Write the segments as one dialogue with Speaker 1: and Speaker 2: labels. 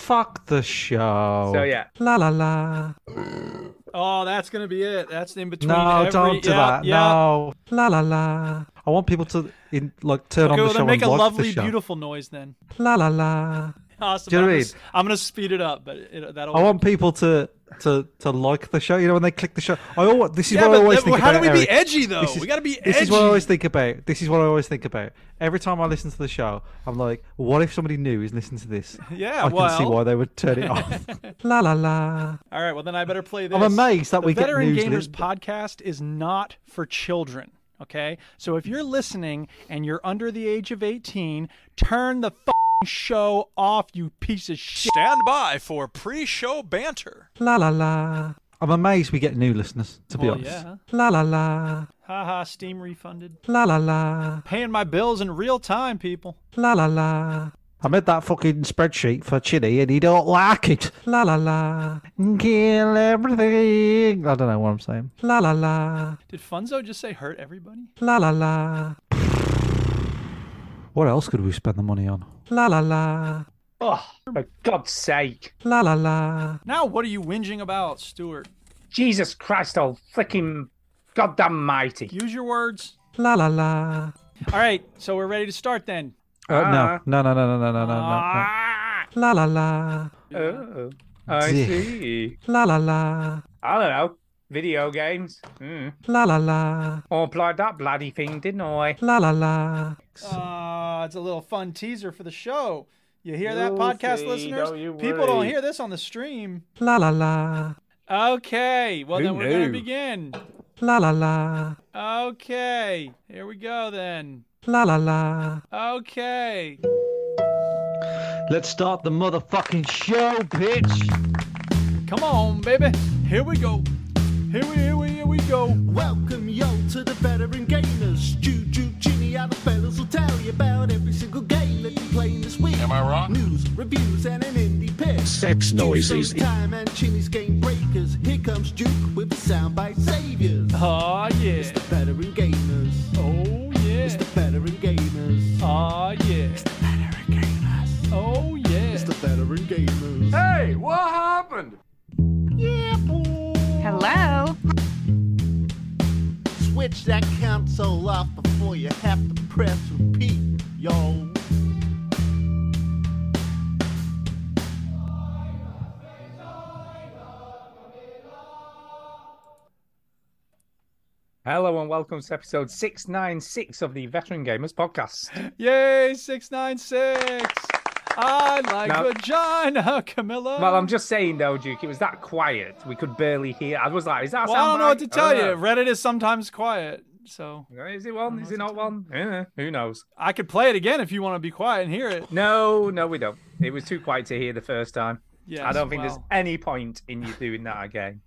Speaker 1: Fuck the show.
Speaker 2: So, yeah.
Speaker 1: La la la.
Speaker 3: Oh, that's gonna be it. That's in between.
Speaker 1: No,
Speaker 3: every,
Speaker 1: don't do
Speaker 3: yeah,
Speaker 1: that.
Speaker 3: Yeah.
Speaker 1: No. La la la. I want people to in, like turn
Speaker 3: Go
Speaker 1: on the
Speaker 3: then
Speaker 1: show
Speaker 3: make
Speaker 1: and
Speaker 3: a
Speaker 1: like
Speaker 3: lovely,
Speaker 1: the show.
Speaker 3: beautiful noise then.
Speaker 1: La la la.
Speaker 3: Awesome.
Speaker 1: Do you
Speaker 3: I'm,
Speaker 1: know what I
Speaker 3: gonna,
Speaker 1: mean?
Speaker 3: I'm gonna speed it up, but it, that'll.
Speaker 1: I want people to to to like the show. You know when they click the show. I always this is
Speaker 3: yeah,
Speaker 1: what I
Speaker 3: but
Speaker 1: always
Speaker 3: then-
Speaker 1: think
Speaker 3: how do
Speaker 1: about.
Speaker 3: we be
Speaker 1: Eric.
Speaker 3: edgy though?
Speaker 1: This is-
Speaker 3: we gotta be edgy.
Speaker 1: This is what I always think about. This is what I always think about. Every time I listen to the show, I'm like, what if somebody new is listening to this?
Speaker 3: Yeah,
Speaker 1: I can see
Speaker 3: well.
Speaker 1: why they would turn it off. la la la.
Speaker 3: All right, well then I better play this.
Speaker 1: I'm amazed that
Speaker 3: the
Speaker 1: we get
Speaker 3: Veteran
Speaker 1: news
Speaker 3: Gamers
Speaker 1: lit-
Speaker 3: podcast is not for children. Okay, so if you're listening and you're under the age of 18, turn the fing show off, you piece of shit.
Speaker 4: Stand by for pre-show banter.
Speaker 1: La la la. I'm amazed we get new listeners, to be
Speaker 3: Well,
Speaker 1: honest.
Speaker 3: Oh, yeah.
Speaker 1: La la la.
Speaker 3: Haha, Steam refunded.
Speaker 1: La la la.
Speaker 3: Paying my bills in real time, people.
Speaker 1: La la la. I made that fucking spreadsheet for Chili and he don't like it. La la la. Kill everything. I don't know what I'm saying. La la la.
Speaker 3: Did Funzo just say hurt everybody?
Speaker 1: La la la. What else could we spend the money on? La la la.
Speaker 2: Oh, for God's sake.
Speaker 1: La la la.
Speaker 3: Now, what are you whinging about, Stuart?
Speaker 2: Jesus Christ, oh, flicking goddamn mighty.
Speaker 3: Use your words.
Speaker 1: La la la.
Speaker 3: All right, so we're ready to start then.
Speaker 1: Uh, no, no, no, no, no, no, no, no.
Speaker 2: Ah,
Speaker 1: La la la.
Speaker 2: oh, I
Speaker 1: Dick.
Speaker 2: see.
Speaker 1: La la la.
Speaker 2: I don't know. Video games. Mm.
Speaker 1: La la la.
Speaker 2: Oh, applied that bloody thing, didn't I?
Speaker 1: La la la.
Speaker 3: Uh, it's a little fun teaser for the show. You hear that,
Speaker 2: You'll
Speaker 3: podcast
Speaker 2: see,
Speaker 3: listeners?
Speaker 2: don't you
Speaker 3: People don't
Speaker 2: worry.
Speaker 3: hear this on the stream.
Speaker 1: La la la.
Speaker 3: Okay, well,
Speaker 2: Who
Speaker 3: then we're going to
Speaker 2: knew?
Speaker 3: begin.
Speaker 1: La la la.
Speaker 3: Okay, here we go then.
Speaker 1: La la la.
Speaker 3: Okay.
Speaker 1: Let's start the motherfucking show, bitch.
Speaker 3: Come on, baby. Here we go. Here we, here we, here we go.
Speaker 5: Welcome yo to the veteran gamers. Juju, Ginny, other fellas will tell you about every single game that you're playing this week. Am I wrong? News, reviews, and an indie pick. Sex noises. Time and Ginny's game breakers. Here comes Duke with the soundbite saviors.
Speaker 3: Oh, yeah.
Speaker 5: Veteran gamers.
Speaker 3: Oh, yeah.
Speaker 5: The veteran gamers.
Speaker 3: Oh, yeah. Oh, yeah.
Speaker 5: It's the veteran gamers.
Speaker 6: Hello.
Speaker 5: Switch that console off before you have to press repeat, yo.
Speaker 2: Hello and welcome to episode 696 of the Veteran Gamers Podcast.
Speaker 3: Yay, 696. I like
Speaker 2: Now-
Speaker 3: vagina, Camilla.
Speaker 2: Well, I'm just saying though, Duke, it was that quiet. We could barely hear. I was like, is that a
Speaker 3: Well, I don't know what to
Speaker 2: soundbite?
Speaker 3: tell you.
Speaker 2: don't know.
Speaker 3: Reddit is sometimes quiet. So
Speaker 2: Is it one? Is it not one? Yeah, who knows?
Speaker 3: I could play it again if you want to be quiet and hear it.
Speaker 2: No, no, we don't. It was too quiet to hear the first time.
Speaker 3: Yes,
Speaker 2: I don't think there's
Speaker 3: well.
Speaker 2: any point in you doing that again.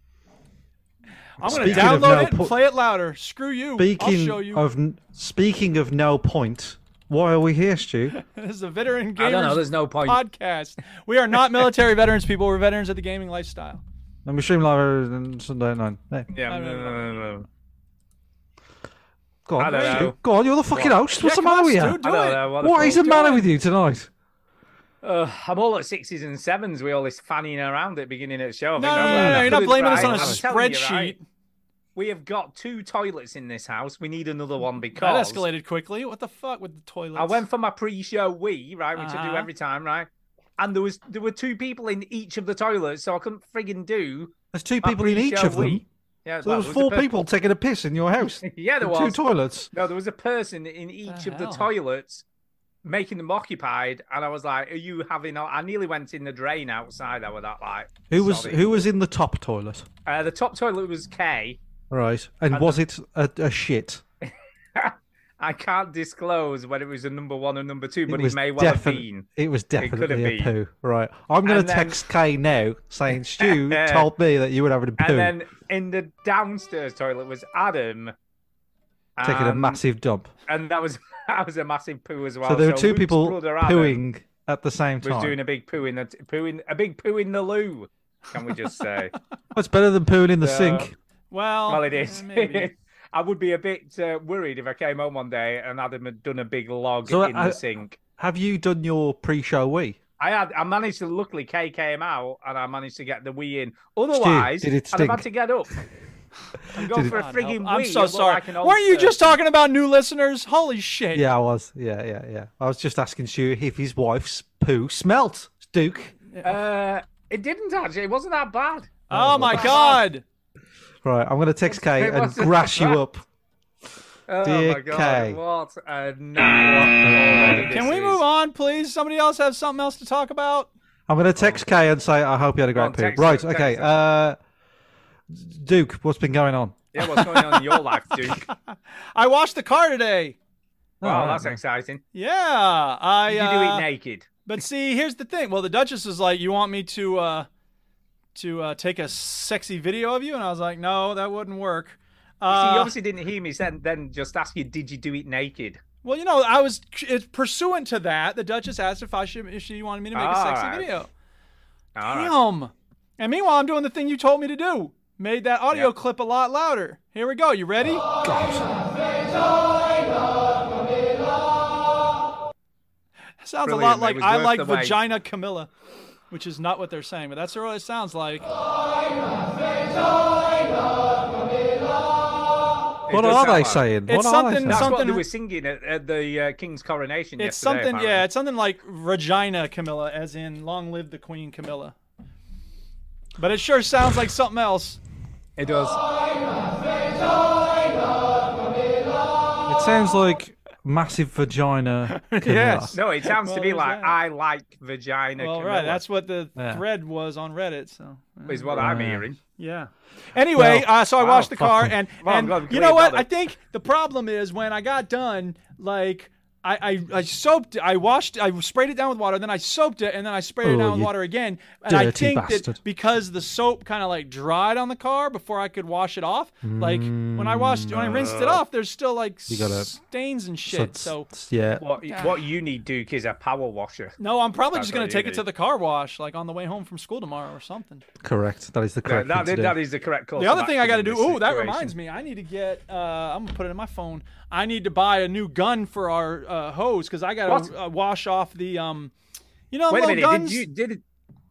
Speaker 3: I'm going to
Speaker 1: Speaking of no
Speaker 3: download it and
Speaker 1: po-
Speaker 3: play it louder. Screw you. I'll
Speaker 1: Speaking
Speaker 3: show you.
Speaker 1: of n- speaking of no point, why are we here, Stu?
Speaker 3: this is a veteran gamers
Speaker 2: I don't know. There's no point.
Speaker 3: podcast. We are not military veterans, people. We're veterans of the gaming lifestyle.
Speaker 1: And we stream live on Sunday at nine. Hey,
Speaker 2: Yeah,
Speaker 3: I don't
Speaker 2: no, no, no, no, no.
Speaker 1: go on,
Speaker 2: I don't
Speaker 1: Stu.
Speaker 2: know.
Speaker 1: Go on, you're the fucking host. What's the
Speaker 3: Yeah, come
Speaker 1: matter
Speaker 3: on,
Speaker 1: with
Speaker 3: Stu,
Speaker 1: you?
Speaker 3: do
Speaker 2: I don't
Speaker 3: it.
Speaker 2: know. What, the
Speaker 1: What is
Speaker 2: fuck?
Speaker 1: the matter with you tonight?
Speaker 2: Ugh, I'm all at sixes and sevens. We all this fanning around at beginning of the show. I
Speaker 3: No,
Speaker 2: think
Speaker 3: no,
Speaker 2: I'm like,
Speaker 3: no, no, no,
Speaker 2: I
Speaker 3: You're not
Speaker 2: couldn't
Speaker 3: blaming us
Speaker 2: write.
Speaker 3: on a
Speaker 2: I'm telling you, right?
Speaker 3: spreadsheet.
Speaker 2: We have got two toilets in this house. We need another one
Speaker 3: That
Speaker 2: because
Speaker 3: escalated quickly. What the fuck with the toilets?
Speaker 2: I went for my pre-show wee, right, which I do
Speaker 3: Uh-huh.
Speaker 2: every time, right? And there was there were two people in each of the toilets, so I couldn't frigging do
Speaker 1: There's two
Speaker 2: my
Speaker 1: people in each
Speaker 2: pre-show
Speaker 1: of them.
Speaker 2: wee. Yeah,
Speaker 1: So
Speaker 2: well,
Speaker 1: there was
Speaker 2: a
Speaker 1: four
Speaker 2: per-
Speaker 1: people taking a piss in your house.
Speaker 2: Yeah, there
Speaker 1: in two
Speaker 2: was.
Speaker 1: toilets.
Speaker 2: No, there was a person in each
Speaker 3: The
Speaker 2: of the
Speaker 3: hell?
Speaker 2: toilets making them occupied, and I was like, "Are you having?" a-" I nearly went in the drain outside. I was that like,
Speaker 1: Who was
Speaker 2: sorry.
Speaker 1: who was in the top toilet?
Speaker 2: Uh, the top toilet was K.
Speaker 1: Right, and was it a, a shit?
Speaker 2: I can't disclose whether it was a number one or number two, but
Speaker 1: it
Speaker 2: it,
Speaker 1: was
Speaker 2: may well have
Speaker 1: defin-
Speaker 2: been.
Speaker 1: It was
Speaker 2: have
Speaker 1: definitely a
Speaker 2: been.
Speaker 1: poo. Right, I'm going
Speaker 2: And
Speaker 1: to
Speaker 2: then-
Speaker 1: text Kay now saying Stu told me that you were having a poo,
Speaker 2: And then in the downstairs toilet was Adam.
Speaker 1: taking a
Speaker 2: and-
Speaker 1: massive dump.
Speaker 2: and that was that was a massive poo as well.
Speaker 1: so there were two
Speaker 2: Luke's
Speaker 1: people
Speaker 2: brother Adam
Speaker 1: pooing at the same
Speaker 2: Was doing
Speaker 1: time.
Speaker 2: a big poo in the poo in a big poo in the loo. Can we just say?
Speaker 1: What's better than pooing in the
Speaker 2: So-
Speaker 1: sink?
Speaker 3: Well,
Speaker 2: well, it
Speaker 3: eh,
Speaker 2: is.
Speaker 3: maybe.
Speaker 2: I would be a bit uh, worried if I came home one day and Adam had done a big log
Speaker 1: So
Speaker 2: in
Speaker 1: I-
Speaker 2: the sink.
Speaker 1: Have you done your pre-show wee?
Speaker 2: I had I managed to luckily K came out and I managed to get the wee in. Otherwise,
Speaker 1: did it
Speaker 2: I'd have
Speaker 1: stink?
Speaker 2: had to get up and go
Speaker 1: Did it-
Speaker 2: for a
Speaker 3: God
Speaker 2: frigging
Speaker 3: help.
Speaker 2: wee.
Speaker 3: I'm so
Speaker 2: although I
Speaker 3: sorry.
Speaker 2: can hold
Speaker 3: Weren't you
Speaker 2: serve.
Speaker 3: just talking about new listeners? Holy shit.
Speaker 1: Yeah, I was. Yeah, yeah, yeah. I was just asking Stu if his wife's poo smelt. Duke.
Speaker 2: Uh, it didn't actually. It wasn't that bad.
Speaker 3: Oh my god.
Speaker 1: Right, I'm going to text Kay
Speaker 2: It
Speaker 1: and
Speaker 2: wasn't
Speaker 1: grass you
Speaker 2: that.
Speaker 1: up.
Speaker 2: Oh
Speaker 1: Dear
Speaker 2: my god!
Speaker 1: Kay.
Speaker 2: What a night!
Speaker 3: Can we move on, please? Somebody else have something else to talk about?
Speaker 1: I'm going to text Kay and say, I hope you had a
Speaker 2: Go on,
Speaker 1: great poo.
Speaker 2: text her,
Speaker 1: Right,
Speaker 2: text
Speaker 1: okay.
Speaker 2: her.
Speaker 1: Uh, Duke, what's been going on?
Speaker 2: Yeah, what's going on in your life, Duke?
Speaker 3: I washed the car today.
Speaker 2: Wow, that's exciting.
Speaker 3: Yeah, I.
Speaker 2: Did you do
Speaker 3: uh,
Speaker 2: it naked?
Speaker 3: But see, here's the thing. Well, the Duchess is like, "You want me to uh, to uh, take a sexy video of you?" And I was like, "No, that wouldn't work."
Speaker 2: See, you
Speaker 3: Uh,
Speaker 2: obviously didn't hear me. Then, then just ask you, did you do it naked?
Speaker 3: well, you know, I was it's pursuant to that. The Duchess asked if I should, if she wanted me to make a
Speaker 2: All
Speaker 3: sexy
Speaker 2: right.
Speaker 3: video.
Speaker 2: All right.
Speaker 3: Damn. And meanwhile, I'm doing the thing you told me to do. Made that audio
Speaker 2: Yeah.
Speaker 3: clip a lot louder. Here we go. You ready? Sounds
Speaker 2: Brilliant.
Speaker 3: a lot
Speaker 2: It
Speaker 3: like
Speaker 2: was
Speaker 3: I
Speaker 2: worth
Speaker 3: like
Speaker 2: the wait.
Speaker 3: vagina Camilla, which is not what they're saying, but that's what it sounds like.
Speaker 2: It
Speaker 1: What are
Speaker 2: does sound
Speaker 1: they
Speaker 2: like-
Speaker 1: saying?
Speaker 3: It's
Speaker 1: what
Speaker 3: something-
Speaker 1: are they
Speaker 2: That's
Speaker 1: saying?
Speaker 2: what they
Speaker 3: Something-
Speaker 2: were singing at, at the uh, King's coronation.
Speaker 3: It's
Speaker 2: yesterday,
Speaker 3: something,
Speaker 2: apparently.
Speaker 3: yeah, it's something like Regina Camilla, as in "Long Live the Queen Camilla." But it sure sounds like something else.
Speaker 2: it
Speaker 3: Oh,
Speaker 2: does.
Speaker 1: It sounds like massive vagina.
Speaker 3: Yes.
Speaker 2: No, it sounds to
Speaker 3: Well,
Speaker 2: me
Speaker 3: there's
Speaker 2: like
Speaker 3: that.
Speaker 2: I like vagina.
Speaker 3: Well,
Speaker 2: Camilla,"
Speaker 3: right, that's what the
Speaker 1: Yeah.
Speaker 3: thread was on Reddit. So
Speaker 2: is what I'm hearing.
Speaker 3: Yeah. Anyway,
Speaker 1: Well,
Speaker 3: uh, so I
Speaker 2: wow,
Speaker 3: washed the car,
Speaker 1: fucking-
Speaker 3: and,
Speaker 2: Well, I'm
Speaker 3: and
Speaker 2: glad we could
Speaker 3: you know
Speaker 2: leave
Speaker 3: what?
Speaker 2: that
Speaker 3: I
Speaker 2: at-
Speaker 3: think the problem is when I got done, like I, I, I soaped, I washed, I sprayed it down with water, then I soaped it, and then I sprayed it
Speaker 1: Oh,
Speaker 3: down with
Speaker 1: you
Speaker 3: water again. And I
Speaker 1: dirty
Speaker 3: think
Speaker 1: bastard.
Speaker 3: that because the soap kind of like dried on the car before I could wash it off, like when I washed, when I rinsed it off, there's still like
Speaker 1: gotta-
Speaker 3: stains and shit. So.
Speaker 1: it's- yeah.
Speaker 2: What what you need, Duke, is a power washer.
Speaker 3: No, I'm probably
Speaker 2: That's
Speaker 3: just gonna
Speaker 2: what you
Speaker 3: take it to
Speaker 2: need.
Speaker 3: the car wash, like on the way home from school tomorrow or something.
Speaker 1: Correct. That is the
Speaker 2: That,
Speaker 1: correct
Speaker 2: that,
Speaker 1: thing to
Speaker 2: that
Speaker 1: do.
Speaker 2: is the correct course.
Speaker 3: The other thing I got to do. Ooh, that
Speaker 2: reminds me.
Speaker 3: reminds me. I need to get. Uh, I'm gonna put it in my phone. I need to buy a new gun for our uh, hose because I got
Speaker 2: What?
Speaker 3: to uh, wash off the. Um, you know,
Speaker 2: Wait a
Speaker 3: little
Speaker 2: minute.
Speaker 3: guns.
Speaker 2: Did you did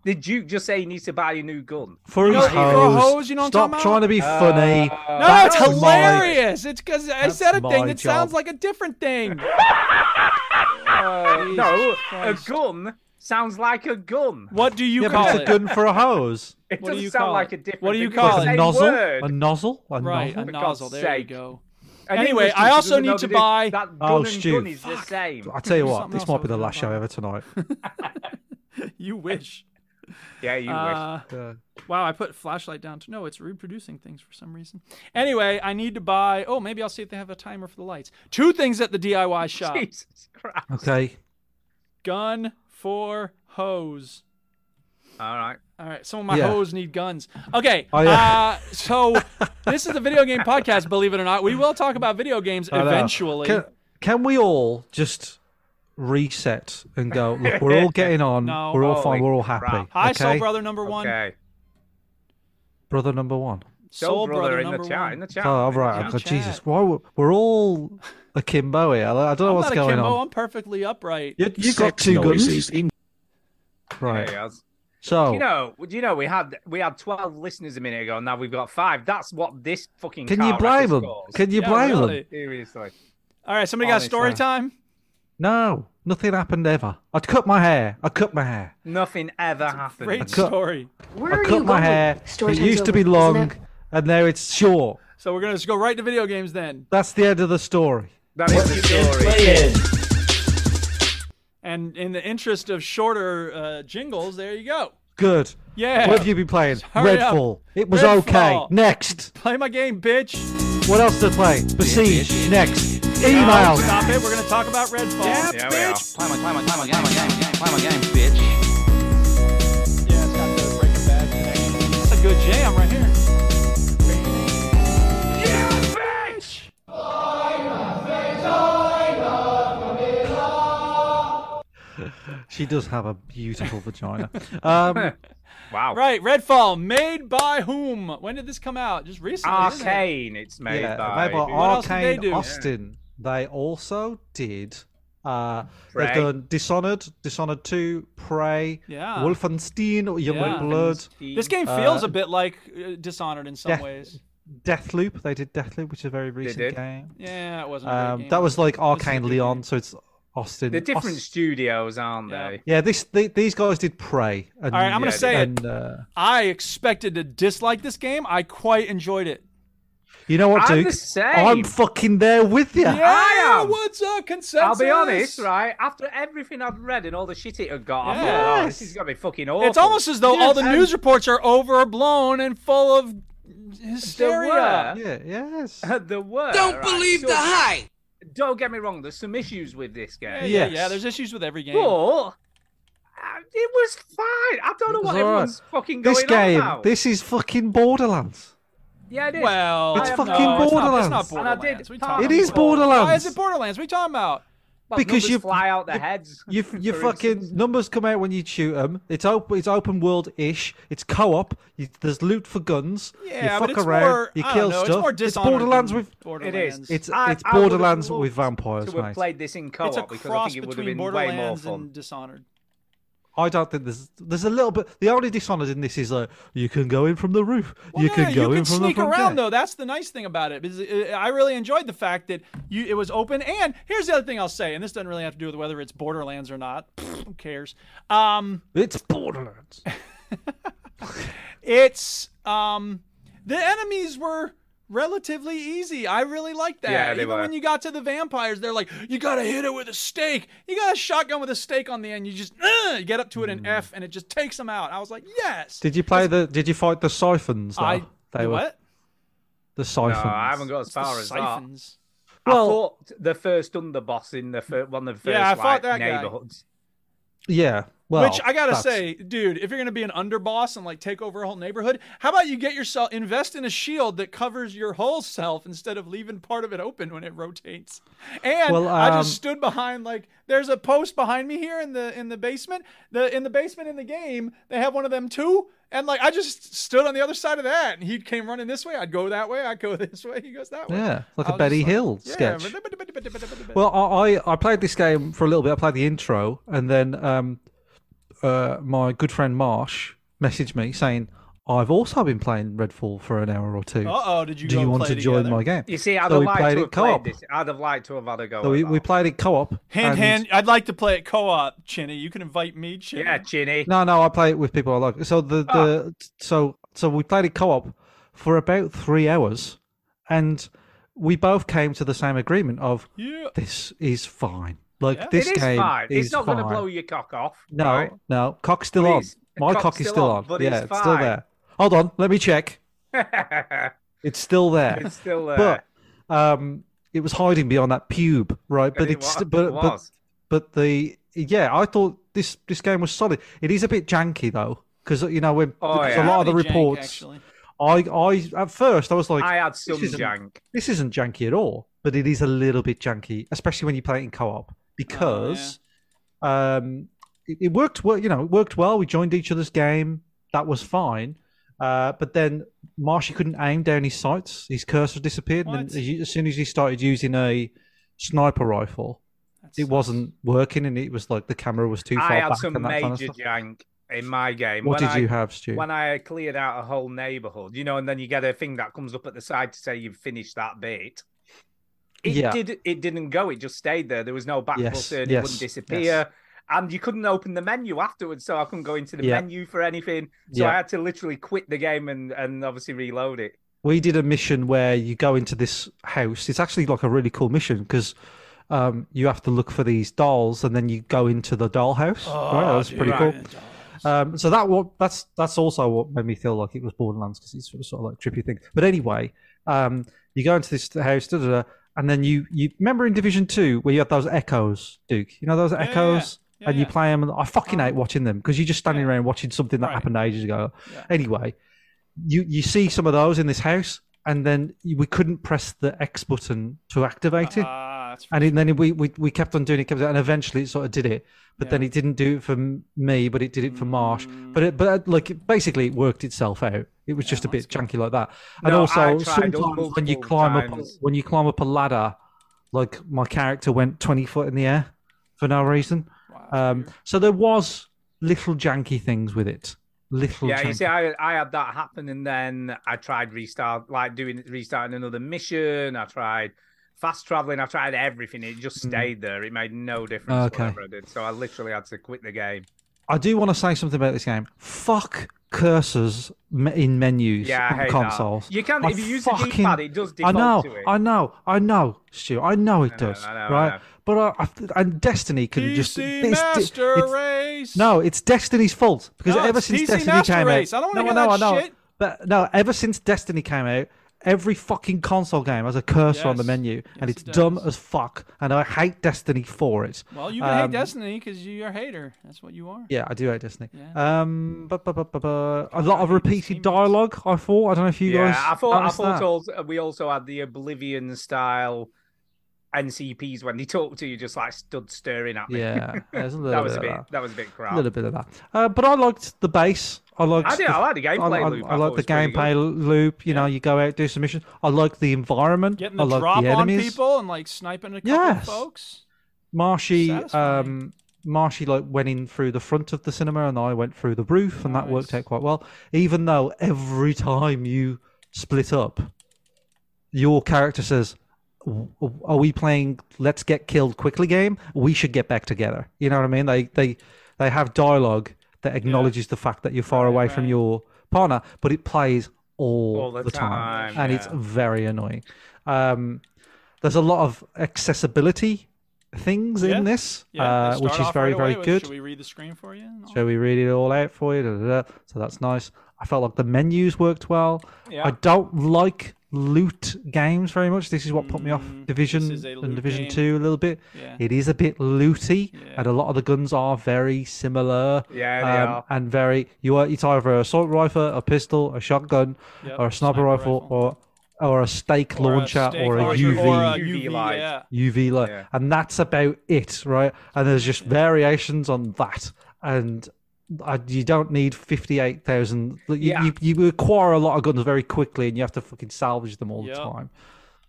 Speaker 2: did Duke just say he needs to buy a new gun?
Speaker 1: For
Speaker 3: know,
Speaker 1: his
Speaker 3: for a
Speaker 1: hose.
Speaker 3: hose, you know what I'm
Speaker 1: Stop
Speaker 3: talking
Speaker 1: trying
Speaker 3: about?
Speaker 1: to
Speaker 3: Uh,
Speaker 1: be funny.
Speaker 3: No,
Speaker 1: That's
Speaker 3: it's
Speaker 1: my-
Speaker 3: hilarious. It's because I
Speaker 1: that's
Speaker 3: said a thing
Speaker 1: my
Speaker 3: that sounds
Speaker 1: job.
Speaker 3: like a different thing. Uh,
Speaker 2: no,
Speaker 3: Christ.
Speaker 2: a gun sounds like a gun.
Speaker 3: What do you
Speaker 1: yeah,
Speaker 3: call
Speaker 1: but
Speaker 3: it?
Speaker 1: it's a gun for a hose.
Speaker 2: It
Speaker 3: what do
Speaker 2: doesn't
Speaker 3: you
Speaker 2: sound
Speaker 3: call
Speaker 2: like
Speaker 3: it?
Speaker 2: a different.
Speaker 3: What do you
Speaker 2: thing.
Speaker 3: call
Speaker 2: It's
Speaker 3: it?
Speaker 2: the
Speaker 1: a
Speaker 2: same
Speaker 1: nozzle?
Speaker 2: word.
Speaker 1: A nozzle? A
Speaker 3: Right,
Speaker 1: nozzle?
Speaker 3: a
Speaker 2: For
Speaker 3: nozzle.
Speaker 2: God's
Speaker 3: There
Speaker 2: sake.
Speaker 3: you go.
Speaker 2: An
Speaker 3: Anyway,
Speaker 2: English
Speaker 3: I
Speaker 2: teacher
Speaker 3: also
Speaker 2: doesn't
Speaker 3: need
Speaker 2: know
Speaker 3: to
Speaker 2: do-
Speaker 3: buy-
Speaker 2: That gun
Speaker 1: Oh,
Speaker 2: and
Speaker 1: Stu,
Speaker 2: gun is the same.
Speaker 1: I tell you what,
Speaker 3: Something
Speaker 1: this
Speaker 3: else I
Speaker 1: might be
Speaker 3: was
Speaker 1: the
Speaker 3: gonna
Speaker 1: last show
Speaker 3: buy.
Speaker 1: ever tonight.
Speaker 3: You wish.
Speaker 2: Yeah, you
Speaker 3: Uh,
Speaker 1: Yeah.
Speaker 3: Wow, I put flashlight down. To, no, it's reproducing things for some reason. Anyway, I need to buy. Oh, maybe I'll see if they have a timer for the lights. Two things at the DIY shop:
Speaker 2: wish. Jesus Christ.
Speaker 1: Okay.
Speaker 3: gun for hose.
Speaker 2: All right.
Speaker 3: All right, some of my
Speaker 1: Yeah.
Speaker 3: hoes need guns. Okay,
Speaker 1: Oh, yeah.
Speaker 3: uh, so this is a video game podcast. Believe it or not, we will talk about video games
Speaker 1: I know.
Speaker 3: eventually.
Speaker 1: Can, can we all just reset and go, look, we're all getting on.
Speaker 3: No. oh,
Speaker 1: we're all
Speaker 2: Holy
Speaker 1: fine. We're all happy.
Speaker 2: crap.
Speaker 3: Hi, Soul
Speaker 1: okay?
Speaker 3: Brother Number One.
Speaker 2: Okay.
Speaker 1: Brother number one.
Speaker 3: Soul Brother,
Speaker 2: in
Speaker 3: Number
Speaker 2: the chat.
Speaker 3: One.
Speaker 2: In the chat.
Speaker 1: Oh,
Speaker 2: in the
Speaker 1: right.
Speaker 2: chat.
Speaker 1: Okay,
Speaker 3: chat.
Speaker 1: Jesus. Why we're, we're all akimbo here. I don't know
Speaker 3: I'm
Speaker 1: what's
Speaker 3: not a
Speaker 1: going
Speaker 3: Kimbo.
Speaker 1: on.
Speaker 3: I'm perfectly upright.
Speaker 1: You, you got two guns.
Speaker 2: There
Speaker 1: Right. Oh.
Speaker 2: he is.
Speaker 1: So,
Speaker 2: You know, do you know we had we had twelve listeners a minute ago, and now we've got five. That's what this fucking.
Speaker 1: can you
Speaker 2: car
Speaker 1: blame
Speaker 2: record
Speaker 1: them?
Speaker 2: scores.
Speaker 1: Can you
Speaker 3: Yeah,
Speaker 1: blame
Speaker 3: really.
Speaker 1: them?
Speaker 2: Seriously.
Speaker 3: All right, somebody got
Speaker 2: Honestly.
Speaker 3: story time.
Speaker 1: No, nothing happened ever. I'd cut my hair. I cut my hair.
Speaker 2: Nothing ever happened.
Speaker 3: Great
Speaker 1: cut-
Speaker 3: story.
Speaker 1: I cut my hair.
Speaker 7: Story
Speaker 1: it
Speaker 7: time's
Speaker 1: used to
Speaker 7: over,
Speaker 1: be
Speaker 7: isn't
Speaker 1: long,
Speaker 7: it?
Speaker 1: and now it's short.
Speaker 3: So we're gonna just go right to video games then.
Speaker 1: That's the end of the story.
Speaker 2: That is the story.
Speaker 3: And in the interest of shorter uh, jingles, there you go.
Speaker 1: Good.
Speaker 3: Yeah.
Speaker 1: What have you been playing?
Speaker 3: Hurry up.
Speaker 1: Redfall. It was okay.
Speaker 3: Redfall.
Speaker 1: Next.
Speaker 3: Play my game, bitch.
Speaker 1: What else to play? Besiege. Next. Email.
Speaker 3: No, stop it. We're going to talk about Redfall.
Speaker 2: Yeah, we are.
Speaker 8: Play my, play my, play my game, my game, my game, play my game, bitch.
Speaker 3: Yeah, it's got the Breaking Bad connection. That's a good jam right here. Yeah, bitch!
Speaker 1: She does have a beautiful vagina. Um,
Speaker 2: Wow.
Speaker 3: Right, Redfall, made by whom? When did this come out? Just recently. isn't it?
Speaker 2: Arcane. It's made
Speaker 1: yeah,
Speaker 2: by.
Speaker 1: made by
Speaker 3: else did they
Speaker 1: Arcane
Speaker 3: do?
Speaker 1: Austin. They also did Uh,
Speaker 2: Prey.
Speaker 1: they've done Dishonored, Dishonored 2, Prey,
Speaker 3: Yeah.
Speaker 1: Wolfenstein, Yellow
Speaker 3: Yeah.
Speaker 1: Blood,
Speaker 3: This game feels a bit like uh, Dishonored in some
Speaker 1: Death-
Speaker 3: ways.
Speaker 1: Deathloop. They did Deathloop, which is a very recent
Speaker 2: did.
Speaker 1: game.
Speaker 3: Yeah, it wasn't. A great
Speaker 1: Um,
Speaker 3: game.
Speaker 1: that was like Arcane
Speaker 3: good
Speaker 1: Leon, so it's Austin.
Speaker 2: They're different
Speaker 1: Aus-
Speaker 2: studios, aren't
Speaker 3: Yeah.
Speaker 2: they?
Speaker 1: yeah, this the these guys did Prey. And,
Speaker 3: All right, I'm
Speaker 2: Yeah,
Speaker 3: gonna say it.
Speaker 1: and, uh,
Speaker 3: I expected to dislike this game. I quite enjoyed it.
Speaker 1: you know what,
Speaker 2: I'm
Speaker 1: Duke?
Speaker 2: the same.
Speaker 1: I'm fucking there with you.
Speaker 3: Yeah,
Speaker 2: am.
Speaker 3: what's up, consensus?
Speaker 2: I'll be honest, right? After everything I've read and all the shit it had got, I thought, oh,
Speaker 1: Yes.
Speaker 2: this is gonna be fucking awful.
Speaker 3: It's almost as though all the news reports are overblown and full of
Speaker 2: were.
Speaker 3: hysteria.
Speaker 1: Yeah, yes.
Speaker 2: the word.
Speaker 9: Don't believe the hype.
Speaker 2: Don't get me wrong. There's some issues with this
Speaker 3: Yeah,
Speaker 2: game,
Speaker 3: yeah,
Speaker 1: Yes.
Speaker 3: yeah, There's issues with every game.
Speaker 2: but uh, it was fine. I don't know
Speaker 1: was
Speaker 2: what
Speaker 1: alright.
Speaker 2: everyone's fucking going
Speaker 1: This
Speaker 2: on
Speaker 1: game,
Speaker 2: about.
Speaker 1: this is fucking Borderlands.
Speaker 2: yeah, it is.
Speaker 3: Well,
Speaker 1: It's
Speaker 3: I have
Speaker 1: fucking
Speaker 3: no- it's not- It's not,
Speaker 1: Borderlands.
Speaker 2: And I did
Speaker 3: Borderlands. We
Speaker 2: talk
Speaker 3: talking
Speaker 1: It is
Speaker 2: about-
Speaker 1: Borderlands.
Speaker 3: Why is it Borderlands? What are you talking about?
Speaker 2: Well,
Speaker 1: Because
Speaker 2: numbers
Speaker 1: you-
Speaker 2: fly out their heads.
Speaker 1: You you
Speaker 2: for
Speaker 1: fucking
Speaker 2: instance.
Speaker 1: numbers come out when you shoot them. It's open. It's open world ish. It's co op. There's loot for guns.
Speaker 3: Yeah,
Speaker 1: you
Speaker 3: but
Speaker 1: fuck
Speaker 3: it's
Speaker 1: around.
Speaker 3: more.
Speaker 1: you
Speaker 3: I don't
Speaker 1: kill
Speaker 3: know,
Speaker 1: stuff.
Speaker 3: It's more
Speaker 1: it's
Speaker 3: Dishonored
Speaker 1: Borderlands
Speaker 3: than
Speaker 1: with
Speaker 2: It
Speaker 3: Borderlands.
Speaker 2: is.
Speaker 1: it's
Speaker 2: I-
Speaker 1: it's
Speaker 2: I would've
Speaker 1: Borderlands
Speaker 2: loved
Speaker 1: with vampires,
Speaker 2: To have
Speaker 1: mate.
Speaker 2: played this in
Speaker 3: It's a
Speaker 2: co-op because I
Speaker 3: cross
Speaker 2: think it would have
Speaker 3: between
Speaker 2: been way more
Speaker 3: Borderlands
Speaker 2: fun.
Speaker 3: and Dishonored.
Speaker 1: I don't think there's there's a little bit. The only dishonored in this is uh, you can go in from the roof.
Speaker 3: Well,
Speaker 1: you
Speaker 3: yeah,
Speaker 1: can go
Speaker 3: you
Speaker 1: in
Speaker 3: could
Speaker 1: from
Speaker 3: sneak
Speaker 1: the front
Speaker 3: around
Speaker 1: gate.
Speaker 3: though. That's the nice thing about it. Because it- I really enjoyed the fact that you it was open. And here's the other thing I'll say, and this doesn't really have to do with whether it's Borderlands or not. Pfft, Who cares? Um,
Speaker 1: It's Borderlands.
Speaker 3: it's um, the enemies were relatively easy. I really liked that.
Speaker 2: Yeah, they
Speaker 3: Even
Speaker 2: were.
Speaker 3: when you got to the vampires, they're like, you gotta hit it with a stake. You got a shotgun with a stake on the end. You just uh, you get up to it in F, and it just takes them out. I was like, yes.
Speaker 1: Mm. Did you play the? Did you fight the siphons? Though?
Speaker 3: I
Speaker 1: they were
Speaker 3: what?
Speaker 1: the siphons.
Speaker 2: No, I haven't got as far as that.
Speaker 3: Siphons.
Speaker 2: I
Speaker 1: Well-
Speaker 2: fought the first underboss in the fir- one of the first
Speaker 3: Yeah, I fought
Speaker 2: like,
Speaker 3: that guy.
Speaker 2: neighborhoods.
Speaker 1: Yeah. Well,
Speaker 3: Which I gotta
Speaker 1: that's-
Speaker 3: say, dude, if you're gonna be an underboss and like take over a whole neighborhood, how about you get yourself invest in a shield that covers your whole self instead of leaving part of it open when it rotates. And
Speaker 1: Well,
Speaker 3: I just
Speaker 1: um,
Speaker 3: stood behind like there's a post behind me here in the in the basement. The in the basement in the game they have one of them too. And like I just stood on the other side of that, and he came running this way. I'd go that way. I'd go this way. He goes that way.
Speaker 1: Yeah, like
Speaker 3: I
Speaker 1: a
Speaker 3: was
Speaker 1: Betty
Speaker 3: just
Speaker 1: Hill
Speaker 3: yeah,
Speaker 1: sketch. Well, I, I I played this game for a little bit. I played the intro, and then um, uh, my good friend Marsh messaged me saying, "I've also been playing Redfall for an hour or two.
Speaker 3: Uh oh, did you?
Speaker 1: Do
Speaker 3: go
Speaker 1: you
Speaker 3: and
Speaker 1: want
Speaker 3: play
Speaker 1: to join
Speaker 3: together?
Speaker 1: my game?"
Speaker 2: You see, I'd
Speaker 1: so
Speaker 2: have
Speaker 1: we
Speaker 2: liked
Speaker 1: played
Speaker 2: to
Speaker 1: it
Speaker 2: have played
Speaker 1: co-op.
Speaker 2: this. I'd have liked to have had a go.
Speaker 1: So we,
Speaker 2: at
Speaker 1: we
Speaker 2: that.
Speaker 1: played it co-op.
Speaker 3: Hand
Speaker 1: and-
Speaker 3: hand. I'd like to play it co-op, Chinny. You can invite me, Chinny.
Speaker 2: Yeah, Chinny.
Speaker 1: No, no, I play it with people I like. So the, the
Speaker 2: Ah.
Speaker 1: so so we played it co-op for about three hours, and we both came to the same agreement of
Speaker 3: Yeah.
Speaker 1: this is fine. Like
Speaker 3: Yeah.
Speaker 1: this
Speaker 2: it is
Speaker 1: game
Speaker 2: fine.
Speaker 1: is
Speaker 2: it's not
Speaker 1: fine.
Speaker 2: going to blow your cock off.
Speaker 1: No,
Speaker 2: right?
Speaker 1: no, cock's still
Speaker 2: Please,
Speaker 1: on. My
Speaker 2: cock's
Speaker 1: cock is
Speaker 2: still
Speaker 1: still
Speaker 2: on,
Speaker 1: on.
Speaker 2: but
Speaker 1: yeah,
Speaker 2: it's
Speaker 1: it's, still
Speaker 2: fine.
Speaker 1: there. Hold on, let me check. It's still there.
Speaker 2: it's still uh, there.
Speaker 1: but um, it was hiding behind that pube, right? But
Speaker 2: it
Speaker 1: it's
Speaker 2: wa-
Speaker 1: st- but
Speaker 2: it
Speaker 1: but
Speaker 2: was.
Speaker 1: but the yeah, I thought this this game was solid. It is a bit janky though, because you know when
Speaker 2: Oh,
Speaker 1: because
Speaker 2: yeah.
Speaker 1: a lot of the
Speaker 3: Pretty jank,
Speaker 1: reports.
Speaker 3: actually.
Speaker 1: I I at first I was like,
Speaker 2: I had some
Speaker 1: isn't-
Speaker 2: jank.
Speaker 1: this isn't janky at all, but it is a little bit janky, especially when you play it in co-op because
Speaker 2: Oh,
Speaker 1: um, it, it worked well. You know, it worked well. We joined each other's game. That was fine. Uh, but then Marshy couldn't aim down his sights. His cursor disappeared. And
Speaker 3: What?
Speaker 1: then as you- as soon as he started using a sniper rifle, it wasn't working, and it was like the camera was too far
Speaker 2: I had
Speaker 1: back
Speaker 2: some
Speaker 1: and that
Speaker 2: major
Speaker 1: kind of stuff.
Speaker 2: jank in my game.
Speaker 1: What
Speaker 2: when
Speaker 1: did
Speaker 2: I,
Speaker 1: you have, Stu?
Speaker 2: When I cleared out a whole neighborhood, you know, and then you get a thing that comes up at the side to say you've finished that bit. It
Speaker 1: Yeah.
Speaker 2: did. It didn't go. It just stayed there. There was no back
Speaker 1: Yes,
Speaker 2: button. it
Speaker 1: yes,
Speaker 2: wouldn't
Speaker 1: yes.
Speaker 2: disappear. And you couldn't open the menu afterwards, so I couldn't go into the
Speaker 1: Yeah.
Speaker 2: menu for anything. So
Speaker 1: Yeah.
Speaker 2: I had to literally quit the game and, and obviously reload it.
Speaker 1: we did a mission where you go into this house. It's actually like a really cool mission because um, you have to look for these dolls, and then you go into the doll house.
Speaker 3: Oh,
Speaker 1: right, Oh, that was pretty cool. Um, so that what that's that's also what made me feel like it was Borderlands because it's sort of, sort of like trippy thing. But anyway, um, you go into this house, da, da, da, and then you you remember in Division Two where you had those echoes, Duke. You know those
Speaker 3: yeah,
Speaker 1: echoes.
Speaker 3: yeah. Yeah,
Speaker 1: and you
Speaker 3: yeah. Um,
Speaker 1: play them, and I fucking hate watching them because you're just standing around watching something that
Speaker 3: Right.
Speaker 1: happened ages ago.
Speaker 3: Yeah.
Speaker 1: Anyway, you you see some of those in this house, and then you- we couldn't press the X button to activate it.
Speaker 3: Ah, that's
Speaker 1: And it- then we, we we kept on doing it, kept on, and eventually it sort of did it. But then it didn't do it for m- me, but it did it for Marsh. But it, but uh, like it- basically, it worked itself out. It was just a bit janky like that. And
Speaker 2: No, I
Speaker 1: also,
Speaker 2: tried
Speaker 1: sometimes when you
Speaker 2: multiple
Speaker 1: climb up
Speaker 2: times.
Speaker 1: when you climb up a ladder, like my character went twenty foot in the air. for no reason. Um, so there was little janky things with it. Little
Speaker 2: Yeah,
Speaker 1: janky.
Speaker 2: you see, I, I had that happen, and then I tried restart, like doing restarting another mission. I tried fast traveling. I tried everything. It just stayed there. It made no difference
Speaker 1: Mm. Okay.
Speaker 2: whatever I did. So I literally had to quit the game.
Speaker 1: I do want to say something about this game. Fuck cursors me- in menus
Speaker 2: Yeah, I
Speaker 1: on
Speaker 2: hate
Speaker 1: consoles.
Speaker 2: that. You can
Speaker 1: I
Speaker 2: if you use the
Speaker 1: fucking-
Speaker 2: D-pad, it does
Speaker 1: I
Speaker 2: default
Speaker 1: know,
Speaker 2: to it.
Speaker 1: I know, I know, Stu. I know it
Speaker 2: know,
Speaker 1: does,
Speaker 2: I know, I
Speaker 1: right?
Speaker 2: know.
Speaker 1: But I, I, and Destiny can just
Speaker 3: PC
Speaker 1: it's-
Speaker 3: Master
Speaker 1: it's-
Speaker 3: Race.
Speaker 1: No, it's Destiny's fault because
Speaker 3: No,
Speaker 1: ever
Speaker 3: it's
Speaker 1: since
Speaker 3: PC
Speaker 1: Destiny
Speaker 3: Master
Speaker 1: came
Speaker 3: Race.
Speaker 1: out,
Speaker 3: I don't wanna
Speaker 1: no,
Speaker 3: hear
Speaker 1: no,
Speaker 3: that
Speaker 1: I know.
Speaker 3: shit.
Speaker 1: But no, ever since Destiny came out, every fucking console game has a cursor on the
Speaker 3: Yes.
Speaker 1: menu, and
Speaker 3: Yes,
Speaker 1: it's
Speaker 3: it
Speaker 1: dumb
Speaker 3: does.
Speaker 1: as fuck. And I hate Destiny for it.
Speaker 3: Well, you can
Speaker 1: Um,
Speaker 3: hate Destiny because you're a hater. That's what you are.
Speaker 1: Yeah, I do hate Destiny.
Speaker 3: Yeah.
Speaker 1: Um, but, but, but, but, but, a lot
Speaker 3: I
Speaker 1: of
Speaker 3: hate these
Speaker 1: repeated
Speaker 3: teammates.
Speaker 1: dialogue. I thought. I don't know if you guys.
Speaker 2: yeah, I thought I
Speaker 1: noticed
Speaker 2: thought
Speaker 1: that.
Speaker 2: also, we also had the Oblivion style NCPs when they talked to you, just like stood staring at me.
Speaker 1: Yeah, there's a little
Speaker 2: that was a
Speaker 1: bit
Speaker 2: bit.
Speaker 1: of
Speaker 2: That. was a bit crap.
Speaker 1: A little bit of that. Uh, but I liked the base. I liked.
Speaker 2: I did. I liked the gameplay
Speaker 1: I,
Speaker 2: loop. I
Speaker 1: I, I
Speaker 2: thought
Speaker 1: liked
Speaker 2: it
Speaker 1: the
Speaker 2: was pretty good.
Speaker 1: gameplay loop. You know, you go out do some missions. I liked the environment.
Speaker 3: Getting
Speaker 1: I
Speaker 3: the
Speaker 1: liked
Speaker 3: drop
Speaker 1: the
Speaker 3: on
Speaker 1: enemies.
Speaker 3: people and like sniping a couple
Speaker 1: Yes.
Speaker 3: folks.
Speaker 1: Marshy,
Speaker 3: Satisfying.
Speaker 1: um, Marshy like went in through the front of the cinema, and I went through the roof, and that worked
Speaker 3: Nice.
Speaker 1: out quite well. Even though every time you split up, your character says, "W- "Are we playing Let's Get Killed Quickly game? We should get back together." You know what I mean? They they they have dialogue that acknowledges the fact that you're far away from your partner, but it plays all,
Speaker 2: All the
Speaker 1: the, time,
Speaker 2: time,
Speaker 1: and it's
Speaker 2: yeah.
Speaker 1: very annoying. Um, there's a lot of accessibility things
Speaker 3: Yeah.
Speaker 1: in this,
Speaker 3: Yeah,
Speaker 1: uh,
Speaker 3: they
Speaker 1: which
Speaker 3: start
Speaker 1: is
Speaker 3: off
Speaker 1: very,
Speaker 3: right away
Speaker 1: very
Speaker 3: with,
Speaker 1: good.
Speaker 3: Should we read the screen for you? and all?
Speaker 1: So we read it all out for you. da, da, da. So that's nice. I felt like the menus worked well.
Speaker 2: Yeah.
Speaker 1: I don't like loot games very much. This is what put me off
Speaker 3: Mm,
Speaker 1: Division
Speaker 3: this is a
Speaker 1: and
Speaker 3: loot
Speaker 1: Division
Speaker 3: game.
Speaker 1: 2 a little bit.
Speaker 3: Yeah.
Speaker 1: It is a bit looty,
Speaker 3: Yeah.
Speaker 1: and a lot of the guns are very similar. Um,
Speaker 2: Yeah, they are.
Speaker 1: And very, you are, it's either an assault rifle, a pistol, a shotgun,
Speaker 3: Yep,
Speaker 1: or a sniper,
Speaker 3: sniper
Speaker 1: rifle,
Speaker 3: rifle.
Speaker 1: or or a stake
Speaker 3: Or a
Speaker 1: launcher,
Speaker 3: steak
Speaker 1: or a
Speaker 3: launcher
Speaker 1: UV.
Speaker 3: Or a
Speaker 2: UV
Speaker 3: UV
Speaker 2: light.
Speaker 3: Yeah.
Speaker 1: UV light,
Speaker 2: Yeah.
Speaker 1: and that's about it, right? And there's just variations on that, and I, you don't need fifty-eight thousand. You,
Speaker 2: Yeah.
Speaker 1: you you acquire a lot of guns very quickly, and you have to fucking salvage them all
Speaker 3: Yep.
Speaker 1: the time.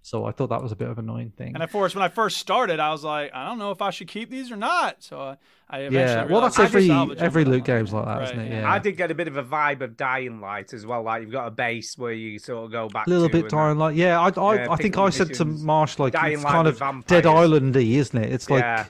Speaker 1: So I thought that was a bit of an annoying thing.
Speaker 3: And of course, when I first started, I was like, I don't know if I should keep these or not. So I, I eventually
Speaker 1: yeah, well,
Speaker 3: realized
Speaker 1: that's
Speaker 3: I could
Speaker 1: every
Speaker 3: salvage them
Speaker 1: every
Speaker 3: for
Speaker 1: loot
Speaker 3: that.
Speaker 1: game's like that,
Speaker 3: Right,
Speaker 1: not it?
Speaker 3: yeah.
Speaker 1: Yeah,
Speaker 2: I did get a bit of a vibe of Dying Light as well. Like you've got a base where you sort of go back.
Speaker 1: a little
Speaker 2: to
Speaker 1: bit
Speaker 2: and
Speaker 1: dying light. Yeah, I I,
Speaker 2: Yeah,
Speaker 1: I think
Speaker 2: picking
Speaker 1: I said to
Speaker 2: missions.
Speaker 1: Marsh like
Speaker 2: Dying
Speaker 1: it's
Speaker 2: Light
Speaker 1: kind
Speaker 2: with
Speaker 1: of Dead
Speaker 2: vampires.
Speaker 1: Islandy, isn't it? It's like
Speaker 2: Yeah.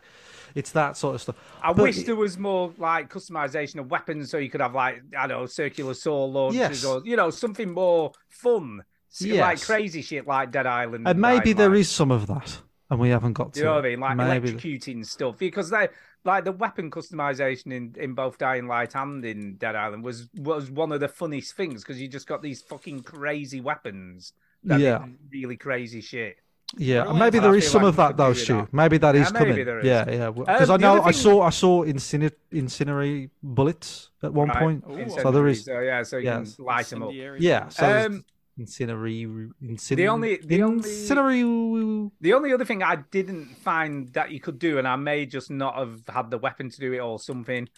Speaker 1: it's that sort of stuff.
Speaker 2: I
Speaker 1: But-
Speaker 2: wish there was more like customization of weapons, so you could have like I don't know circular saw launches
Speaker 1: Yes.
Speaker 2: or you know something more fun, so, like
Speaker 1: Yes.
Speaker 2: crazy shit like Dead Island.
Speaker 1: and maybe
Speaker 2: there is.
Speaker 1: there is some of that, and we haven't got to.
Speaker 2: Do you know
Speaker 1: it.
Speaker 2: what I mean? Like
Speaker 1: maybe.
Speaker 2: electrocuting stuff because they like the weapon customization in, in both Dying Light and in Dead Island was was one of the funniest things because you just got these fucking crazy weapons. That
Speaker 1: Yeah.
Speaker 2: do really crazy shit.
Speaker 1: Yeah,
Speaker 3: Where
Speaker 1: and
Speaker 3: do I
Speaker 1: maybe
Speaker 2: find-
Speaker 1: there
Speaker 2: I
Speaker 1: is
Speaker 2: feel
Speaker 1: some
Speaker 2: like
Speaker 1: of
Speaker 2: we
Speaker 1: that
Speaker 2: could do
Speaker 1: though,
Speaker 2: with
Speaker 1: Stu.
Speaker 2: that.
Speaker 1: Maybe that is
Speaker 2: Yeah, maybe
Speaker 1: coming.
Speaker 2: there is. Um,
Speaker 1: Yeah, yeah. Because
Speaker 2: the
Speaker 1: I know
Speaker 2: other
Speaker 1: I
Speaker 2: thing-
Speaker 1: saw I saw incinerator incinerator bullets at one
Speaker 2: Right?
Speaker 1: point.
Speaker 2: In
Speaker 1: So there
Speaker 2: Century,
Speaker 1: is.
Speaker 2: so, yeah, so you
Speaker 1: Yes.
Speaker 2: can light them up.
Speaker 3: Incendiary.
Speaker 1: Yeah. So
Speaker 2: Um,
Speaker 1: incinerator incinerator.
Speaker 2: only- the only-
Speaker 1: incinerator.
Speaker 2: The only other thing I didn't find that you could do, and I may just not have had the weapon to do it or something,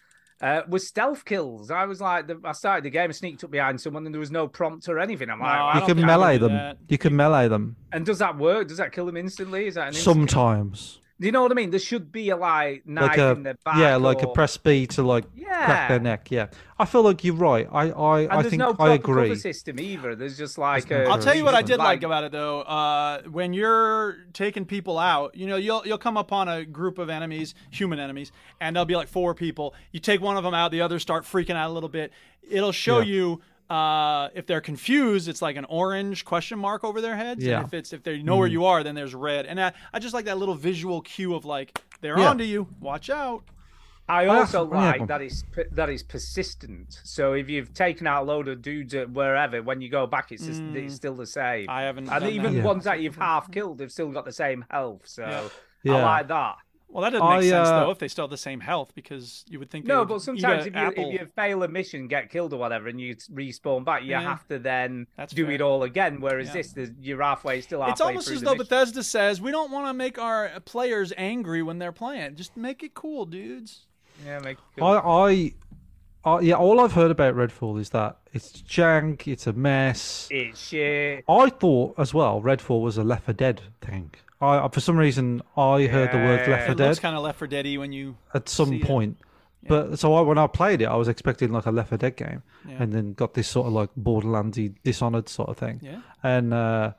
Speaker 2: uh, was stealth kills. I was like, the, I started the game, sneaked up behind someone, and there was no prompt or anything. I'm
Speaker 3: No,
Speaker 2: like,
Speaker 3: I
Speaker 1: You
Speaker 3: don't
Speaker 1: can
Speaker 3: think I would
Speaker 1: melee
Speaker 3: do
Speaker 1: them.
Speaker 3: that.
Speaker 1: You can melee them
Speaker 2: And does that work? Does that kill them instantly? Is that an instant?
Speaker 1: sometimes.
Speaker 2: Do you know what I mean? There should be a like knife
Speaker 1: Like a
Speaker 2: in the back.
Speaker 1: yeah, like a
Speaker 2: or-
Speaker 1: press B to like crack their
Speaker 2: Yeah.
Speaker 1: neck. Yeah, I feel like you're right. I I,
Speaker 2: And
Speaker 1: I
Speaker 2: there's
Speaker 1: think
Speaker 2: no
Speaker 1: I
Speaker 2: proper
Speaker 1: agree.
Speaker 2: cover system either. There's just like
Speaker 1: no
Speaker 2: a,
Speaker 1: cover
Speaker 3: I'll tell you what I did
Speaker 1: Interesting.
Speaker 3: like about it though. Uh, when you're taking people out, you know you'll you'll come upon a group of enemies, human enemies, and they'll be like four people. You take one of them out, the others start freaking out a little bit. It'll show you uh, if they're confused. It's like an orange question mark over their heads.
Speaker 1: Yeah. Mm-hmm.
Speaker 3: And if it's if they know where you are, then there's red. And I, I just like that little visual cue of like they're
Speaker 1: Yeah.
Speaker 3: onto you. Watch out.
Speaker 2: I also
Speaker 1: yeah, go on.
Speaker 2: like that it's per- that it's persistent. So if you've taken out a load of dudes at wherever, when you go back, it's just, it's still the same.
Speaker 3: Mm. I haven't
Speaker 2: And
Speaker 3: done
Speaker 2: even
Speaker 3: that.
Speaker 1: Yeah.
Speaker 2: ones that you've half killed, they've still got the same health. So I
Speaker 1: Yeah.
Speaker 2: like that.
Speaker 3: Well, that doesn't
Speaker 1: I,
Speaker 3: make sense
Speaker 1: uh,
Speaker 3: though if they still have the same health because you would think. They
Speaker 2: No,
Speaker 3: would
Speaker 2: but
Speaker 3: eat
Speaker 2: sometimes
Speaker 3: a
Speaker 2: if you
Speaker 3: apple.
Speaker 2: if you fail a mission, get killed or whatever, and you t- respawn back, you
Speaker 3: Yeah.
Speaker 2: have to then
Speaker 3: That's
Speaker 2: do
Speaker 3: fair.
Speaker 2: it all again. Whereas
Speaker 3: Yeah.
Speaker 2: this, there's- you're halfway still halfway
Speaker 3: It's almost
Speaker 2: through
Speaker 3: as
Speaker 2: the
Speaker 3: though
Speaker 2: mission.
Speaker 3: Bethesda says we don't want to make our players angry when they're playing. Just make it cool, dudes.
Speaker 2: Yeah, make
Speaker 1: I, I uh, yeah, all I've heard about Redfall is that it's jank, it's a mess.
Speaker 2: It's shit.
Speaker 1: I thought as well Redfall was a Left 4 Dead thing. I for some reason I heard the word Left 4
Speaker 2: It
Speaker 1: Dead
Speaker 3: It's kind of Left for Dead when you.
Speaker 1: at some point. But so I, when I played it, I was expecting like a Left 4 Dead game, and then got this sort of like Borderlandsy Dishonored sort of thing. Yeah. And uh,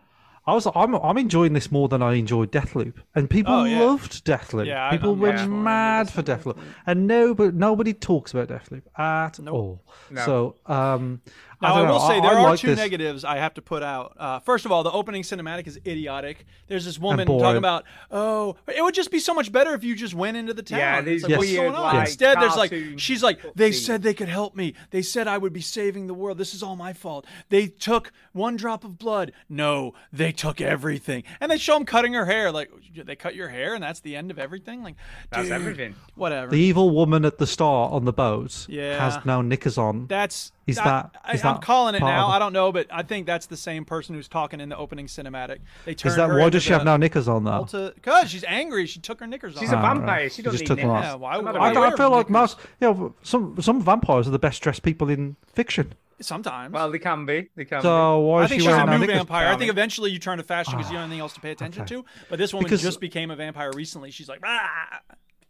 Speaker 1: I was like, I'm I'm enjoying this more than I enjoyed Deathloop, and people loved Deathloop.
Speaker 3: Oh, Yeah, I-
Speaker 1: people
Speaker 3: I'm
Speaker 1: were
Speaker 3: much more into
Speaker 1: mad for Deathloop, and nobody nobody talks about Deathloop at all. So um,
Speaker 3: Now, I,
Speaker 1: don't know,
Speaker 3: will say
Speaker 1: I-
Speaker 3: there
Speaker 1: I
Speaker 3: are
Speaker 1: like
Speaker 3: two
Speaker 1: this.
Speaker 3: negatives I have to put out. Uh, first of all, the opening cinematic is idiotic. There's this woman
Speaker 1: boring.
Speaker 3: talking about, oh, it would just be so much better if you just went into the town.
Speaker 2: Yeah,
Speaker 3: It's
Speaker 2: these
Speaker 3: like, what's
Speaker 2: weird,
Speaker 3: going on?
Speaker 2: like,
Speaker 3: Instead, there's like,
Speaker 2: cartoon
Speaker 3: she's like, they
Speaker 2: cutscenes.
Speaker 3: said they could help me. They said I would be saving the world. This is all my fault. They took one drop of blood. No, they took everything. And they show them cutting her hair. Like, they cut your hair, and that's the end of everything. Like,
Speaker 2: That's
Speaker 3: dude,
Speaker 2: everything.
Speaker 3: Whatever.
Speaker 1: The evil woman at the start on the boat
Speaker 3: Yeah.
Speaker 1: has now knickers on.
Speaker 3: That's
Speaker 1: Is
Speaker 3: I-
Speaker 1: that-
Speaker 3: I,
Speaker 1: is
Speaker 3: I'm
Speaker 1: that
Speaker 3: calling it
Speaker 1: part
Speaker 3: now.
Speaker 1: of it?
Speaker 3: I don't know, but I think that's the same person who's talking in the opening cinematic. They turned
Speaker 1: Is that
Speaker 3: her
Speaker 1: why
Speaker 3: into
Speaker 1: does she have
Speaker 3: the
Speaker 1: now knickers on though?
Speaker 3: Ulta, Cause she's angry. She took her knickers
Speaker 2: She's
Speaker 3: off.
Speaker 2: a
Speaker 1: Ah, right.
Speaker 2: vampire. She
Speaker 1: You
Speaker 2: doesn't
Speaker 1: just
Speaker 2: need
Speaker 1: took them
Speaker 2: knickers.
Speaker 1: off.
Speaker 3: yeah, why,
Speaker 2: I'm
Speaker 3: would
Speaker 2: not
Speaker 3: why
Speaker 1: I,
Speaker 2: aware
Speaker 1: I
Speaker 3: wear
Speaker 1: feel like
Speaker 3: knickers?
Speaker 1: most, you know, some some vampires are the best dressed people in fiction.
Speaker 3: sometimes.
Speaker 2: Well, they can be. They can.
Speaker 1: So why
Speaker 3: I
Speaker 1: is
Speaker 3: think
Speaker 1: she
Speaker 3: she's a
Speaker 1: wearing
Speaker 3: new
Speaker 1: her knickers? Ah,
Speaker 3: vampire. I think eventually you turn to fashion because you don't have anything else to pay attention
Speaker 1: okay.
Speaker 3: to. But this woman
Speaker 1: Because-
Speaker 3: just became a vampire recently. She's like, ah.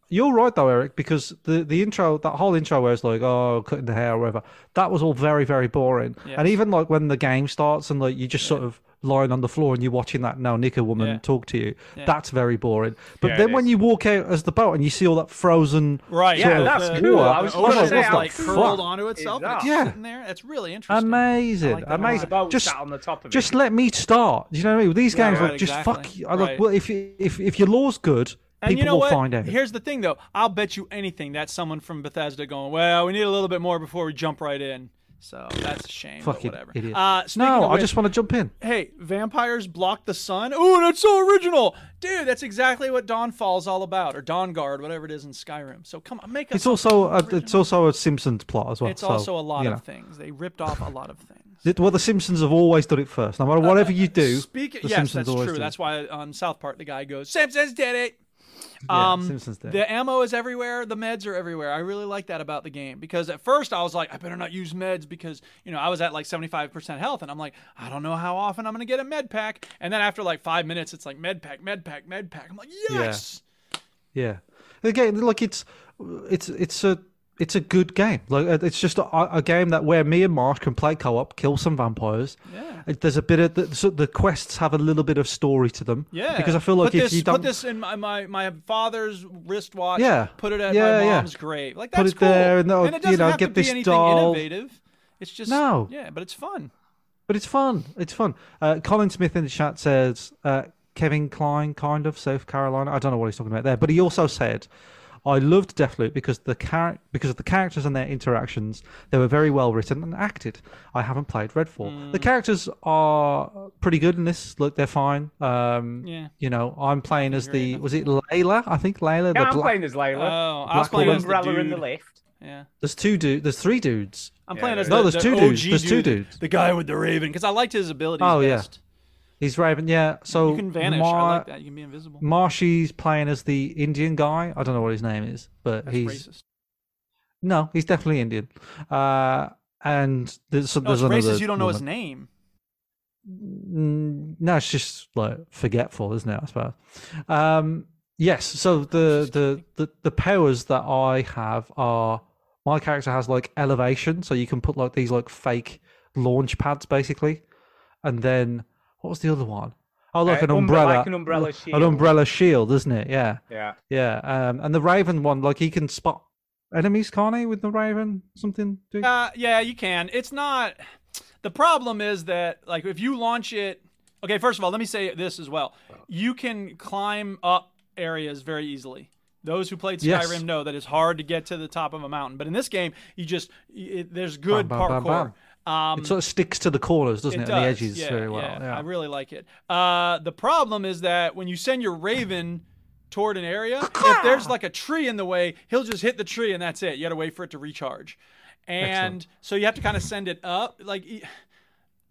Speaker 1: You're right though, Eric, because the the intro, that whole intro where it's like, oh, cutting the hair or whatever, that was all very very boring. And even like when the game starts and like you just sort of lying on the floor and you're watching that now knicker woman
Speaker 3: Yeah.
Speaker 1: talk to you, that's very boring. But
Speaker 2: Yeah,
Speaker 1: then
Speaker 2: it
Speaker 1: when
Speaker 2: is.
Speaker 1: you walk out as the boat and you see all that frozen,
Speaker 3: Right.
Speaker 2: Yeah,
Speaker 1: sort of
Speaker 2: that's
Speaker 3: the-
Speaker 2: cool.
Speaker 1: water,
Speaker 2: I was
Speaker 1: I'm like,
Speaker 2: gonna
Speaker 3: Ocean's
Speaker 2: say,
Speaker 1: what
Speaker 2: how
Speaker 1: the
Speaker 3: like
Speaker 2: cool
Speaker 3: curled
Speaker 1: fuck?
Speaker 3: onto itself.
Speaker 2: that?
Speaker 3: and it's
Speaker 1: Yeah.
Speaker 3: sitting there. That's really interesting.
Speaker 1: Amazing,
Speaker 3: like that a
Speaker 1: amazing.
Speaker 3: lot.
Speaker 2: Boat
Speaker 1: Just
Speaker 2: sat on the top of it.
Speaker 1: just let me start. You know what I mean? These games
Speaker 3: right,
Speaker 1: were just
Speaker 3: exactly.
Speaker 1: fuck. You. I like,
Speaker 3: Right.
Speaker 1: well, if you- if if your law's good,
Speaker 3: And
Speaker 1: people
Speaker 3: you know
Speaker 1: will
Speaker 3: what?
Speaker 1: find out.
Speaker 3: Here's the thing, though. I'll bet you anything that's someone from Bethesda going, "Well, we need a little bit more before we jump right in." So that's a shame. but
Speaker 1: Fucking
Speaker 3: whatever.
Speaker 1: idiot.
Speaker 3: Uh, speaking
Speaker 1: no,
Speaker 3: of
Speaker 1: I
Speaker 3: which,
Speaker 1: just want to jump in.
Speaker 3: Hey, vampires block the sun. Ooh, that's so original, dude. That's exactly what Dawnfall's all about, or Dawn Guard, whatever it is in Skyrim. So come on, make us.
Speaker 1: It's also a, it's also a Simpsons plot as well.
Speaker 3: it's
Speaker 1: so,
Speaker 3: also a lot
Speaker 1: you know.
Speaker 3: of things. They ripped off a lot of things.
Speaker 1: Th- Well, the Simpsons have always done it first. No matter whatever you do,
Speaker 3: Uh, Speak.
Speaker 1: the
Speaker 3: yes,
Speaker 1: Simpsons
Speaker 3: that's
Speaker 1: always
Speaker 3: true.
Speaker 1: do.
Speaker 3: That's why on South Park the guy goes, "Simpsons did it."
Speaker 1: Yeah,
Speaker 3: Um,
Speaker 1: Simpsons did.
Speaker 3: The ammo is everywhere. The meds are everywhere. I really like that about the game because at first I was like, I better not use meds because you know I was at like seventy five percent health, and I'm like, I don't know how often I'm gonna get a med pack. And then after like five minutes, it's like med pack, med pack, med pack. I'm like, yes,
Speaker 1: Yeah. Again, like it's it's it's a it's a good game. Like uh, it's just a, a game that where me and Marsh can play co-op, kill some vampires. Yeah. There's a bit of the, so the quests have a little bit of story to them.
Speaker 3: yeah.
Speaker 1: Because I feel like
Speaker 3: put
Speaker 1: if
Speaker 3: this,
Speaker 1: you don't
Speaker 3: put this in my, my my father's wristwatch,
Speaker 1: Yeah.
Speaker 3: put it at
Speaker 1: Yeah,
Speaker 3: my
Speaker 1: yeah.
Speaker 3: mom's grave, like
Speaker 1: Put
Speaker 3: that's
Speaker 1: it
Speaker 3: cool.
Speaker 1: there and they'll,
Speaker 3: it
Speaker 1: you
Speaker 3: doesn't
Speaker 1: know,
Speaker 3: have to
Speaker 1: get
Speaker 3: be
Speaker 1: this
Speaker 3: anything
Speaker 1: doll.
Speaker 3: innovative. It's just
Speaker 1: No.
Speaker 3: yeah, but it's fun.
Speaker 1: But it's fun. It's fun. Uh, Colin Smith in the chat says uh, Kevin Klein, kind of South Carolina. I don't know what he's talking about there, but he also said, "I loved Deathloop because the char- because of the characters and their interactions. They were very well written and acted. I haven't played Redfall.
Speaker 3: Mm.
Speaker 1: The characters are pretty good in this. Look, they're fine. Um,
Speaker 3: Yeah.
Speaker 1: You know, I'm playing as the was it Layla? I think Layla.
Speaker 2: Yeah,
Speaker 1: the
Speaker 2: I'm
Speaker 1: black-
Speaker 2: playing as Layla.
Speaker 3: Oh, I was
Speaker 1: Black
Speaker 3: playing as the
Speaker 2: umbrella in the
Speaker 3: dude-
Speaker 2: lift.
Speaker 3: Yeah.
Speaker 1: There's two dudes. There's three dudes.
Speaker 3: I'm playing as
Speaker 1: No,
Speaker 3: the,
Speaker 1: there's
Speaker 3: the
Speaker 1: two dudes.
Speaker 3: OG
Speaker 1: There's two
Speaker 3: dude,
Speaker 1: dudes.
Speaker 3: The guy with the raven, because I liked his abilities.
Speaker 1: Oh, yeah.
Speaker 3: best.
Speaker 1: He's Raven. Yeah. So
Speaker 3: You can vanish. I
Speaker 1: my-
Speaker 3: like that. You can be invisible.
Speaker 1: Marshy's playing as the Indian guy. I don't know what his name is, but
Speaker 3: That's
Speaker 1: he's
Speaker 3: racist.
Speaker 1: no, he's definitely Indian. Uh, and there's, so
Speaker 3: No,
Speaker 1: there's
Speaker 3: it's
Speaker 1: another.
Speaker 3: racist. You don't know his
Speaker 1: woman.
Speaker 3: name.
Speaker 1: No, it's just like forgetful, isn't it? I suppose. Um, yes. So the, the the the powers that I have are my character has like elevation, so you can put like these like fake launch pads basically, and then what was the other one? Oh, like
Speaker 2: Uh,
Speaker 1: an
Speaker 2: umbre-
Speaker 1: umbrella,
Speaker 2: like an umbrella shield.
Speaker 1: an umbrella shield, isn't it? Yeah.
Speaker 2: Yeah.
Speaker 1: Yeah, um, and the Raven one, like he can spot enemies, can't he, with the Raven? Something? Do-
Speaker 3: Uh, yeah, you can. It's not. The problem is that, like, if you launch it. Okay, first of all, let me say this as well.
Speaker 1: Oh.
Speaker 3: You can climb up areas very easily. Those who played Skyrim
Speaker 1: Yes.
Speaker 3: know that it's hard to get to the top of a mountain. But in this game, you just it, there's good
Speaker 1: bam, bam,
Speaker 3: parkour. Um,
Speaker 1: it sort of sticks to the corners, doesn't it?
Speaker 3: It
Speaker 1: And the
Speaker 3: does,
Speaker 1: edges
Speaker 3: yeah,
Speaker 1: very well.
Speaker 3: yeah.
Speaker 1: Yeah.
Speaker 3: I really like it. Uh, the problem is that when you send your raven toward an area, if there's like a tree in the way, he'll just hit the tree and that's it. You got to wait for it to recharge, and so you have to kind of send it up. Like, e-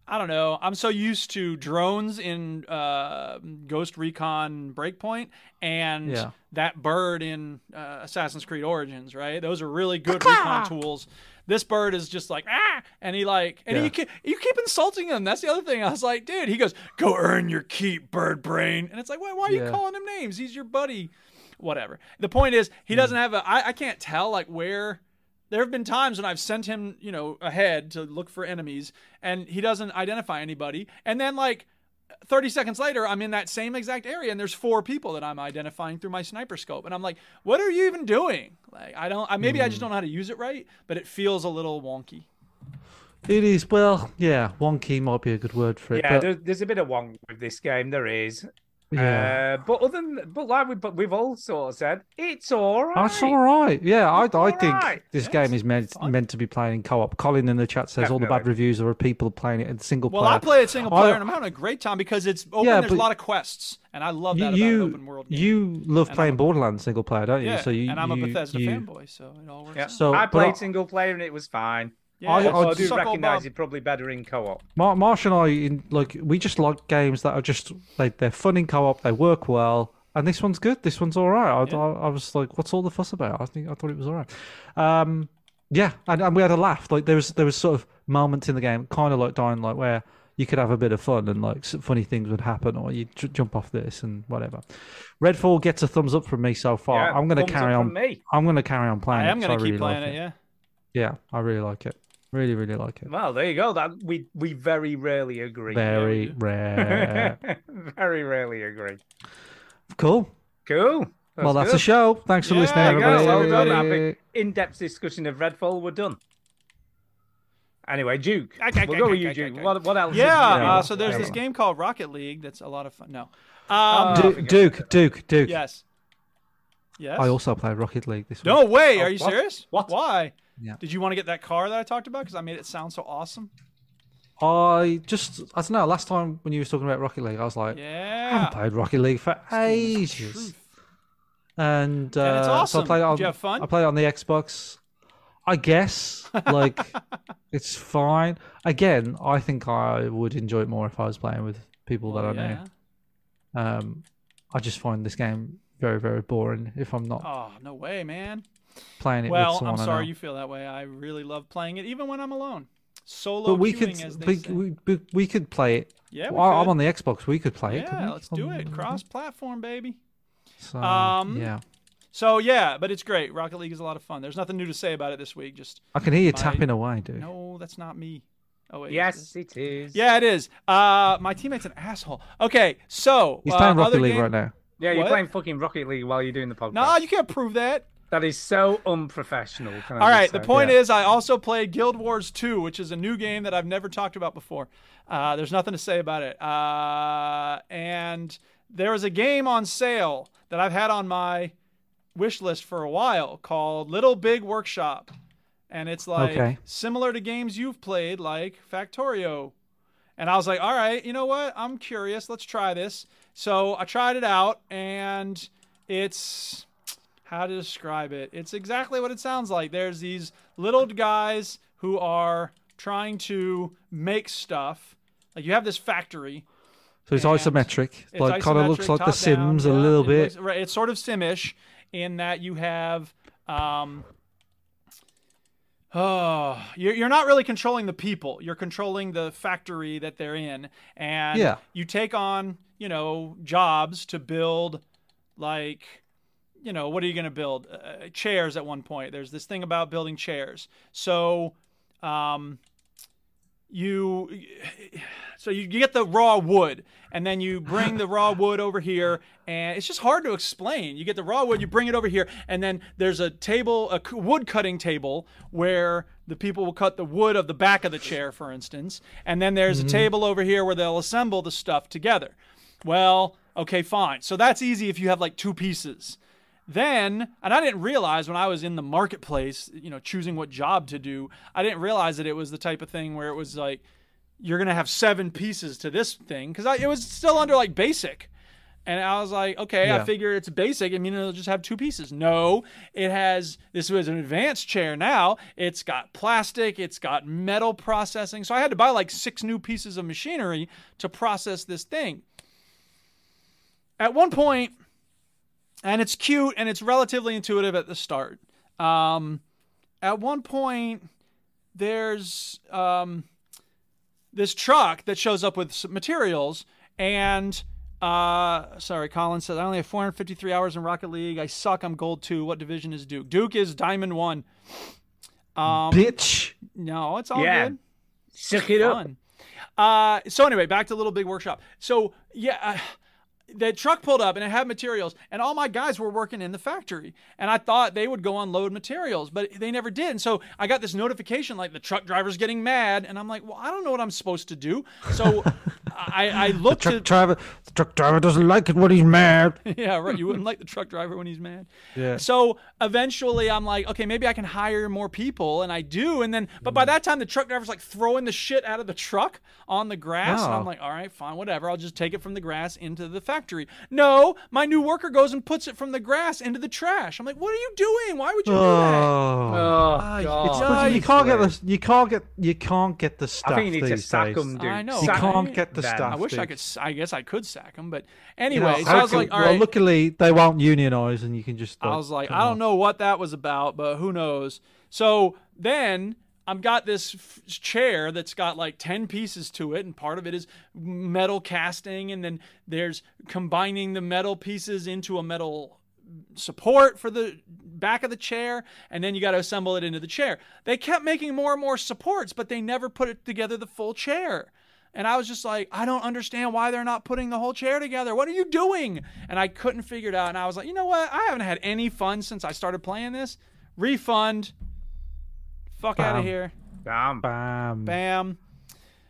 Speaker 3: I don't know. I'm so used to drones in uh, Ghost Recon Breakpoint and
Speaker 1: Yeah.
Speaker 3: that bird in uh, Assassin's Creed Origins. Right? Those are really good recon tools. This bird is just like ah, and he like and
Speaker 1: Yeah.
Speaker 3: you keep you keep insulting him. That's the other thing. I was like, dude. He goes, go earn your keep, bird brain. And it's like, why why are you
Speaker 1: Yeah.
Speaker 3: calling him names? He's your buddy. Whatever. The point is, he
Speaker 1: Mm.
Speaker 3: doesn't have a. I, I can't tell like where. There have been times when I've sent him, you know, ahead to look for enemies, and he doesn't identify anybody. And then like 30 seconds later, I'm in that same exact area and there's four people that I'm identifying through my sniper scope. And I'm like, what are you even doing? Like, I don't, I, maybe I
Speaker 1: Mm.
Speaker 3: just don't know how to use it right, but it feels a little wonky.
Speaker 1: It is well, yeah. Wonky might be a good word for it.
Speaker 2: Yeah,
Speaker 1: but-
Speaker 2: there, there's a bit of wrong with this game. There is.
Speaker 1: yeah.
Speaker 2: Uh, but other than, but like we, but we've all sort of said, it's all right.
Speaker 1: That's Oh, all right. Yeah, I, I
Speaker 2: all
Speaker 1: think
Speaker 2: right.
Speaker 1: this game is meant meant to be playing in co-op. Colin in the chat says all the bad
Speaker 2: Definitely.
Speaker 1: reviews are of people playing it in single
Speaker 3: Well,
Speaker 1: player.
Speaker 3: I play it single
Speaker 1: I-
Speaker 3: player and I'm having a great time because it's open.
Speaker 1: Yeah,
Speaker 3: there's a
Speaker 1: but-
Speaker 3: lot of quests and I love
Speaker 1: you
Speaker 3: that about
Speaker 1: you,
Speaker 3: an open world game.
Speaker 1: you love
Speaker 3: I'm
Speaker 1: playing Borderlands single player, don't you?
Speaker 3: yeah,
Speaker 1: so you
Speaker 3: and I'm a
Speaker 1: you-
Speaker 3: Bethesda
Speaker 1: you-
Speaker 3: fanboy, so it all works
Speaker 2: Yeah.
Speaker 3: out.
Speaker 1: So,
Speaker 2: I
Speaker 1: but
Speaker 2: played
Speaker 1: I-
Speaker 2: single player and it was fine.
Speaker 3: Yeah,
Speaker 1: I-
Speaker 2: So I
Speaker 1: I'd
Speaker 2: do
Speaker 3: suck all
Speaker 2: recognise
Speaker 3: Bob.
Speaker 2: it's probably better in co-op.
Speaker 1: Mar- Marsh and I, in, like, we just like games that are just like they're fun in co-op. They work well, and this one's good. This one's all right. I, I, I was like, what's all the fuss about? I think I thought it was all right. Um, yeah, and, and we had a laugh. Like there was there was sort of moments in the game, kind of like dying, like where you could have a bit of fun and like some funny things would happen, or you j- jump off this and whatever. Redfall gets a thumbs up from me so far.
Speaker 2: Yeah,
Speaker 1: I'm going to
Speaker 2: thumbs up
Speaker 1: carry
Speaker 2: from
Speaker 1: on.
Speaker 2: me.
Speaker 1: I'm going to carry on playing.
Speaker 3: I am
Speaker 1: it, 'cause
Speaker 3: going to keep
Speaker 1: really
Speaker 3: playing
Speaker 1: like
Speaker 3: it, yeah.
Speaker 1: Yeah, I really like it. Really, really like it.
Speaker 2: Well, there you go. That we we very rarely agree.
Speaker 1: Very rare.
Speaker 2: very rarely agree.
Speaker 1: Cool.
Speaker 2: Cool.
Speaker 1: well, that's a
Speaker 2: good.
Speaker 1: show. Thanks for
Speaker 3: Yeah,
Speaker 1: listening,
Speaker 3: there you
Speaker 2: There you go.
Speaker 1: everybody.
Speaker 2: Well done. That big in-depth discussion of Redfall. We're done. Anyway, Duke.
Speaker 3: Okay,
Speaker 2: we'll
Speaker 3: okay,
Speaker 2: go with
Speaker 3: okay,
Speaker 2: you,
Speaker 3: okay,
Speaker 2: Duke.
Speaker 3: okay.
Speaker 2: What, what else? did you
Speaker 3: Yeah,
Speaker 2: do?
Speaker 3: uh, so there's
Speaker 2: Yeah.
Speaker 3: this game called Rocket League that's a lot of fun. No. Um,
Speaker 2: Oh,
Speaker 1: Du-
Speaker 2: I forget.
Speaker 1: Duke, Duke, Duke.
Speaker 3: yes. Yes.
Speaker 1: I also play Rocket League this week.
Speaker 3: No way. Are you
Speaker 2: what?
Speaker 3: serious?
Speaker 2: What?
Speaker 3: Why?
Speaker 1: Yeah.
Speaker 3: Did you want to get that car that I talked about? Because I made it sound so awesome.
Speaker 1: I just, I don't know. Last time when you were talking about Rocket League, I was like, I
Speaker 3: Yeah.
Speaker 1: haven't played Rocket League for ages. And, uh,
Speaker 3: And it's
Speaker 1: so I
Speaker 3: awesome.
Speaker 1: played it
Speaker 3: Did
Speaker 1: on,
Speaker 3: you have fun?
Speaker 1: I played it on the Xbox. I guess, like, it's fine. Again, I think I would enjoy it more if I was playing with people that I
Speaker 3: yeah.
Speaker 1: know. Um, I just find this game very, very boring if I'm not
Speaker 3: Oh no way, man.
Speaker 1: playing it with
Speaker 3: Well,
Speaker 1: someone.
Speaker 3: I'm
Speaker 1: I
Speaker 3: sorry
Speaker 1: know.
Speaker 3: you feel that way. I really love playing it, even when I'm alone. Solo
Speaker 1: but we
Speaker 3: queuing,
Speaker 1: could
Speaker 3: as they
Speaker 1: we,
Speaker 3: say.
Speaker 1: we, we, we could play it.
Speaker 3: Yeah, we
Speaker 1: Well, I'm
Speaker 3: could.
Speaker 1: on the Xbox. We could play it. couldn't
Speaker 3: yeah,
Speaker 1: we?
Speaker 3: let's do
Speaker 1: On-
Speaker 3: it. Cross-platform, baby.
Speaker 1: So,
Speaker 3: Um,
Speaker 1: yeah,
Speaker 3: So yeah, but it's great. Rocket League is a lot of fun. There's nothing new to say about it this week. Just
Speaker 1: I can hear you
Speaker 3: my-
Speaker 1: tapping away, dude.
Speaker 3: no, that's not me. Oh wait, yes.
Speaker 2: Yes, it is.
Speaker 3: Yeah, it is. Uh, my teammate's an asshole. Okay, so
Speaker 1: He's
Speaker 3: uh,
Speaker 1: playing Rocket
Speaker 3: other
Speaker 1: League
Speaker 3: game-
Speaker 1: right now.
Speaker 2: Yeah, you're
Speaker 3: What?
Speaker 2: playing fucking Rocket League while you're doing the podcast.
Speaker 3: No, you can't prove that.
Speaker 2: That is so unprofessional. Can I
Speaker 3: All
Speaker 2: just
Speaker 3: right. The
Speaker 2: say?
Speaker 3: point
Speaker 2: Yeah.
Speaker 3: is, I also played Guild Wars 2, which is a new game that I've never talked about before. Uh, there's nothing to say about it. Uh, and there was a game on sale that I've had on my wish list for a while called Little Big Workshop, and it's like
Speaker 1: Okay.
Speaker 3: similar to games you've played, like Factorio. And I was like, all right, you know what? I'm curious. Let's try this. So I tried it out, and it's how to describe it. It's exactly what it sounds like. There's these little guys who are trying to make stuff. Like you have this factory.
Speaker 1: So it's
Speaker 3: And
Speaker 1: isometric.
Speaker 3: It's
Speaker 1: like kind of
Speaker 3: isometric,
Speaker 1: looks like The
Speaker 3: top-down,
Speaker 1: Sims a
Speaker 3: yeah,
Speaker 1: little
Speaker 3: it
Speaker 1: bit.
Speaker 3: looks- right, it's sort of Simish in that you have. Um, Oh, you're you're not really controlling the people. You're controlling the factory that they're in, and
Speaker 1: Yeah.
Speaker 3: you take on you know jobs to build, like, you know, what are you going to build? Uh, chairs at one point. There's this thing about building chairs. So, um, you so you get the raw wood and then you bring the raw wood over here and it's just hard to explain you get the raw wood you bring it over here and then there's a table a c- wood cutting table where the people will cut the wood of the back of the chair for instance and then there's a table over here where they'll assemble the stuff together well okay fine so that's easy if you have like two pieces then and i didn't realize when i was in the marketplace you know choosing what job to do i didn't realize that it was the type of thing where it was like you're gonna have seven pieces to this thing because it was still under like basic and i was like okay i
Speaker 1: Yeah.
Speaker 3: figure it's basic i mean it'll just have two pieces no it has this was an advanced chair now it's got plastic it's got metal processing so i had to buy like six new pieces of machinery to process this thing at one point and it's cute and it's relatively intuitive at the start um, at one point there's um, this truck that shows up with some materials and uh, sorry colin says i only have 453 hours in rocket league i suck i'm gold 2 what division is duke duke is diamond 1
Speaker 1: Bitch.
Speaker 3: no it's all
Speaker 2: Yeah.
Speaker 3: good
Speaker 2: Suck it up.
Speaker 3: fun. Uh, so anyway, back to Little Big Workshop. So yeah, uh, the truck pulled up and it had materials, and all my guys were working in the factory, and I thought they would go unload materials, but they never did. And so I got this notification like the truck driver's getting mad, and I'm like, well, I don't know what I'm supposed to do. So I, I looked
Speaker 1: Truck
Speaker 3: to-
Speaker 1: driver. The truck driver doesn't like it when he's mad.
Speaker 3: yeah, right. You wouldn't like the truck driver when he's mad.
Speaker 1: Yeah.
Speaker 3: So eventually I'm like, okay, maybe I can hire more people. And I do. And then, but by
Speaker 1: Mm.
Speaker 3: that time, the truck driver's like throwing the shit out of the truck on the grass. And
Speaker 1: Oh.
Speaker 3: I'm like, all right, fine, whatever. I'll just take it from the grass into the factory. No, my new worker goes and puts it from the grass into the trash. I'm like, what are you doing? Why would you do that?
Speaker 1: Oh.
Speaker 2: Oh,
Speaker 1: It's,
Speaker 2: God.
Speaker 1: you can't get the you can't get you can't get the stuff
Speaker 2: I think you need to
Speaker 1: these
Speaker 2: sack
Speaker 1: days.
Speaker 2: them, dude.
Speaker 3: I know.
Speaker 1: You
Speaker 3: Sack
Speaker 1: can't
Speaker 3: them.
Speaker 1: get the
Speaker 2: Them.
Speaker 1: stuff.
Speaker 3: I wish I
Speaker 1: dude.
Speaker 3: could, s- I guess I could sack him. But
Speaker 1: You know,
Speaker 3: anyway, so I was
Speaker 1: hopefully-
Speaker 3: like, all
Speaker 1: well,
Speaker 3: right.
Speaker 1: luckily they won't unionize, and you can just.
Speaker 3: I was like, I don't know what that was about, but who knows? So then I've got this f- chair that's got like 10 pieces to it, and part of it is metal casting, and then there's combining the metal pieces into a metal support for the back of the chair, and then you got to assemble it into the chair. They kept making more and more supports, but they never put it together the full chair. And I was just like, I don't understand why they're not putting the whole chair together. What are you doing? And I couldn't figure it out. And I was like, you know what? I haven't had any fun since I started playing this. Refund. Fuck out of
Speaker 1: Bam.
Speaker 3: here.
Speaker 2: Damn.
Speaker 1: Bam.
Speaker 3: Bam.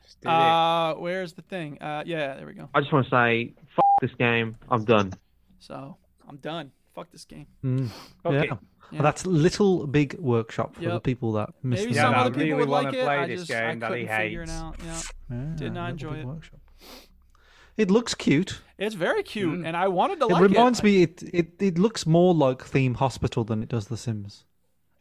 Speaker 2: Just did it.
Speaker 3: Uh, where's the thing? Uh, yeah, there we go.
Speaker 10: I just want to say, F- this game. I'm done.
Speaker 3: So I'm done. Fuck this game.
Speaker 1: Yeah.
Speaker 2: Okay.
Speaker 1: And That's Little Big Workshop for the
Speaker 3: Yep.
Speaker 1: people that miss
Speaker 3: Maybe
Speaker 1: the
Speaker 3: some
Speaker 2: I
Speaker 3: other people
Speaker 2: really
Speaker 3: would
Speaker 2: wanna
Speaker 3: like it.
Speaker 2: play
Speaker 3: I
Speaker 2: this
Speaker 3: just I
Speaker 2: game that he
Speaker 3: couldn't figure it
Speaker 2: hates.
Speaker 3: out. Yeah.
Speaker 1: Yeah,
Speaker 3: did not
Speaker 1: Little
Speaker 3: enjoy
Speaker 1: Big
Speaker 3: it.
Speaker 1: Workshop. It looks cute.
Speaker 3: It's very cute,
Speaker 2: Mm.
Speaker 3: and I wanted to
Speaker 1: It
Speaker 3: like it.
Speaker 1: reminds me. It, it it looks more like Theme Hospital than it does The Sims.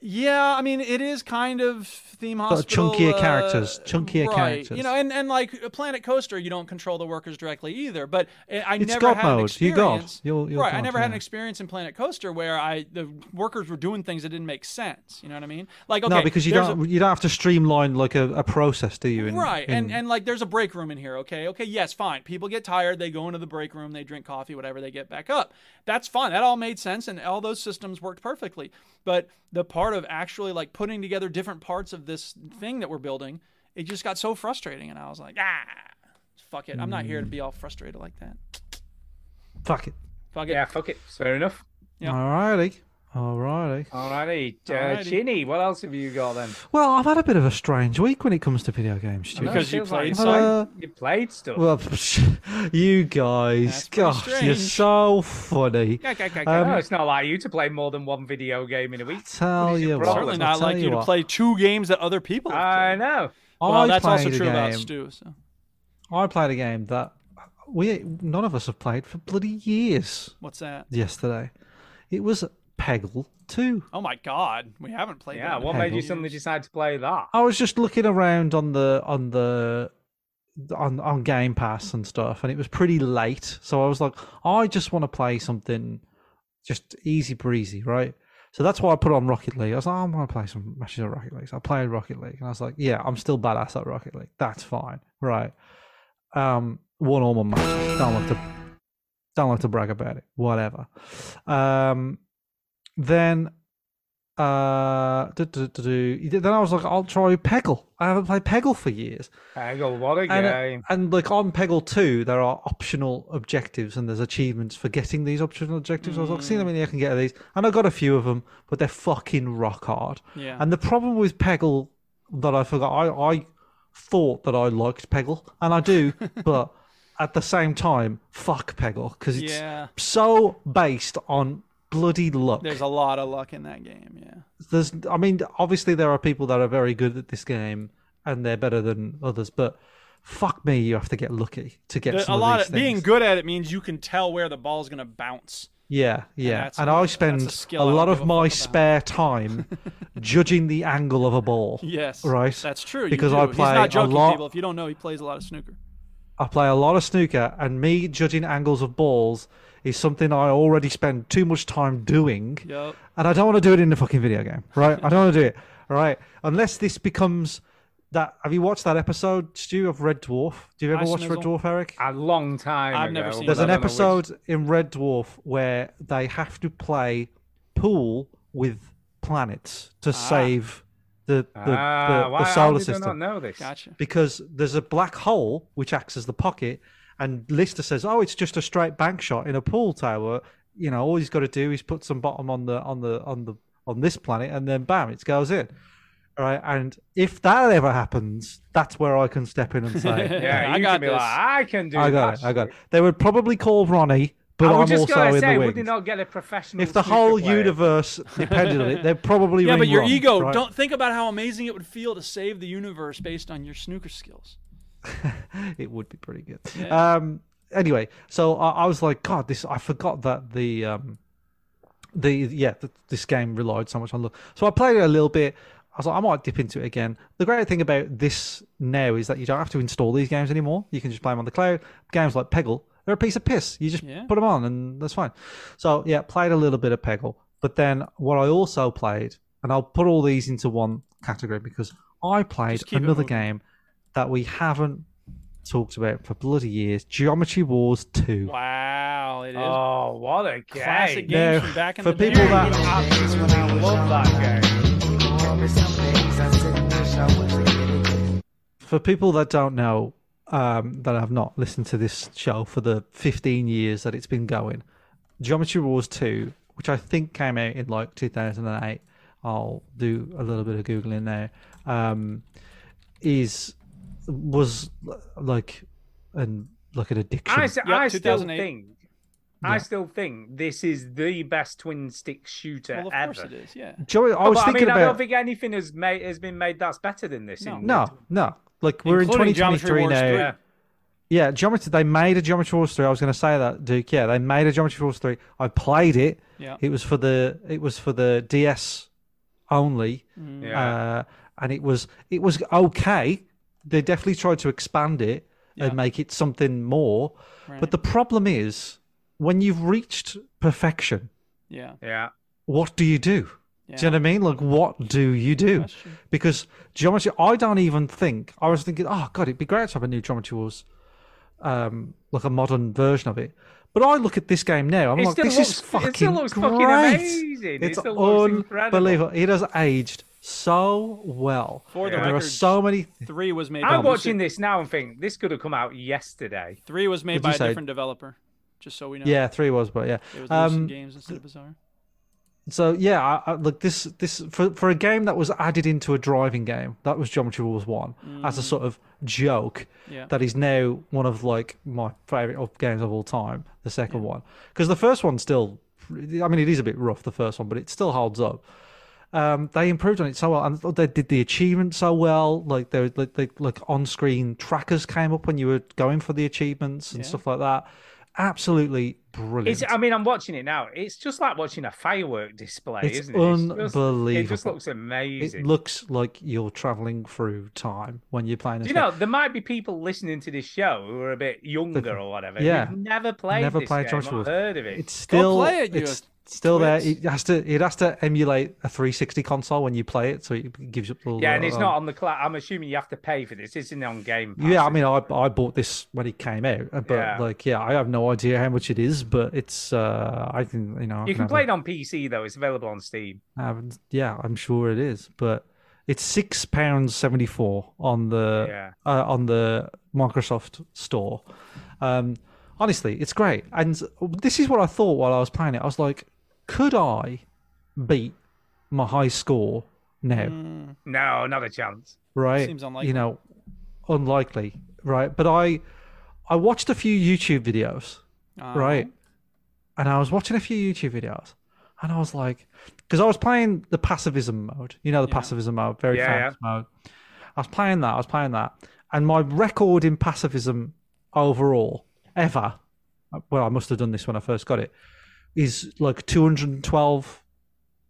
Speaker 3: Yeah, I mean, it is kind of theme
Speaker 1: Sort of
Speaker 3: hospital.
Speaker 1: chunkier
Speaker 3: uh,
Speaker 1: characters, chunkier
Speaker 3: right.
Speaker 1: characters.
Speaker 3: You know, and, and like Planet Coaster, you don't control the workers directly either. But I I
Speaker 1: It's
Speaker 3: never
Speaker 1: God
Speaker 3: had an
Speaker 1: mode. You God.
Speaker 3: experience.
Speaker 1: You're- you're
Speaker 3: right, I
Speaker 1: God,
Speaker 3: never had an
Speaker 1: yeah.
Speaker 3: experience in Planet Coaster where I the workers were doing things that didn't make sense. You know what I mean? Like okay,
Speaker 1: no, because you
Speaker 3: there's
Speaker 1: don't you don't have to streamline like a, a process, do you? in-
Speaker 3: right and
Speaker 1: in-
Speaker 3: and like there's a break room in here okay okay yes fine people get tired they go into the break room they drink coffee whatever they get back up that's fine that all made sense and all those systems worked perfectly but the part of actually like putting together different parts of this thing that we're building it just got so frustrating and i was like ah fuck it i'm not here to be all frustrated like that
Speaker 1: fuck it.
Speaker 3: fuck it
Speaker 2: Yeah, fuck it. Fair enough.
Speaker 3: Yeah.
Speaker 1: Alrighty. Alrighty.
Speaker 2: Alrighty. Uh,
Speaker 3: Alrighty.
Speaker 2: Chinny, what else have you got then?
Speaker 1: Well, I've had a bit of a strange week when it comes to video games, Stu.
Speaker 3: Because you
Speaker 2: Feels like
Speaker 3: played
Speaker 2: you
Speaker 1: some.
Speaker 2: played- You played stuff.
Speaker 1: Well, you guys,
Speaker 3: That's pretty
Speaker 1: gosh, you're
Speaker 3: strange.
Speaker 1: so funny. um,
Speaker 2: no, it's not like you to play more than one video game in a week.
Speaker 1: Tell you what,
Speaker 3: certainly
Speaker 1: I'll
Speaker 3: not
Speaker 1: tell
Speaker 3: like you to
Speaker 1: what.
Speaker 3: play two games that other people have played.
Speaker 2: I know.
Speaker 3: well
Speaker 1: I
Speaker 3: that's also
Speaker 1: played a
Speaker 3: true about
Speaker 1: game-
Speaker 3: stu so
Speaker 1: I played a game that we none of us have played for bloody years.
Speaker 3: what's that
Speaker 1: Yesterday, it was Peggle Two.
Speaker 3: oh my god we haven't played
Speaker 2: Yeah,
Speaker 3: that
Speaker 2: what
Speaker 1: Hey,
Speaker 2: made you
Speaker 1: Wolves.
Speaker 2: suddenly decide to play that?
Speaker 1: I was just looking around on the on the on on Game Pass and stuff, and it was pretty late, so I was like, I just want to play something just easy breezy, right? So that's why I put on Rocket League. I was like, I'm gonna play some matches of Rocket League. So I played Rocket League, and I was like, yeah, I'm still badass at Rocket League. That's fine, right? Um, one all my matches. Don't have to don't have to brag about it. Whatever. Um, then uh, do, do, do, do. then I was like, I'll try Peggle. I haven't played Peggle for years.
Speaker 2: Hang on, what a
Speaker 1: And, uh,
Speaker 2: game.
Speaker 1: and like on Peggle 2, there are optional objectives and there's achievements for getting these optional objectives. I was like, see how
Speaker 3: Mm.
Speaker 1: many I can get of these. And I got a few of them, but they're fucking rock hard.
Speaker 3: Yeah.
Speaker 1: And the problem with Peggle that I forgot, I, I thought that I liked Peggle, and I do, but at the same time, fuck Peggle because it's
Speaker 3: Yeah.
Speaker 1: so based on bloody luck
Speaker 3: There's a lot of luck in that game, yeah.
Speaker 1: there's i mean obviously there are people that are very good at this game and they're better than others but fuck me you have to get lucky to get some
Speaker 3: Uh, a lot
Speaker 1: these
Speaker 3: of being
Speaker 1: things.
Speaker 3: good at it means you can tell where the ball's gonna bounce.
Speaker 1: yeah yeah
Speaker 3: that's
Speaker 1: and
Speaker 3: a-
Speaker 1: i
Speaker 3: that's a
Speaker 1: spend a,
Speaker 3: skill I don't
Speaker 1: lot
Speaker 3: give a
Speaker 1: of
Speaker 3: fuck
Speaker 1: my
Speaker 3: about.
Speaker 1: spare time judging the angle of a ball
Speaker 3: Yes,
Speaker 1: right
Speaker 3: That's true.
Speaker 1: because
Speaker 3: you do.
Speaker 1: i
Speaker 3: He's
Speaker 1: play
Speaker 3: not joking,
Speaker 1: a lot
Speaker 3: people. If you don't know, he plays a lot of snooker.
Speaker 1: I play a lot of snooker, and me judging angles of balls is something I already spend too much time doing.
Speaker 3: Yup.
Speaker 1: And I don't want to do it in a fucking video game, right? I don't want to do it. All right. Unless this becomes that. Have you watched that episode, Stu, of Red Dwarf? Do you ever
Speaker 3: Ice
Speaker 1: watch Red
Speaker 3: Nizzle.
Speaker 1: Dwarf, Eric?
Speaker 2: A long time
Speaker 3: I've
Speaker 2: ago.
Speaker 3: never seen
Speaker 1: There's
Speaker 3: I
Speaker 1: an
Speaker 2: but I don't know which-
Speaker 1: episode in Red Dwarf where they have to play pool with planets to save the the,
Speaker 2: Ah,
Speaker 1: the,
Speaker 2: why,
Speaker 1: the
Speaker 2: how
Speaker 1: solar
Speaker 2: did I not
Speaker 1: system
Speaker 2: know this?
Speaker 3: Gotcha.
Speaker 1: because there's a black hole which acts as the pocket, and Lister says, "Oh, it's just a straight bank shot in a pool tower. You know, all he's got to do is put some bottom on the on the on the on this planet, and then bam, it goes in." All Right, and if that ever happens, that's where I can step in and say,
Speaker 2: Yeah,
Speaker 3: I
Speaker 2: you
Speaker 3: got
Speaker 2: can be
Speaker 3: this.
Speaker 2: like, I can do
Speaker 1: "I got
Speaker 2: that
Speaker 1: it, I got it."
Speaker 2: shit."
Speaker 1: They would probably call Ronnie, but
Speaker 2: I was
Speaker 1: I'm
Speaker 2: just
Speaker 1: also
Speaker 2: going
Speaker 1: in the
Speaker 2: to say, would you
Speaker 1: wings.
Speaker 2: not get a professional?
Speaker 1: If the
Speaker 2: snooker
Speaker 1: whole
Speaker 2: player?
Speaker 1: universe depended on it, they'd probably
Speaker 3: Yeah,
Speaker 1: ring
Speaker 3: but your
Speaker 1: Ron,
Speaker 3: ego.
Speaker 1: right?
Speaker 3: Don't think about how amazing it would feel to save the universe based on your snooker skills.
Speaker 1: it would be pretty good. Um, anyway, so I, I was like, God, this. I forgot that the um, the yeah, th- this game relied so much on luck. So I played it a little bit. I was like, I might dip into it again. The great thing about this now is that you don't have to install these games anymore. You can just play them on the cloud. Games like Peggle, they're a piece of piss. You just
Speaker 3: Yeah.
Speaker 1: put them on, and that's fine. So yeah, played a little bit of Peggle, but then what I also played, and I'll put all these into one category because I played
Speaker 3: keep it
Speaker 1: another
Speaker 3: moving.
Speaker 1: game that we haven't talked about for bloody years. Geometry Wars Two.
Speaker 3: Wow, it is
Speaker 2: Oh, what a game!
Speaker 3: classic games
Speaker 1: Now,
Speaker 3: from back in
Speaker 1: for
Speaker 3: the day.
Speaker 1: people
Speaker 2: I
Speaker 1: that-
Speaker 2: absolutely love that game.
Speaker 1: For people that don't know, um, that have not listened to this show for the 15 years that it's been going, Geometry Wars Two, which I think came out in like 2008. I'll do a little bit of googling now. Um, is was like an like an addiction.
Speaker 2: I, s-
Speaker 3: Yep,
Speaker 2: I still
Speaker 3: 2008.
Speaker 2: think. I still think this is the best twin stick shooter
Speaker 3: Well, of
Speaker 2: ever.
Speaker 3: course it is. Yeah.
Speaker 1: Joey, I was
Speaker 2: Oh, but I mean,
Speaker 1: thinking
Speaker 2: I
Speaker 1: about
Speaker 2: don't think anything has made has been made that's better than this. in-
Speaker 1: No, no. Like we're
Speaker 3: Including
Speaker 1: in
Speaker 3: Geometry
Speaker 1: 2023
Speaker 3: Wars
Speaker 1: now.
Speaker 3: 3.
Speaker 1: Yeah. Geometry. They made a Geometry Wars three. I was going to say that, Duke. Yeah, they made a Geometry Wars three. I played it.
Speaker 3: Yeah.
Speaker 1: It was for the it was for the DS only,
Speaker 3: Mm.
Speaker 2: Yeah.
Speaker 1: uh, and it was it was okay. They definitely tried to expand it and make it something more. But the problem is when you've reached perfection,
Speaker 3: Yeah.
Speaker 2: yeah.
Speaker 1: what do you do? Do you know what I mean? Like, what do you do? Because geometry, I don't even think. I was thinking, oh god, it'd be great to have a new geometry wars, um, like a modern version of it. But I look at this game now. I'm
Speaker 2: It
Speaker 1: like,
Speaker 2: still
Speaker 1: this is
Speaker 2: looks- it still
Speaker 1: fucking
Speaker 2: looks
Speaker 1: great.
Speaker 2: fucking amazing. It
Speaker 1: It's
Speaker 2: still looks incredible.
Speaker 1: unbelievable. It has aged so well.
Speaker 3: For the
Speaker 1: there are
Speaker 3: record,
Speaker 1: so many.
Speaker 3: Three was made.
Speaker 2: I'm
Speaker 3: by
Speaker 2: watching this now and think this could have come out yesterday.
Speaker 3: Three was made
Speaker 1: Did
Speaker 3: by
Speaker 1: you
Speaker 3: a
Speaker 1: say-
Speaker 3: different developer. Just so we know.
Speaker 1: Yeah, three was, but yeah.
Speaker 3: It was Lucid
Speaker 1: Um,
Speaker 3: Games instead of Bizarre.
Speaker 1: so yeah, I, I, look this this for for a game that was added into a driving game that was Geometry Wars One as a sort of joke.
Speaker 3: Yeah.
Speaker 1: that is now one of like my favorite of games of all time. The second one, because the first one still, I mean, it is a bit rough the first one, but it still holds up. Um, they improved on it so well, and they did the achievement so well. Like there, like, like, like on-screen trackers came up when you were going for the achievements and stuff like that. Absolutely brilliant.
Speaker 2: It's, I mean, I'm watching it now. It's just like watching a firework display,
Speaker 1: It's
Speaker 2: isn't it? just- it just
Speaker 1: unbelievable.
Speaker 2: looks amazing.
Speaker 1: it looks like you're traveling through time when you're playing. This
Speaker 2: Do you
Speaker 1: game.
Speaker 2: know, there might be people listening to this show who are a bit younger or whatever.
Speaker 1: yeah.
Speaker 2: who've never played,
Speaker 1: Never
Speaker 2: this
Speaker 1: played
Speaker 2: game
Speaker 1: Geometry
Speaker 2: or
Speaker 1: Wars.
Speaker 2: heard of it.
Speaker 1: It's still
Speaker 3: play it, you
Speaker 1: it's still there.
Speaker 3: twits.
Speaker 1: It has to it has to emulate a 360 console when you play it, so it gives you a little.
Speaker 2: yeah, and it's
Speaker 1: uh,
Speaker 2: not on the cloud. I'm assuming you have to pay for this. It's in on Game Pass.
Speaker 1: Yeah, I mean, I I bought this when it came out, uh, but
Speaker 2: Yeah.
Speaker 1: like, yeah, I have no idea how much it is, but it's uh, I can you know I
Speaker 2: you can
Speaker 1: have
Speaker 2: play
Speaker 1: a-
Speaker 2: it on PC though. It's available on Steam.
Speaker 1: have- yeah, I'm sure it is, but it's six pounds seventy four on the
Speaker 2: Yeah.
Speaker 1: uh, on the Microsoft store. Um, honestly, it's great, and this is what I thought while I was playing it. I was like, could I beat my high score now?
Speaker 2: No, not a chance.
Speaker 1: right?
Speaker 3: Mm, Seems
Speaker 1: You
Speaker 3: unlikely.
Speaker 1: know, unlikely, right? But I, I watched a few YouTube videos, right? Um, And I was watching a few YouTube videos, and I was like, because I was playing the pacifism mode, you know, the pacifism mode, very
Speaker 2: Yeah,
Speaker 1: fast mode. I was playing that. I was playing that, and my record in pacifism overall ever, well, I must have done this when I first got it, is like 212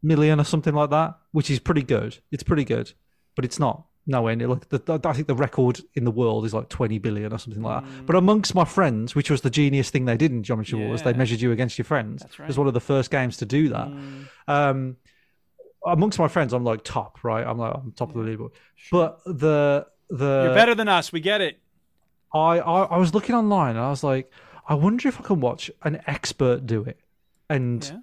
Speaker 1: million or something like that, which is pretty good. It's pretty good, but it's not nowhere near. Like the, the- I think the record in the world is like 20 billion or something like
Speaker 3: Mm.
Speaker 1: that. But amongst my friends, which was the genius thing they did in Geometry Wars, they
Speaker 3: Yeah.
Speaker 1: measured you against your friends.
Speaker 3: That's
Speaker 1: It was
Speaker 3: right.
Speaker 1: one of the first games to do that. Um, amongst my friends, I'm like top, right? I'm like I'm top of the leaderboard. But the the
Speaker 3: You're better than us. We get it.
Speaker 1: I, I I was looking online and I was like, I wonder if I can watch an expert do it and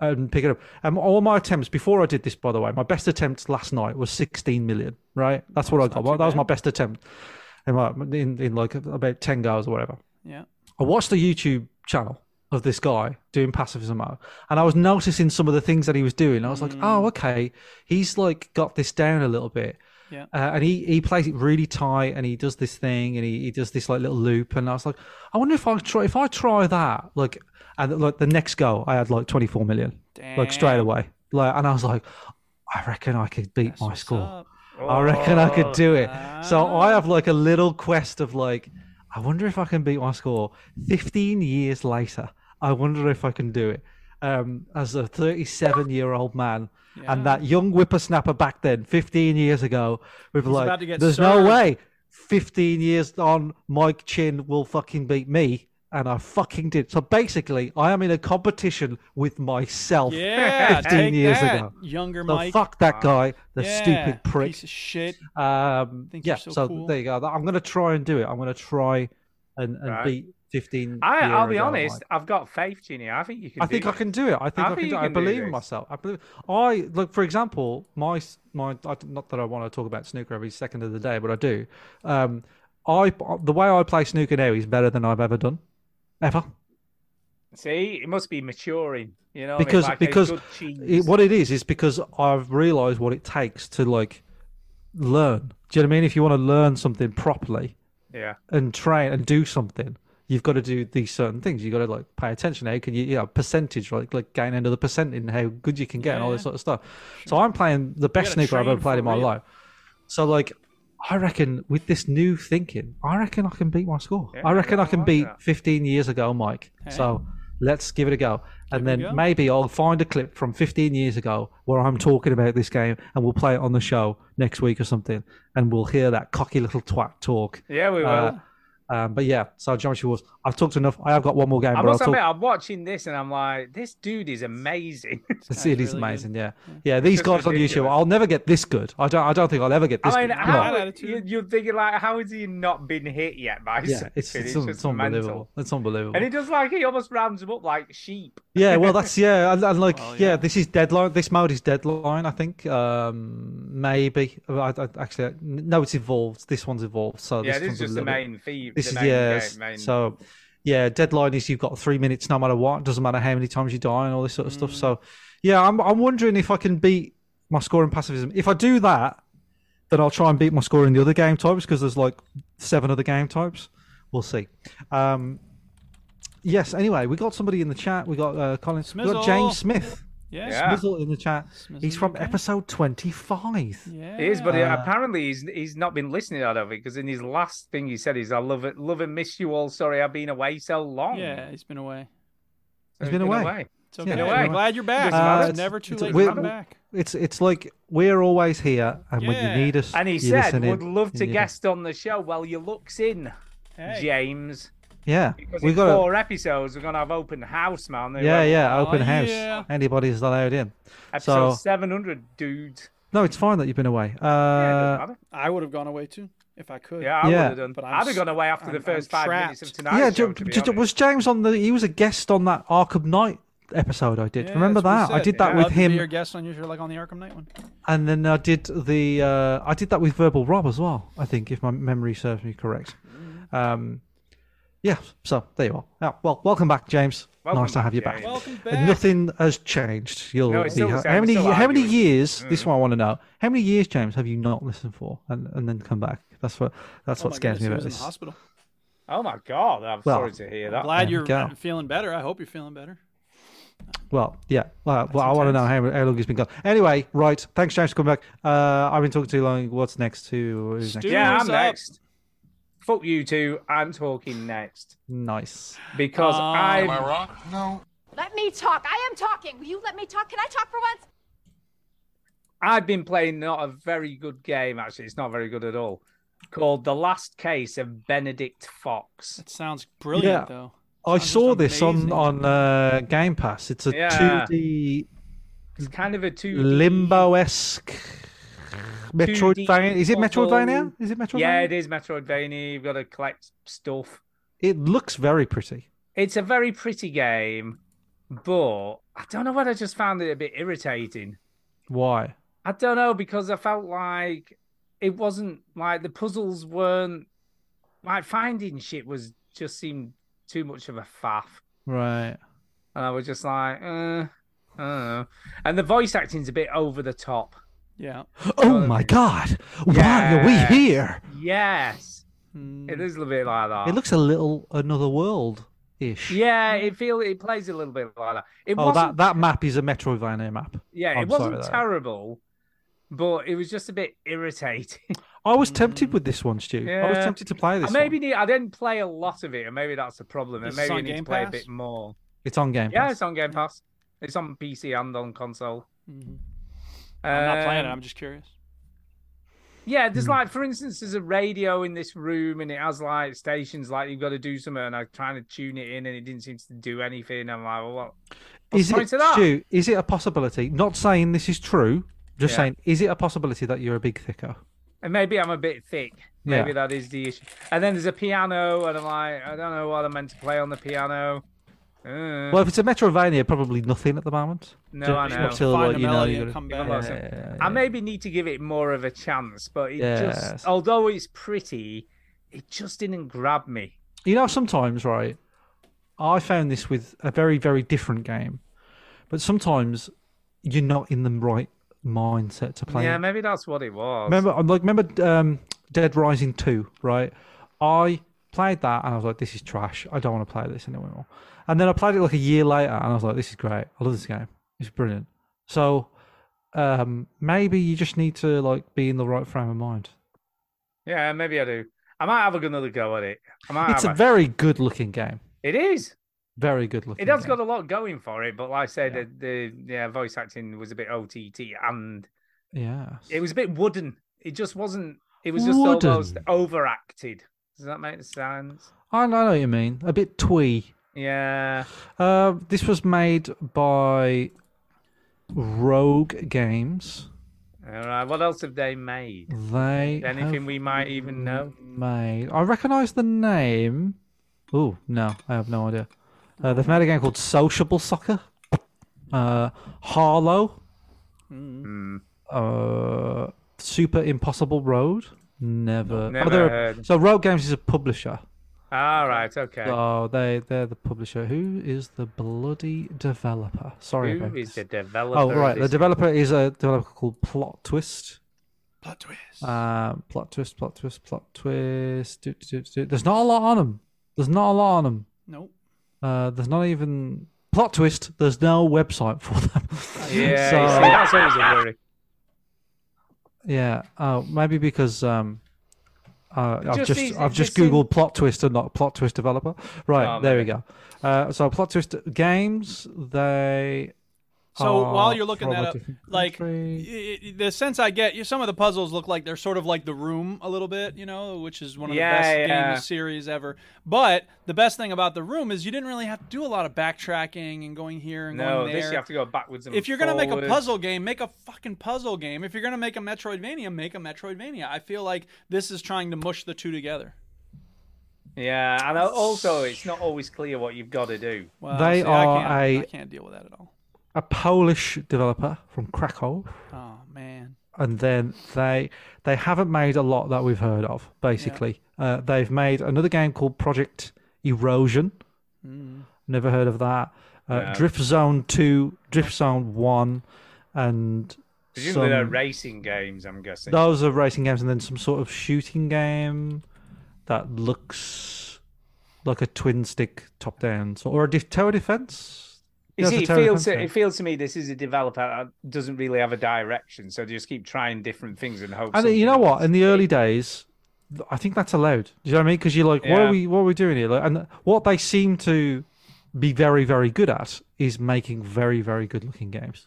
Speaker 1: and pick it up. And all my attempts before I did this, by the way, my best attempt last night was 16 million. Right, that's what I got. Well, that was my best attempt in my in, in like about 10 hours or whatever.
Speaker 3: Yeah.
Speaker 1: I watched the YouTube channel of this guy doing pacifism out, and I was noticing some of the things that he was doing. I was
Speaker 3: Mm.
Speaker 1: like, oh, okay, he's like got this down a little bit.
Speaker 3: Yeah.
Speaker 1: Uh, and he, he plays it really tight, and he does this thing, and he, he does this like little loop, and I was like, I wonder if I try if I try that like, and like the next go, I had like twenty four million, like straight away, like, and I was like, I reckon I could beat my score.
Speaker 3: up.
Speaker 1: I reckon I could do it. So
Speaker 3: Oh,
Speaker 1: I have like a little quest of like, I wonder if I can beat my score. 15 years later, I wonder if I can do it. Um, as a 37 year old man and that young whippersnapper back then, 15 years ago, with
Speaker 3: about to
Speaker 1: like,
Speaker 3: get
Speaker 1: there's no
Speaker 3: served."
Speaker 1: way 15 years on, Mike Chin will fucking beat me. And I fucking did. So basically, I am in a competition with myself
Speaker 3: Yeah.
Speaker 1: 15
Speaker 3: take
Speaker 1: years
Speaker 3: that,
Speaker 1: ago.
Speaker 3: Younger
Speaker 1: So
Speaker 3: Mike.
Speaker 1: fuck that guy, the
Speaker 3: Yeah,
Speaker 1: stupid prick.
Speaker 3: Piece of shit.
Speaker 1: Um,
Speaker 3: Think
Speaker 1: yeah,
Speaker 3: you're
Speaker 1: so,
Speaker 3: so cool.
Speaker 1: there you go. I'm going to try and do it. I'm going to try and, and
Speaker 2: Right.
Speaker 1: beat 15.
Speaker 2: Oh. I,
Speaker 1: year
Speaker 2: I'll be
Speaker 1: ago,
Speaker 2: honest.
Speaker 1: like.
Speaker 2: I've got faith, Ginny. I think you can.
Speaker 1: I
Speaker 2: do
Speaker 1: think I
Speaker 2: it.
Speaker 1: can do it. I think I,
Speaker 2: I
Speaker 1: can,
Speaker 2: think
Speaker 1: do,
Speaker 2: you
Speaker 1: I
Speaker 2: can do
Speaker 1: believe in
Speaker 2: this.
Speaker 1: myself. I believe. I look for example. My s- my. I, not that I want to talk about snooker every second of the day, but I do. Um, I the way I play snooker now is better than I've ever done, ever.
Speaker 2: See, it must be maturing. You know, what
Speaker 1: because
Speaker 2: I mean? Oh, Like a
Speaker 1: because
Speaker 2: good
Speaker 1: it,
Speaker 2: cheese.
Speaker 1: what it is is because I've realised what it takes to like learn. Do you know what I mean? If you want to learn something properly,
Speaker 2: yeah.
Speaker 1: and train and do something, you've got to do these certain things. You've got to like pay attention. How can you, you know, percentage, like like gain another percent in how good you can get and all this sort of stuff. So I'm playing the best
Speaker 3: gotta
Speaker 1: snooker I've
Speaker 3: train
Speaker 1: ever played
Speaker 3: for
Speaker 1: in my
Speaker 3: real.
Speaker 1: life. So like, I reckon with this new thinking, I reckon I can beat my score. I reckon I can
Speaker 2: like
Speaker 1: beat
Speaker 2: that.
Speaker 1: 15 years ago, Mike. So let's give it a go. And then
Speaker 3: go.
Speaker 1: maybe I'll find a clip from 15 years ago where I'm talking about this game and we'll play it on the show next week or something. And we'll hear that cocky little twat talk.
Speaker 2: Yeah, we will.
Speaker 1: Uh, Um, but yeah, so geometry wars. I've talked enough. I have got one more game,
Speaker 2: I
Speaker 1: but I'll
Speaker 2: must
Speaker 1: talk.
Speaker 2: admit, I'm watching this and I'm like, this dude is amazing.
Speaker 1: The series is
Speaker 3: really good.
Speaker 1: amazing. Yeah, yeah. These
Speaker 2: Just
Speaker 1: guys on YouTube,
Speaker 2: ridiculous.
Speaker 1: I'll never get this good. I don't. I don't think I'll ever get this.
Speaker 2: I mean,
Speaker 1: good. No.
Speaker 2: how,
Speaker 3: Bad attitude.
Speaker 2: you, you're thinking like, how has he not been hit yet by
Speaker 1: Yeah,
Speaker 2: something?
Speaker 1: it's, it's,
Speaker 2: It's
Speaker 1: un-
Speaker 2: just
Speaker 1: it's unbelievable.
Speaker 2: mental.
Speaker 1: It's unbelievable.
Speaker 2: And he does like he almost rounds them up like sheep.
Speaker 1: yeah, well, that's yeah, and, and like
Speaker 2: Oh,
Speaker 1: yeah. this is deadline. This mode is deadline. I think um, maybe. I, I, actually, no, it's evolved. This one's evolved. So
Speaker 2: Yeah,
Speaker 1: Oh, this,
Speaker 2: this
Speaker 1: one's
Speaker 2: is
Speaker 1: a
Speaker 2: just the
Speaker 1: little bit-
Speaker 2: main theme.
Speaker 1: This
Speaker 2: the
Speaker 1: is
Speaker 2: main
Speaker 1: yeah.
Speaker 2: game, main-
Speaker 1: So yeah, deadline is you've got three minutes no matter what. Doesn't matter how many times you die and all this sort of
Speaker 2: Mm.
Speaker 1: stuff. So yeah, I'm I'm wondering if I can beat my score in pacifism. If I do that, then I'll try and beat my score in the other game types because there's like seven other game types. We'll see. Um, yes. Anyway, we got somebody in the chat. We got uh, Colin. We got
Speaker 3: Smizzle.
Speaker 1: James Smith.
Speaker 3: Yeah.
Speaker 2: Yeah.
Speaker 1: Smizzle in the chat. He's
Speaker 3: Smizzle,
Speaker 1: from
Speaker 3: okay.
Speaker 1: episode twenty-five.
Speaker 3: Yeah.
Speaker 2: It is, but he- apparently he's he's not been listening out of it because in his last thing he said is, "I love it, love and miss you all. Sorry, I've been away so long."
Speaker 3: Yeah, he's been away.
Speaker 2: So
Speaker 1: He's been away.
Speaker 3: It's okay.
Speaker 1: been
Speaker 3: We're
Speaker 2: away.
Speaker 3: glad you're back.
Speaker 2: Doesn't matter.
Speaker 3: it's never too
Speaker 1: It's-
Speaker 3: late
Speaker 1: we-
Speaker 3: to come back.
Speaker 1: It's it's like we're always here, and when
Speaker 3: Yeah.
Speaker 1: you need us,
Speaker 2: And he
Speaker 1: you
Speaker 2: said,
Speaker 1: listen in,
Speaker 2: "Would love to
Speaker 1: you-
Speaker 2: guest on the show." Well, your looks in,
Speaker 3: Hey.
Speaker 2: James.
Speaker 1: Yeah,
Speaker 2: Because
Speaker 1: we
Speaker 2: in
Speaker 1: got
Speaker 2: four episodes, we're gonna have open house, man.
Speaker 1: a yeah, yeah, open
Speaker 3: Oh,
Speaker 1: house.
Speaker 3: yeah.
Speaker 1: Anybody's allowed in.
Speaker 2: Episode
Speaker 1: So-
Speaker 2: seven hundred, dude.
Speaker 1: No, it's fine that you've been away.
Speaker 2: Yeah, it
Speaker 1: Uh,
Speaker 2: doesn't matter.
Speaker 3: I would have gone away too if I could.
Speaker 2: yeah, I
Speaker 1: yeah.
Speaker 2: would have done.
Speaker 3: But I'm
Speaker 2: I'd have
Speaker 3: s-
Speaker 2: gone away after the
Speaker 3: I'm-
Speaker 2: 1st
Speaker 3: I'm
Speaker 2: five minutes of
Speaker 3: trapped.
Speaker 2: tonight.
Speaker 1: yeah,
Speaker 2: show,
Speaker 1: ju-
Speaker 2: to be
Speaker 1: ju-
Speaker 2: honest.
Speaker 1: was James on the? He was a guest on that Arkham Knight episode I did.
Speaker 3: Yeah,
Speaker 1: Remember
Speaker 3: that's
Speaker 1: that? I
Speaker 3: what we said.
Speaker 1: did that
Speaker 3: I'd
Speaker 1: with
Speaker 3: love to be
Speaker 1: him,
Speaker 3: Your guest on your show, like on the Arkham Knight one.
Speaker 1: and then I did the. Uh, I did that with Verbal Rob as well. I think, if my memory serves me correct.
Speaker 3: Mm.
Speaker 1: Um, yeah. So there you are. Yeah, well, welcome back, James.
Speaker 2: Welcome
Speaker 1: nice to
Speaker 2: back,
Speaker 1: have you
Speaker 2: James.
Speaker 1: back.
Speaker 3: Welcome
Speaker 1: And
Speaker 3: back.
Speaker 1: Nothing has changed. You'll
Speaker 2: No,
Speaker 1: be
Speaker 2: it's still the
Speaker 1: how,
Speaker 2: same,
Speaker 1: how
Speaker 2: it's
Speaker 1: many
Speaker 2: still
Speaker 1: how many
Speaker 2: arguing. Mm.
Speaker 1: years? This one I want to know. How many years, James, have you not listened for, and, and then come back? That's what that's
Speaker 3: Oh
Speaker 1: what
Speaker 3: my
Speaker 1: scares
Speaker 3: goodness, he
Speaker 1: me about
Speaker 3: was in the
Speaker 1: this.
Speaker 3: hospital.
Speaker 2: Oh my god! I'm
Speaker 1: Well,
Speaker 2: sorry to hear that.
Speaker 3: Glad
Speaker 1: There
Speaker 3: you're
Speaker 1: we go.
Speaker 3: feeling better. I hope you're feeling better.
Speaker 1: Well, yeah. Well, well I want to know how, how long he's been gone. Anyway, right. Thanks, James, for coming back. Uh, I've been talking too long. What's next? Who is next?
Speaker 3: Stu
Speaker 2: Yeah,
Speaker 3: is
Speaker 2: I'm
Speaker 3: up.
Speaker 2: next. Fuck you two. I'm talking next
Speaker 1: Nice.
Speaker 2: because
Speaker 3: Oh,
Speaker 4: Am I
Speaker 2: I
Speaker 4: wrong?
Speaker 11: Let me talk. I am talking. Will you let me talk? Can I talk for once?
Speaker 2: I've been playing not a very good game actually. It's not very good at all. Called The Last Case of Benedict Fox.
Speaker 3: That sounds brilliant,
Speaker 1: Yeah.
Speaker 3: though.
Speaker 1: I
Speaker 3: just
Speaker 1: saw this on
Speaker 3: amazing.
Speaker 1: on uh, Game Pass. It's a
Speaker 2: Yeah.
Speaker 1: 2D
Speaker 2: It's kind of a two
Speaker 1: limbo esque. Metroidvania. Is it Metroidvania? Is it Metroidvania?
Speaker 2: Yeah, it is Metroidvania. You've got to collect stuff.
Speaker 1: It looks very pretty.
Speaker 2: It's a very pretty game, but I don't know whether I just found it a bit irritating.
Speaker 1: Why?
Speaker 2: I don't know because I felt like it wasn't like the puzzles weren't like finding shit was just seemed too much of a faff,
Speaker 1: Right.
Speaker 2: and I was just like, uh, I don't know. And the voice acting's a bit over the top.
Speaker 3: Yeah.
Speaker 1: Oh my god! Why are we
Speaker 2: Yes.
Speaker 1: here?
Speaker 2: Yes,
Speaker 3: Hmm.
Speaker 2: it is a little bit like that.
Speaker 1: It looks a little another world ish.
Speaker 2: yeah, it feels it plays a little bit like that. It
Speaker 1: Oh,
Speaker 2: wasn't
Speaker 1: that, that map is a Metroidvania map.
Speaker 2: Yeah,
Speaker 1: I'm
Speaker 2: it
Speaker 1: sorry
Speaker 2: wasn't
Speaker 1: though.
Speaker 2: terrible, but it was just a bit irritating.
Speaker 1: I was tempted with this one, Stu. I was
Speaker 2: Yeah.
Speaker 1: tempted to play this.
Speaker 2: I
Speaker 1: Maybe
Speaker 2: maybe need, I didn't play a lot of it, and maybe that's the problem. And
Speaker 3: Is this
Speaker 2: maybe I
Speaker 3: on
Speaker 2: need
Speaker 3: Game
Speaker 2: to play a
Speaker 3: Pass?
Speaker 2: bit more.
Speaker 1: it's on Game
Speaker 2: Yeah,
Speaker 1: Pass.
Speaker 2: it's on Game Pass. It's on PC and on console.
Speaker 3: Mm-hmm. I'm not playing it.
Speaker 2: Um,
Speaker 3: Mm. I'm just curious.
Speaker 2: Yeah, there's like, for instance, there's a radio in this room, and it has like stations, like you've got to do something, and I'm trying to tune it in, and it didn't seem to do anything. I'm like, well, what? what's
Speaker 1: is
Speaker 2: the
Speaker 1: it,
Speaker 2: point of that?
Speaker 1: Stu, is it a possibility? Not saying this is true. Just
Speaker 2: Yeah.
Speaker 1: saying, is it a possibility that you're a big thicker?
Speaker 2: And maybe I'm a bit thick.
Speaker 1: Yeah.
Speaker 2: Maybe that is the issue. And then there's a piano, and I'm like, I don't know what I'm meant to play on the piano. Uh,
Speaker 1: Well, if it's a Metroidvania, probably nothing at the moment.
Speaker 2: No,
Speaker 1: Just
Speaker 2: I know.
Speaker 1: until,
Speaker 3: Find
Speaker 1: uh,
Speaker 3: a
Speaker 1: you know,
Speaker 3: melody
Speaker 1: you
Speaker 3: and
Speaker 1: gotta-
Speaker 3: come
Speaker 2: I'm
Speaker 3: back.
Speaker 2: not- I maybe need to give it more of a chance, but it
Speaker 1: Yes.
Speaker 2: just, although it's pretty, it just didn't grab me.
Speaker 1: you know sometimes right i found this with a very very different game but sometimes you're not in the right mindset to play
Speaker 2: Yeah,
Speaker 1: it.
Speaker 2: maybe that's what it was.
Speaker 1: remember i'm like remember um, dead rising 2 right i played that and i was like this is trash i don't want to play this anymore and then i played it like a year later and i was like this is great i love this game it's brilliant so um maybe you just need to like be in the right frame of mind
Speaker 2: Yeah, maybe I do. I might have another go at it. I might
Speaker 1: it's a
Speaker 2: have
Speaker 1: very good looking game
Speaker 2: it is.
Speaker 1: very good looking
Speaker 2: It has
Speaker 1: game.
Speaker 2: got a lot going for it, but like I said, the, the yeah, voice acting was a bit OTT, and
Speaker 1: yeah
Speaker 2: it was a bit wooden. It just wasn't. It was just
Speaker 1: Wooden.
Speaker 2: almost overacted. Does that make sense?
Speaker 1: I know what you mean. A bit twee.
Speaker 2: Yeah.
Speaker 1: Uh, this was made by Rogue Games.
Speaker 2: All right. What else have they made?
Speaker 1: They
Speaker 2: Anything
Speaker 1: have
Speaker 2: we might even know?
Speaker 1: made. I recognise the name. Oh no, I have no idea. Uh, they've made a game called Sociable Soccer. Uh, Harlow. Uh, Super Impossible Road. Never. Oh,
Speaker 2: Never
Speaker 1: they're-
Speaker 2: heard.
Speaker 1: So Rogue Games is a publisher.
Speaker 2: All right. Okay.
Speaker 1: Oh, they they're the publisher. Who is the bloody developer? Sorry
Speaker 2: Who
Speaker 1: about
Speaker 2: is the
Speaker 1: this.
Speaker 2: developer?
Speaker 1: Oh
Speaker 2: of
Speaker 1: right, the
Speaker 2: this
Speaker 1: developer is a developer called Plot Twist.
Speaker 3: Plot twist.
Speaker 1: Um, plot twist, plot twist, plot twist. Doot, doot, doot, doot. There's not a lot on them. There's not a lot on them.
Speaker 3: Nope.
Speaker 1: Uh, there's not even plot twist. There's no website for them.
Speaker 2: Yeah,
Speaker 1: So-
Speaker 2: you see, that's always a worry.
Speaker 1: yeah. Oh, maybe because um, uh, I've
Speaker 2: just
Speaker 1: just
Speaker 2: sees
Speaker 1: I've just
Speaker 2: existing-
Speaker 1: googled plot twist and not plot twist developer. Right
Speaker 2: Oh,
Speaker 1: there we go. Uh, so plot twist games. They
Speaker 3: So
Speaker 1: are
Speaker 3: while you're looking
Speaker 1: from a
Speaker 3: that up,
Speaker 1: different
Speaker 3: like
Speaker 1: country.
Speaker 3: y- y- the sense I get, you, some of the puzzles look like they're sort of like the room a little bit, you know, which is one of
Speaker 2: Yeah,
Speaker 3: the best
Speaker 2: yeah.
Speaker 3: game series ever. But the best thing about the room is you didn't really have to do a lot of backtracking and going here and
Speaker 2: No,
Speaker 3: going there.
Speaker 2: this you have to go backwards and
Speaker 3: if you're gonna make a
Speaker 2: forwards.
Speaker 3: puzzle game, make a fucking puzzle game. If you're gonna make a Metroidvania, make a Metroidvania. I feel like this is trying to mush the two together.
Speaker 2: yeah, and al- also it's not always clear what you've got to do.
Speaker 3: Well,
Speaker 1: They
Speaker 3: see,
Speaker 1: are
Speaker 3: I can't,
Speaker 1: a-
Speaker 3: I can't deal with that at all.
Speaker 1: a Polish developer from Krakow,
Speaker 3: Oh man.
Speaker 1: and then they they haven't made a lot that we've heard of. Basically, uh, they've made another game called Project Erosion.
Speaker 2: Mm.
Speaker 1: Never heard of that. Uh, Drift Zone Two, Drift Zone One, and
Speaker 2: Presumably they're
Speaker 1: some-
Speaker 2: racing games, I'm guessing.
Speaker 1: those are racing games, and then some sort of shooting game that looks like a twin stick top down sort or a def- tower defense.
Speaker 2: You
Speaker 1: Yeah,
Speaker 2: see, it
Speaker 1: it's a tower
Speaker 2: feels
Speaker 1: defense
Speaker 2: to,
Speaker 1: game.
Speaker 2: it feels to me this is a developer that doesn't really have a direction, so they just keep trying different things and hope.
Speaker 1: And uh, you know
Speaker 2: something
Speaker 1: what? In the early
Speaker 2: sticks.
Speaker 1: days, th- I think that's allowed. Do you know what I mean? Because you're like, what
Speaker 2: Yeah.
Speaker 1: are we, what are we doing here? Like, and what they seem to be very, very good at is making very, very good looking games.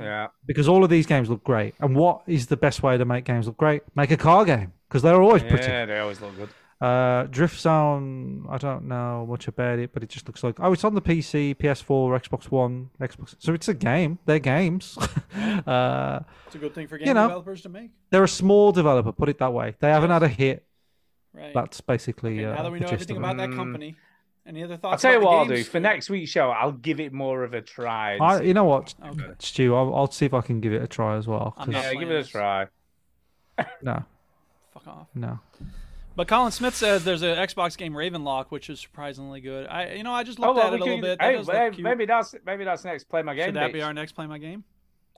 Speaker 2: yeah,
Speaker 1: Because all of these games look
Speaker 2: Mm.
Speaker 1: great. And what is the best way to make games look great? Make a car game because they're always pretty.
Speaker 2: yeah, they always look good.
Speaker 1: Uh, Drift Zone, I don't know much about it, but it just looks like oh, it's on the PC, PS4, Xbox One, Xbox. So it's a game. They're games. uh,
Speaker 3: It's a good thing for game
Speaker 1: You know.
Speaker 3: developers to make.
Speaker 1: they're a small developer. Put it that way. They haven't had a hit.
Speaker 3: Right.
Speaker 1: That's basically. uh,
Speaker 3: now that we
Speaker 1: the
Speaker 3: know
Speaker 1: gist
Speaker 3: everything
Speaker 1: of it.
Speaker 3: about that company, any other
Speaker 2: Mm. I'll
Speaker 3: thoughts?
Speaker 2: tell you
Speaker 3: about
Speaker 2: what I'll
Speaker 3: the
Speaker 2: do
Speaker 3: games?
Speaker 2: for next week's show. I'll give it more of a try. and
Speaker 1: I,
Speaker 2: see-
Speaker 1: you know what,
Speaker 3: Okay.
Speaker 1: Stu? I'll, I'll see if I can give it a try as well.
Speaker 3: I'm
Speaker 1: 'cause-
Speaker 3: not
Speaker 2: yeah, give
Speaker 3: playing
Speaker 2: it a
Speaker 3: this.
Speaker 2: try.
Speaker 1: No,
Speaker 3: Fuck off.
Speaker 1: no.
Speaker 3: But Colin Smith says there's an Xbox game Ravenlock, which is surprisingly good. I, you know, I just
Speaker 2: Oh
Speaker 3: looked
Speaker 2: well,
Speaker 3: at
Speaker 2: we
Speaker 3: it a little
Speaker 2: can-
Speaker 3: bit. That
Speaker 2: hey,
Speaker 3: does
Speaker 2: hey,
Speaker 3: look cute.
Speaker 2: maybe that's maybe that's next. Play my game.
Speaker 3: Should that be
Speaker 2: bitch.
Speaker 3: our next play my game?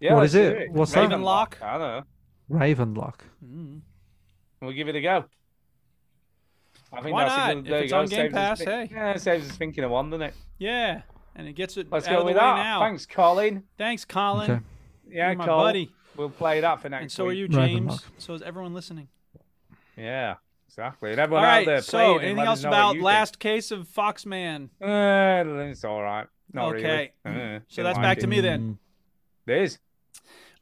Speaker 2: Yeah,
Speaker 1: What
Speaker 2: let's
Speaker 1: is it?
Speaker 2: do
Speaker 1: What's that?
Speaker 3: Ravenlock?
Speaker 2: I don't know.
Speaker 1: Ravenlock.
Speaker 2: We'll give it a go. I think
Speaker 3: Why
Speaker 2: that's
Speaker 3: not?
Speaker 2: A good,
Speaker 3: If
Speaker 2: there you
Speaker 3: it's
Speaker 2: go.
Speaker 3: on Game
Speaker 2: Saves us
Speaker 3: Pass,
Speaker 2: thi-
Speaker 3: hey.
Speaker 2: Yeah, it saves us thinking of one, doesn't it?
Speaker 3: Yeah, and it gets it
Speaker 2: Let's
Speaker 3: out
Speaker 2: go
Speaker 3: of the
Speaker 2: with
Speaker 3: way
Speaker 2: that.
Speaker 3: now.
Speaker 2: Thanks, Colin.
Speaker 3: Thanks, Colin.
Speaker 1: Okay.
Speaker 2: Yeah,
Speaker 3: You're my
Speaker 2: Cole.
Speaker 3: buddy.
Speaker 2: We'll play that for next
Speaker 3: And so are
Speaker 2: week.
Speaker 3: you,
Speaker 1: Ravenlock.
Speaker 3: James. So is everyone listening?
Speaker 2: Yeah, exactly. And everyone
Speaker 3: All
Speaker 2: out
Speaker 3: right.
Speaker 2: there, play
Speaker 3: so
Speaker 2: it and
Speaker 3: anything
Speaker 2: let us
Speaker 3: else
Speaker 2: know what
Speaker 3: about
Speaker 2: you think.
Speaker 3: Last Case of Foxman?
Speaker 2: Uh, it's all right. Not
Speaker 3: Okay.
Speaker 2: Really. Uh,
Speaker 3: So
Speaker 2: didn't
Speaker 3: that's
Speaker 2: like
Speaker 3: back
Speaker 2: it.
Speaker 3: to me then.
Speaker 2: There is.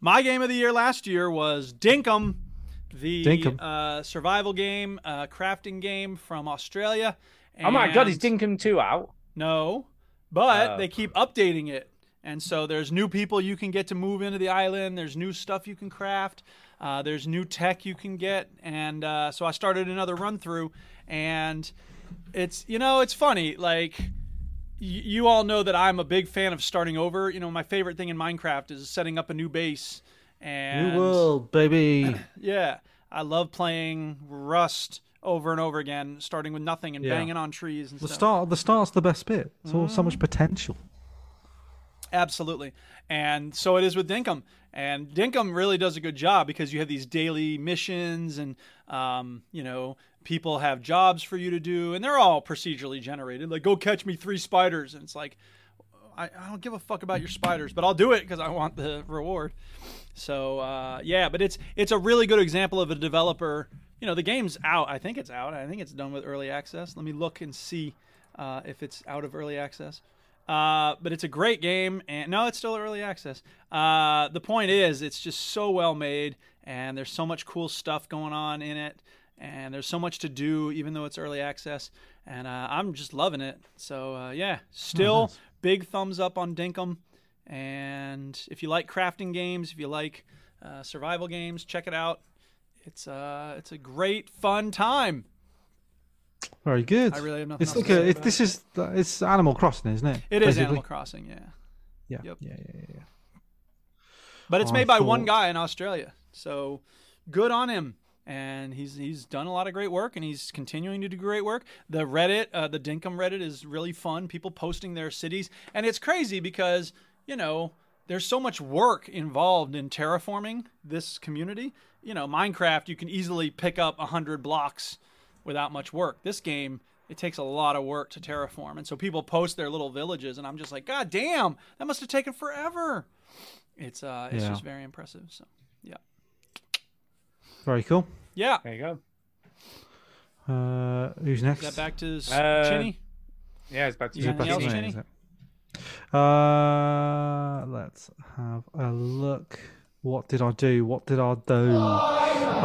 Speaker 3: My game of the year last year was Dinkum, the
Speaker 1: Dinkum.
Speaker 3: Uh, survival game, uh, crafting game from Australia.
Speaker 2: Oh my god, is
Speaker 3: and-
Speaker 2: Dinkum two out?
Speaker 3: No, but
Speaker 2: Oh.
Speaker 3: they keep updating it. And so there's new people you can get to move into the island. There's new stuff you can craft. Uh, there's new tech you can get. And uh, so I started another run through. And it's, you know, it's funny. Like, y- you all know that I'm a big fan of starting over. You know, my favorite thing in Minecraft is setting up a new base. And
Speaker 1: New world, baby.
Speaker 3: yeah, I love playing Rust over and over again, starting with nothing and
Speaker 1: Yeah.
Speaker 3: banging on trees and
Speaker 1: The
Speaker 3: stuff.
Speaker 1: start. The start's the best bit. It's all
Speaker 3: Mm.
Speaker 1: so much potential.
Speaker 3: Absolutely. And so it is with Dinkum. And Dinkum really does a good job because you have these daily missions and, um, you know, people have jobs for you to do and they're all procedurally generated. Like, go catch me three spiders. And it's like, I, I don't give a fuck about your spiders, but I'll do it because I want the reward. So uh, yeah, but it's it's a really good example of a developer. You know, the game's out. I think it's out. I think it's done with early access. Let me look and see uh, if it's out of early access. Uh, but it's a great game, and no, it's still early access. Uh, the point is, it's just so well made, and there's so much cool stuff going on in it, and there's so much to do, even though it's early access. And uh, I'm just loving it. So uh, yeah, still big thumbs up on Dinkum. And if you like crafting games, if you like uh, survival games, check it out. It's uh, it's a great fun time.
Speaker 1: Very good.
Speaker 3: I really have nothing
Speaker 1: It's
Speaker 3: else
Speaker 1: like
Speaker 3: to say
Speaker 1: a, it,
Speaker 3: about
Speaker 1: this is it's Animal Crossing, isn't it?
Speaker 3: It is
Speaker 1: Basically.
Speaker 3: Animal Crossing, yeah,
Speaker 1: Yeah.
Speaker 3: Yep.
Speaker 1: yeah, yeah, yeah, yeah.
Speaker 3: but it's
Speaker 1: I
Speaker 3: made by one
Speaker 1: thought-
Speaker 3: guy in Australia, so good on him. And he's he's done a lot of great work, and he's continuing to do great work. The Reddit, uh, the Dinkum Reddit, is really fun. People posting their cities, and it's crazy because you know there's so much work involved in terraforming this community. You know, Minecraft, you can easily pick up hundred blocks without much work. This game, it takes a lot of work to terraform, and so people post their little villages, and I'm just like, God damn, that must have taken forever. It's uh, it's
Speaker 1: Yeah.
Speaker 3: just very impressive. So yeah,
Speaker 1: Very cool.
Speaker 3: yeah.
Speaker 2: There you go.
Speaker 1: Uh, who's next?
Speaker 3: Is that back to s-
Speaker 2: Uh,
Speaker 3: Chinny?
Speaker 2: Yeah, it's back to
Speaker 1: Is
Speaker 3: Yeah,
Speaker 2: you.
Speaker 1: it back
Speaker 3: anything
Speaker 1: to
Speaker 3: else,
Speaker 1: me,
Speaker 3: Jenny?
Speaker 1: is it? Uh, let's have a look. What did I do? What did I do?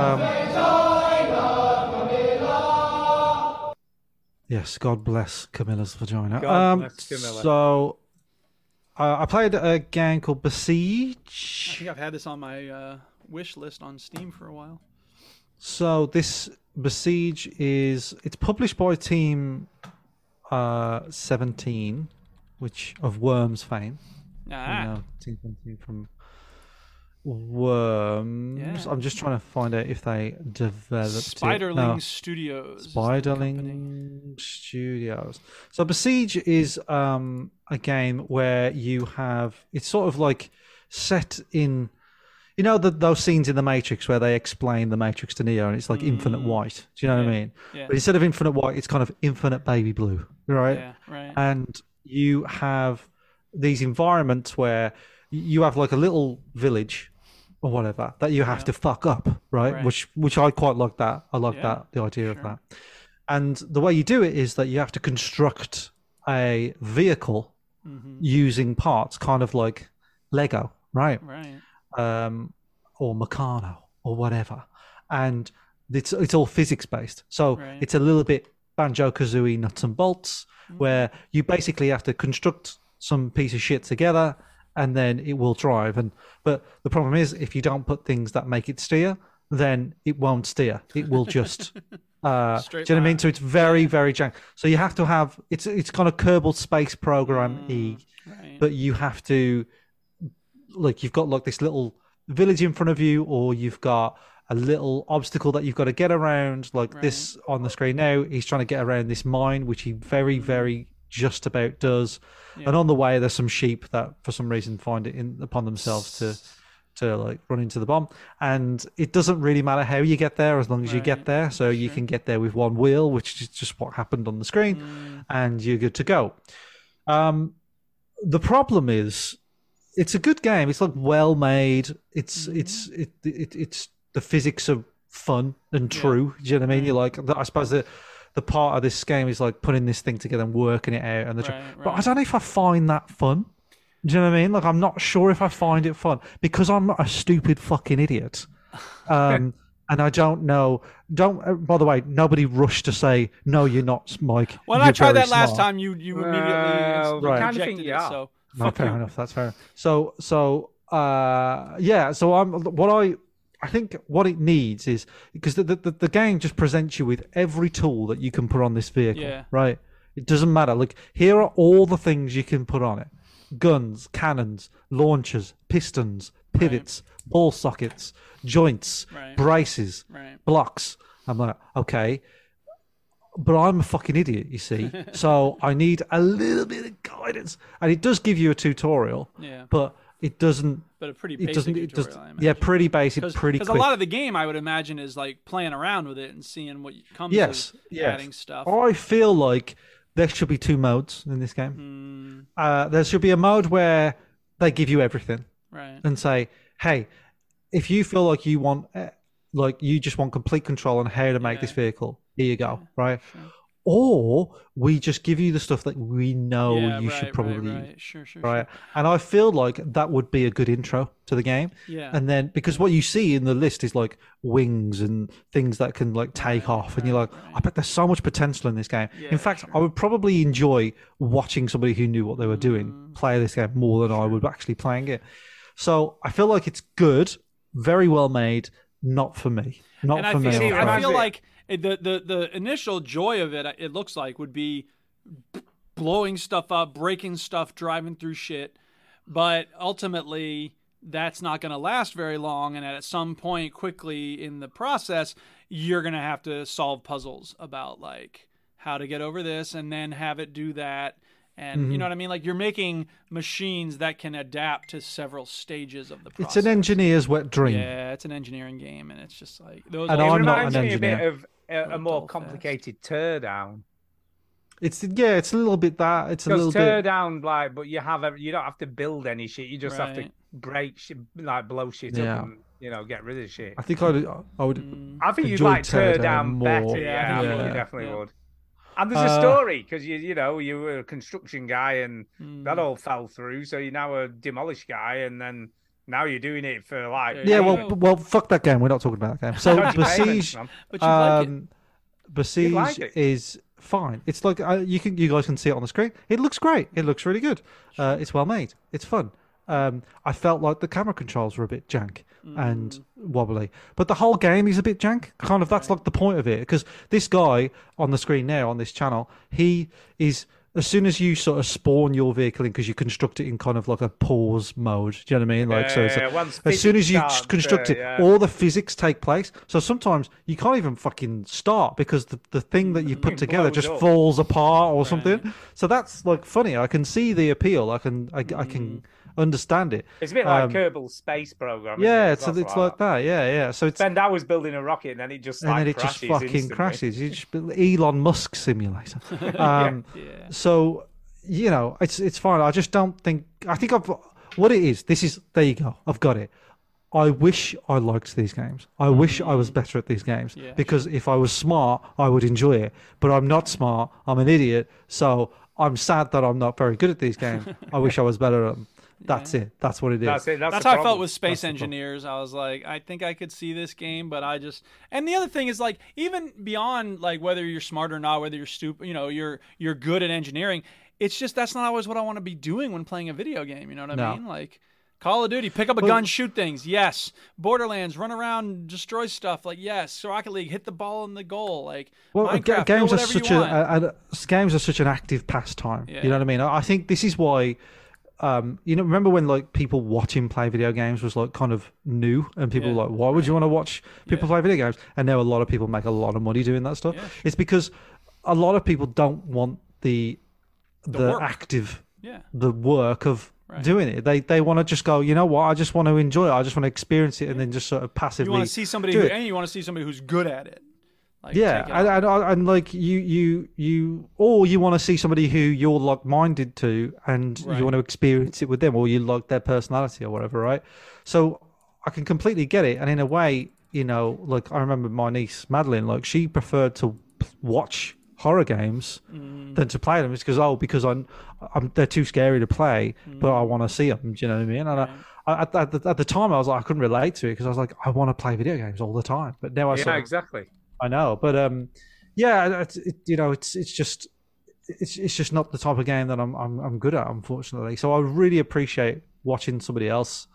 Speaker 1: Um, yes, God bless Camilla's vagina.
Speaker 2: God
Speaker 1: um,
Speaker 2: bless Camilla.
Speaker 1: So, uh, I played a game called Besiege.
Speaker 3: I think I've had this on my uh, wish list on Steam for a while.
Speaker 1: So this Besiege is it's published by Team uh, Seventeen, which of Worms fame.
Speaker 3: Ah,
Speaker 1: You know, Team Seventeen from Worms.
Speaker 3: Yeah.
Speaker 1: I'm just trying to find out if they developed
Speaker 3: Spiderling
Speaker 1: It. No.
Speaker 3: Studios. is the company.
Speaker 1: Spiderling Studios. So Besiege is um, a game where you have it's sort of like set in, you know, the, those scenes in the Matrix where they explain the Matrix to Neo, and it's like infinite white. Do you know what I mean?
Speaker 3: Mm. yeah.
Speaker 1: But instead of infinite white, it's kind of infinite baby blue, right? Uh,
Speaker 3: Yeah, right.
Speaker 1: and you have these environments where you have like a little village or whatever that you have to fuck up right?
Speaker 3: Right.
Speaker 1: which which i quite like that i like
Speaker 3: Yeah,
Speaker 1: that the idea of that and the way you do it is that you have to construct a vehicle
Speaker 3: Mm-hmm.
Speaker 1: using parts kind of like lego right
Speaker 3: right.
Speaker 1: um, or Meccano or whatever. And it's it's all physics based. So
Speaker 3: Right.
Speaker 1: it's a little bit banjo kazooie nuts and bolts, where you basically have to construct some piece of shit together, and then it will drive. And but the problem is, if you don't put things that make it steer, then it won't steer. It will just. Uh, do you know what I mean? So it's very, very jank. So you have to have it's it's kind of Kerbal Space Program E, but you have to like you've got like this little village in front of you or you've got a little obstacle that you've got to get around like this on the screen now he's trying to get around this mine which he very very just about does and on the way there's some sheep that for some reason find it in upon themselves to to like run into the bomb and it doesn't really matter how you get there as long as you get there so you can get there with one wheel which is just what happened on the screen and you're good to go um the problem is it's a good game. It's like well made. It's
Speaker 3: Mm-hmm.
Speaker 1: it's it, it it's the physics are fun and true. Do you know what I
Speaker 3: Mm.
Speaker 1: mean? You're like I suppose the the part of this game is like putting this thing together and working it out. And the tr-
Speaker 3: Right,
Speaker 1: but I
Speaker 3: right.
Speaker 1: don't know if I find that fun. Do you know what I mean? Like I'm not sure if I find it fun because I'm not a stupid fucking idiot. Um, and I don't know. Don't. uh, By the way, nobody rushed to say no. You're not, Mike.
Speaker 3: When
Speaker 1: you're
Speaker 3: I tried
Speaker 1: very
Speaker 3: that last
Speaker 1: smart."
Speaker 3: time, you you immediately
Speaker 2: Well,
Speaker 1: Right.
Speaker 2: kind of
Speaker 3: rejected
Speaker 2: think
Speaker 3: it.
Speaker 2: you are.
Speaker 3: So
Speaker 1: No, fair enough. That's fair. So, so, uh, yeah. So I'm what I, I think what it needs is because the, the the game just presents you with every tool that you can put on this vehicle.
Speaker 3: Yeah.
Speaker 1: Right. It doesn't matter. Like here are all the things you can put on it: guns, cannons, launchers, pistons, pivots, ball sockets, joints,
Speaker 3: Right.
Speaker 1: braces,
Speaker 3: Right.
Speaker 1: blocks. I'm like, okay, but I'm a fucking idiot, you see. so I need a little bit of guidance, and it does give you a tutorial,
Speaker 3: Yeah.
Speaker 1: but it doesn't.
Speaker 3: but a pretty
Speaker 1: It
Speaker 3: basic
Speaker 1: doesn't.
Speaker 3: tutorial.
Speaker 1: It does.
Speaker 3: I
Speaker 1: Yeah,
Speaker 3: imagine.
Speaker 1: pretty basic, pretty
Speaker 3: a
Speaker 1: quick.
Speaker 3: lot of the game I would imagine is like playing around with it and seeing what comes
Speaker 1: yes,
Speaker 3: of
Speaker 1: yes. Oh,
Speaker 3: adding stuff.
Speaker 1: I feel like there should be two modes in this game.
Speaker 3: Hmm.
Speaker 1: Uh, there should be a mode where they give you everything.
Speaker 3: Right.
Speaker 1: and say, "Hey, if you feel like you want, eh, like you just want complete control on how to make this vehicle, here you go, right?" Or we just give you the stuff that we know
Speaker 3: yeah,
Speaker 1: you
Speaker 3: right,
Speaker 1: should probably
Speaker 3: right,
Speaker 1: use,
Speaker 3: right. sure sure
Speaker 1: right? And I feel like that would be a good intro to the game.
Speaker 3: Yeah.
Speaker 1: And then because what you see in the list is like wings and things that can like take off, and you're like, I bet there's so much potential in this game. in fact, I would probably enjoy watching somebody who knew what they were
Speaker 3: Mm.
Speaker 1: doing play this game more than I would actually playing it. So I feel like it's good, very well made. Not for me. Not
Speaker 3: and
Speaker 1: for
Speaker 3: I
Speaker 1: me. I'm
Speaker 2: it
Speaker 3: feel,
Speaker 1: afraid.
Speaker 3: I
Speaker 2: reminds
Speaker 3: feel
Speaker 2: me-
Speaker 3: like it- the, the the initial joy of it, it looks like, would be b- blowing stuff up, breaking stuff, driving through shit. But ultimately, that's not going to last very long. And at some point, quickly in the process, you're going to have to solve puzzles about like how to get over this, and then have it do that. And
Speaker 1: Mm-hmm.
Speaker 3: you know what I mean? Like you're making machines that can adapt to several stages of the
Speaker 1: it's
Speaker 3: process.
Speaker 1: an engineer's wet dream.
Speaker 3: Yeah, it's an engineering game, and it's just like those.
Speaker 1: And
Speaker 3: old-
Speaker 2: It
Speaker 1: I'm not
Speaker 2: reminds
Speaker 1: an
Speaker 2: me a bit
Speaker 1: engineer.
Speaker 2: of uh, a, a more complicated teardown.
Speaker 1: It's yeah, it's a little bit that. It's a little
Speaker 2: Because
Speaker 1: bit.
Speaker 2: teardown, like, but you have every- you don't have to build any shit. You just have to
Speaker 3: Right.
Speaker 2: break, shit, like, blow shit
Speaker 1: Yeah.
Speaker 2: up, and, you know, get rid of shit.
Speaker 1: I think I'd, I would.
Speaker 3: Mm.
Speaker 2: I think you'd
Speaker 1: enjoy
Speaker 2: like
Speaker 1: Teardown
Speaker 2: teardown down
Speaker 1: more.
Speaker 2: better.
Speaker 1: Yeah,
Speaker 2: Yeah,
Speaker 1: I
Speaker 2: I
Speaker 1: think
Speaker 2: think
Speaker 1: so.
Speaker 2: you definitely
Speaker 3: Yeah.
Speaker 2: would. And there's
Speaker 1: Uh,
Speaker 2: a story because you you know you were a construction guy and
Speaker 1: hmm.
Speaker 2: that all fell through, so you're now a demolished guy, and then now you're doing it for like
Speaker 3: There you
Speaker 1: Yeah,
Speaker 3: go.
Speaker 1: well, well, fuck that game. We're not talking about that game. So
Speaker 2: dodgy payments,
Speaker 1: besiege.
Speaker 2: man.
Speaker 3: but you like it.
Speaker 1: Um, Besiege
Speaker 2: like it.
Speaker 1: is fine. It's like uh, you can you guys can see it on the screen. It looks great. It looks really good. Uh, it's well made. It's fun. Um, I felt like the camera controls were a bit jank
Speaker 2: Mm.
Speaker 1: and wobbly, but the whole game is a bit jank. Kind of that's like the point of it because this guy on the screen now on this channel, he is. As soon as you sort of spawn your vehicle in, because you construct it in kind of like a pause mode, do you know what I mean? Like so, it's
Speaker 2: Yeah,
Speaker 1: like-
Speaker 2: once
Speaker 1: as soon as you
Speaker 2: physics starts,
Speaker 1: construct
Speaker 2: uh,
Speaker 1: it,
Speaker 2: yeah.
Speaker 1: all the physics take place. So sometimes you can't even fucking start because the, the thing that you put
Speaker 2: It
Speaker 1: together
Speaker 2: blows
Speaker 1: just
Speaker 2: up.
Speaker 1: falls apart or something. So that's like funny. I can see the appeal. I can I, I can understand it.
Speaker 2: Mm. It's a bit like
Speaker 1: Um,
Speaker 2: Kerbal Space Program. isn't
Speaker 1: Yeah,
Speaker 2: it?
Speaker 1: it's
Speaker 2: That's
Speaker 1: it's like that. Yeah, yeah. So it's
Speaker 2: Spend hours building a rocket and then it just
Speaker 1: and
Speaker 2: like
Speaker 1: then it just
Speaker 2: crashes
Speaker 1: fucking
Speaker 2: instantly.
Speaker 1: crashes. You just Elon Musk simulator. Um, So you know, it's it's fine. I just don't think. I think I've what it is. This is there. You go. I've got it. I wish I liked these games. I wish I
Speaker 2: Mm.
Speaker 1: was better at these games because if I was smart, I would enjoy it. But I'm not smart. I'm an idiot. So I'm sad that I'm not very good at these games. I wish I was better at them. That's it. That's what it is.
Speaker 2: That's it. That's,
Speaker 3: That's
Speaker 2: the
Speaker 3: how I
Speaker 2: problem.
Speaker 3: felt with Space
Speaker 1: the problem.
Speaker 3: Engineers. I was like, I think I could see this game, but I just and the other thing is like even beyond like whether you're smart or not, whether you're stupid, you know, you're you're good at engineering. It's just that's not always what I want to be doing when playing a video game. You know what I
Speaker 1: No.
Speaker 3: mean? Like Call of Duty, pick up a gun, shoot things. Yes. Borderlands, run around, destroy stuff. Like yes. Rocket League, hit the ball in the goal. Like
Speaker 1: Well,
Speaker 3: Minecraft,
Speaker 1: ga-
Speaker 3: build
Speaker 1: games are
Speaker 3: whatever you
Speaker 1: such a, uh,
Speaker 3: want.
Speaker 1: a, a- games are such an active pastime. You know what I mean? I I think this is why, um, you know, remember when like people watching play video games was like kind of new, and people were like, why would you want to watch people play video games? And now a lot of people make a lot of money doing that stuff. It's because a lot of people don't want the the,
Speaker 3: work.
Speaker 1: active
Speaker 3: yeah.
Speaker 1: the work of doing it. They they want to just go, you know what? I just want to enjoy it. I just want to experience it, and then just sort of passively.
Speaker 3: You want to see somebody,
Speaker 1: do
Speaker 3: who,
Speaker 1: it
Speaker 3: and you want to see somebody who's good at it. Like,
Speaker 1: yeah
Speaker 3: take it
Speaker 1: and,
Speaker 3: on.
Speaker 1: and, uh, and like you you you or you want to see somebody who you're like minded to and you want to experience it with them or you like their personality or whatever right so i can completely get it and in a way you know like i remember my niece madeline like she preferred to p- watch horror games
Speaker 3: Mm.
Speaker 1: than to play them it's because oh because i'm, I'm they're too scary to play but
Speaker 3: Mm.
Speaker 1: i want to see them do you know what i mean and I, I, at, at, the, at the time i was like i couldn't relate to it because i was like i want to play video games all the time but now i
Speaker 2: Yeah,
Speaker 1: sort of
Speaker 2: exactly.
Speaker 1: I know, but um, yeah, it's it, you know, it's it's just it's it's just not the type of game that I'm I'm I'm good at, unfortunately. So I really appreciate watching somebody else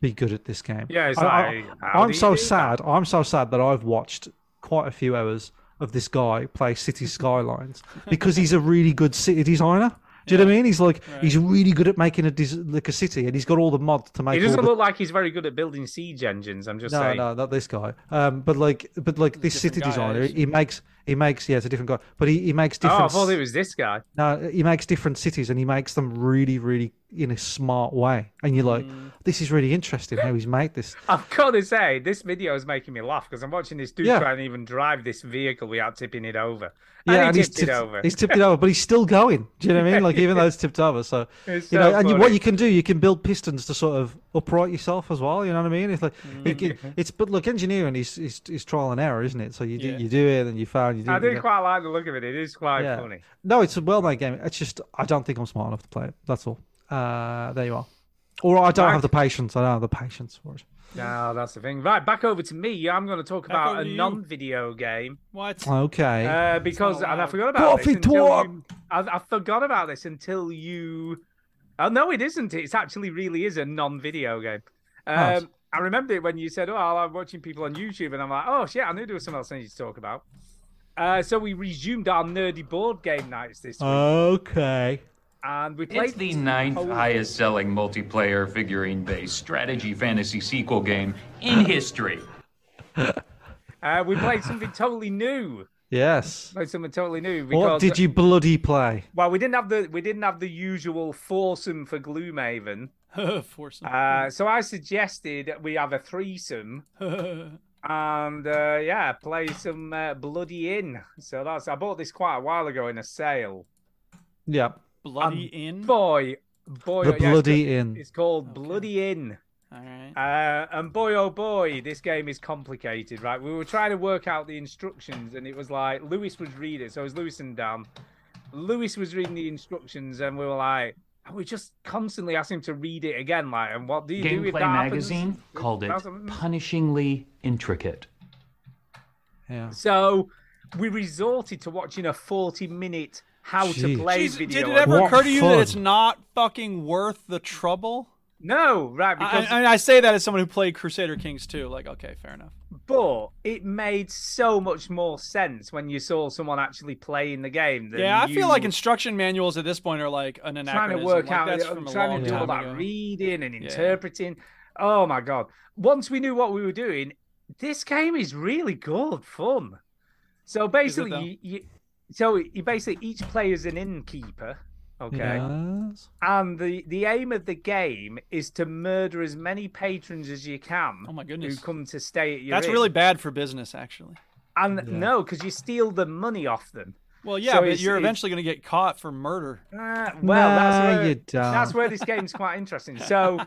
Speaker 1: be good at this game.
Speaker 2: Yeah, it's
Speaker 1: I,
Speaker 2: like, how
Speaker 1: I,
Speaker 2: do
Speaker 1: am
Speaker 2: you
Speaker 1: so
Speaker 2: do
Speaker 1: sad. I'm so sad that I've watched quite a few hours of this guy play City Skylines because he's a really good city designer. Do you know what I mean? He's like he's really good at making a des- like a city, and he's got all the mods to make.
Speaker 2: He
Speaker 1: all
Speaker 2: doesn't
Speaker 1: the
Speaker 2: look like he's very good at building siege engines. I'm just
Speaker 1: no,
Speaker 2: saying. Oh,
Speaker 1: no, not this guy. Um, but like, but like this city
Speaker 3: guy,
Speaker 1: designer,
Speaker 3: actually.
Speaker 1: he makes, he makes, yeah, it's a different guy, but he, he makes
Speaker 2: oh, I
Speaker 1: different.
Speaker 2: thought it was this guy.
Speaker 1: No, he makes different cities and he makes them really, really in a smart way. And you're like,
Speaker 2: Hmm.
Speaker 1: this is really interesting how he's made this.
Speaker 2: I've got to say, this video is making me laugh because I'm watching this dude
Speaker 1: Yeah.
Speaker 2: try and even drive this vehicle without tipping it over. And
Speaker 1: Yeah,
Speaker 2: he
Speaker 1: and he's
Speaker 2: tipped
Speaker 1: tipped,
Speaker 2: it over.
Speaker 1: he's tipped it over, but he's still going. Do you know what I mean? Like even though it's tipped over, so
Speaker 2: It's
Speaker 1: you know.
Speaker 2: so
Speaker 1: and you, what
Speaker 2: funny.
Speaker 1: you can do, you can build pistons to sort of upright yourself as well. You know what I mean? It's like you
Speaker 2: Hmm.
Speaker 1: can- it's but look, engineering is, is is trial and error, isn't it? So you do you do it and you found you do.
Speaker 2: I
Speaker 1: it, you
Speaker 2: do
Speaker 1: know.
Speaker 2: quite like the look of it. It is quite
Speaker 1: Yeah.
Speaker 2: funny.
Speaker 1: No, it's a well made game. It's just I don't think I'm smart enough to play it. That's all. Uh, there you are. Or I don't
Speaker 2: Mark?
Speaker 1: have the patience. I don't have the patience for it.
Speaker 2: No, that's the thing. Right, back over to me. I'm going to talk
Speaker 3: over
Speaker 2: about a
Speaker 3: to you.
Speaker 2: non-video game
Speaker 3: What?
Speaker 1: Okay.
Speaker 2: uh, because, and I forgot about
Speaker 1: Coffee
Speaker 2: this until
Speaker 1: talk!
Speaker 2: you- I, I forgot about this until you. Oh no, it isn't. It's actually really is a non-video game. Um,
Speaker 1: Nice.
Speaker 2: I remember it when you said, "Oh, I'm watching people on YouTube," and I'm like, "Oh shit, I knew there was something else I need to talk about." Uh, so we resumed our nerdy board game nights this week,
Speaker 1: Uh, okay.
Speaker 2: and we played
Speaker 12: It's the ninth highest selling multiplayer figurine based strategy fantasy sequel game in history.
Speaker 2: Uh, we played something totally new.
Speaker 1: Yes.
Speaker 2: Played something totally new. Because,
Speaker 1: What did you bloody play?
Speaker 2: Well, we didn't have the we didn't have the usual foursome for Gloomhaven.
Speaker 3: Force
Speaker 2: Uh, so I suggested we have a threesome and uh, yeah, play some uh, Bloody Inn. So that's I bought this quite a while ago in a sale.
Speaker 1: Yeah.
Speaker 3: bloody in.
Speaker 2: Boy, boy,
Speaker 1: The
Speaker 2: yes,
Speaker 1: Bloody
Speaker 2: it's-
Speaker 1: Inn.
Speaker 2: It's called Bloody Inn.
Speaker 3: All right.
Speaker 2: Uh, and boy, oh boy, this game is complicated, right? We were trying to work out the instructions, and it was like Lewis was reading. So it was Lewis and Dan. Lewis was reading the instructions, and we were like, and we just constantly asked him to read it again, like, and what do you do if
Speaker 12: Gameplay
Speaker 2: that happens?
Speaker 12: magazine called it
Speaker 2: That's something.
Speaker 12: punishingly intricate.
Speaker 1: Yeah.
Speaker 2: So we resorted to watching a 40-minute how
Speaker 1: Jeez.
Speaker 2: to play
Speaker 3: Jeez,
Speaker 2: video.
Speaker 3: did it ever
Speaker 1: What
Speaker 3: occur to you that it's
Speaker 1: fun.
Speaker 3: not fucking worth the trouble?
Speaker 2: No, right? Because
Speaker 3: I, I, I say that as someone who played Crusader Kings 2. Like, okay, fair enough.
Speaker 2: but it made so much more sense when you saw someone actually playing the game. Than
Speaker 3: Yeah, I feel like
Speaker 2: you-
Speaker 3: instruction manuals at this point are like an
Speaker 2: trying
Speaker 3: anachronism.
Speaker 2: to work
Speaker 3: like,
Speaker 2: out
Speaker 3: that's
Speaker 2: uh,
Speaker 3: from a
Speaker 2: trying
Speaker 3: long
Speaker 2: to do all
Speaker 3: time
Speaker 2: that
Speaker 3: ago.
Speaker 2: reading and interpreting. Oh my god! Once we knew what we were doing, this game is really good fun. So basically,
Speaker 3: though?
Speaker 2: you, you so you basically each player is an innkeeper. Okay,
Speaker 1: Yes.
Speaker 2: and the the aim of the game is to murder as many patrons as you can.
Speaker 3: Oh my goodness.
Speaker 2: Who come to stay at your
Speaker 3: That's
Speaker 2: inn.
Speaker 3: really bad for business, actually.
Speaker 2: and no, because you steal the money off them.
Speaker 3: Well, yeah,
Speaker 2: So
Speaker 3: but
Speaker 2: it's-
Speaker 3: you're
Speaker 2: it's-
Speaker 3: eventually going to get caught for murder.
Speaker 2: Uh, well, that's
Speaker 1: Nah,
Speaker 2: where,
Speaker 1: you don't.
Speaker 2: that's where this game's quite interesting. So,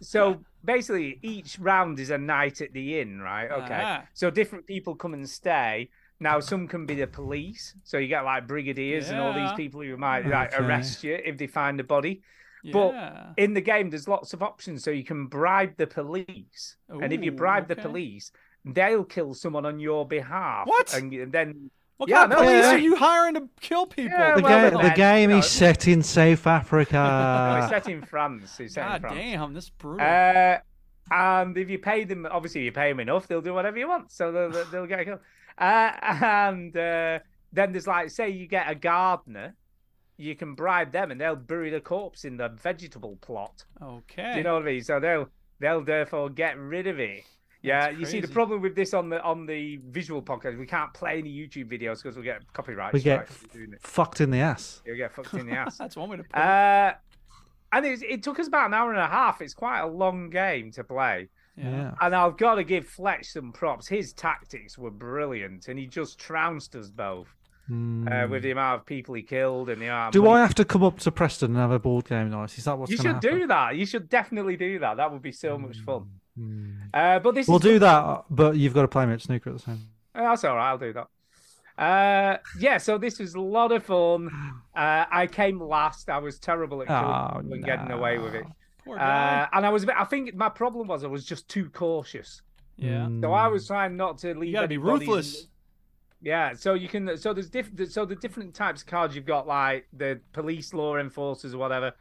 Speaker 2: so basically, each round is a night at the inn, right? Okay.
Speaker 3: Ah.
Speaker 2: So different people come and stay. Now, some can be the police, so you get like brigadiers and all
Speaker 3: Yeah.
Speaker 2: these people who might like
Speaker 1: Oh, Okay.
Speaker 2: arrest you if they find a body.
Speaker 3: Yeah.
Speaker 2: But in the game, there's lots of options. So you can bribe the police, and if you
Speaker 3: Ooh,
Speaker 2: bribe the
Speaker 3: okay.
Speaker 2: police, they'll kill someone on your behalf.
Speaker 3: What?
Speaker 2: And you- then
Speaker 3: What
Speaker 2: yeah,
Speaker 3: kind of
Speaker 2: no,
Speaker 3: police
Speaker 2: yeah.
Speaker 3: are you hiring to kill people?
Speaker 2: Yeah,
Speaker 1: The,
Speaker 2: well,
Speaker 1: ga-
Speaker 2: but
Speaker 1: the
Speaker 2: then-
Speaker 1: game
Speaker 2: no.
Speaker 1: is set in South
Speaker 2: No, it's
Speaker 1: Africa.
Speaker 2: set in France. It's set in
Speaker 3: God
Speaker 2: France.
Speaker 3: damn, this is brutal.
Speaker 2: Uh, and if you pay them, obviously you pay them enough, they'll do whatever you want. So they'll, they'll- they'll get killed. Uh, and uh, then there's like, say you get a gardener, you can bribe them and they'll bury the corpse in the vegetable plot.
Speaker 3: okay.
Speaker 2: Do you know what I mean? So they'll they'll therefore get rid of it. Yeah,
Speaker 3: That's
Speaker 2: you see the
Speaker 3: crazy.
Speaker 2: problem with this on the on the visual podcast, we can't play any YouTube videos because we'll get copyright.
Speaker 1: We get
Speaker 2: strikes for doing it.
Speaker 1: fucked in the ass.
Speaker 2: You'll get fucked in the ass.
Speaker 3: That's one way to put it.
Speaker 2: Uh, and it, it took us about an hour and a half. It's quite a long game to play.
Speaker 1: Yeah.
Speaker 2: And I've got to give Fletch some props. His tactics were brilliant, and he just trounced us both uh, with the amount of people he killed and the amount. of
Speaker 1: Hmm. Do I
Speaker 2: money-
Speaker 1: have to come up to Preston and have a board game night? Is that what's
Speaker 2: You
Speaker 1: going to
Speaker 2: should
Speaker 1: happen?
Speaker 2: do that. You should definitely do that. That would be so much fun. Uh, but this
Speaker 1: Hmm. We'll
Speaker 2: is
Speaker 1: do that, but you've got to play me at snooker at the same.
Speaker 2: Uh, That's all right. I'll do that. Uh, yeah, so this was a lot of fun. Uh, I came last. I was terrible at killing
Speaker 1: Oh,
Speaker 2: people and getting away with it.
Speaker 3: Poor guy.
Speaker 2: Uh, and I was a bit, I think my problem was I was just too cautious.
Speaker 3: yeah.
Speaker 2: So I was trying not to leave.
Speaker 3: You gotta be
Speaker 2: anybody-
Speaker 3: ruthless.
Speaker 2: Yeah. So you can. So there's different. So the different types of cards you've got, like the police law enforcers or whatever.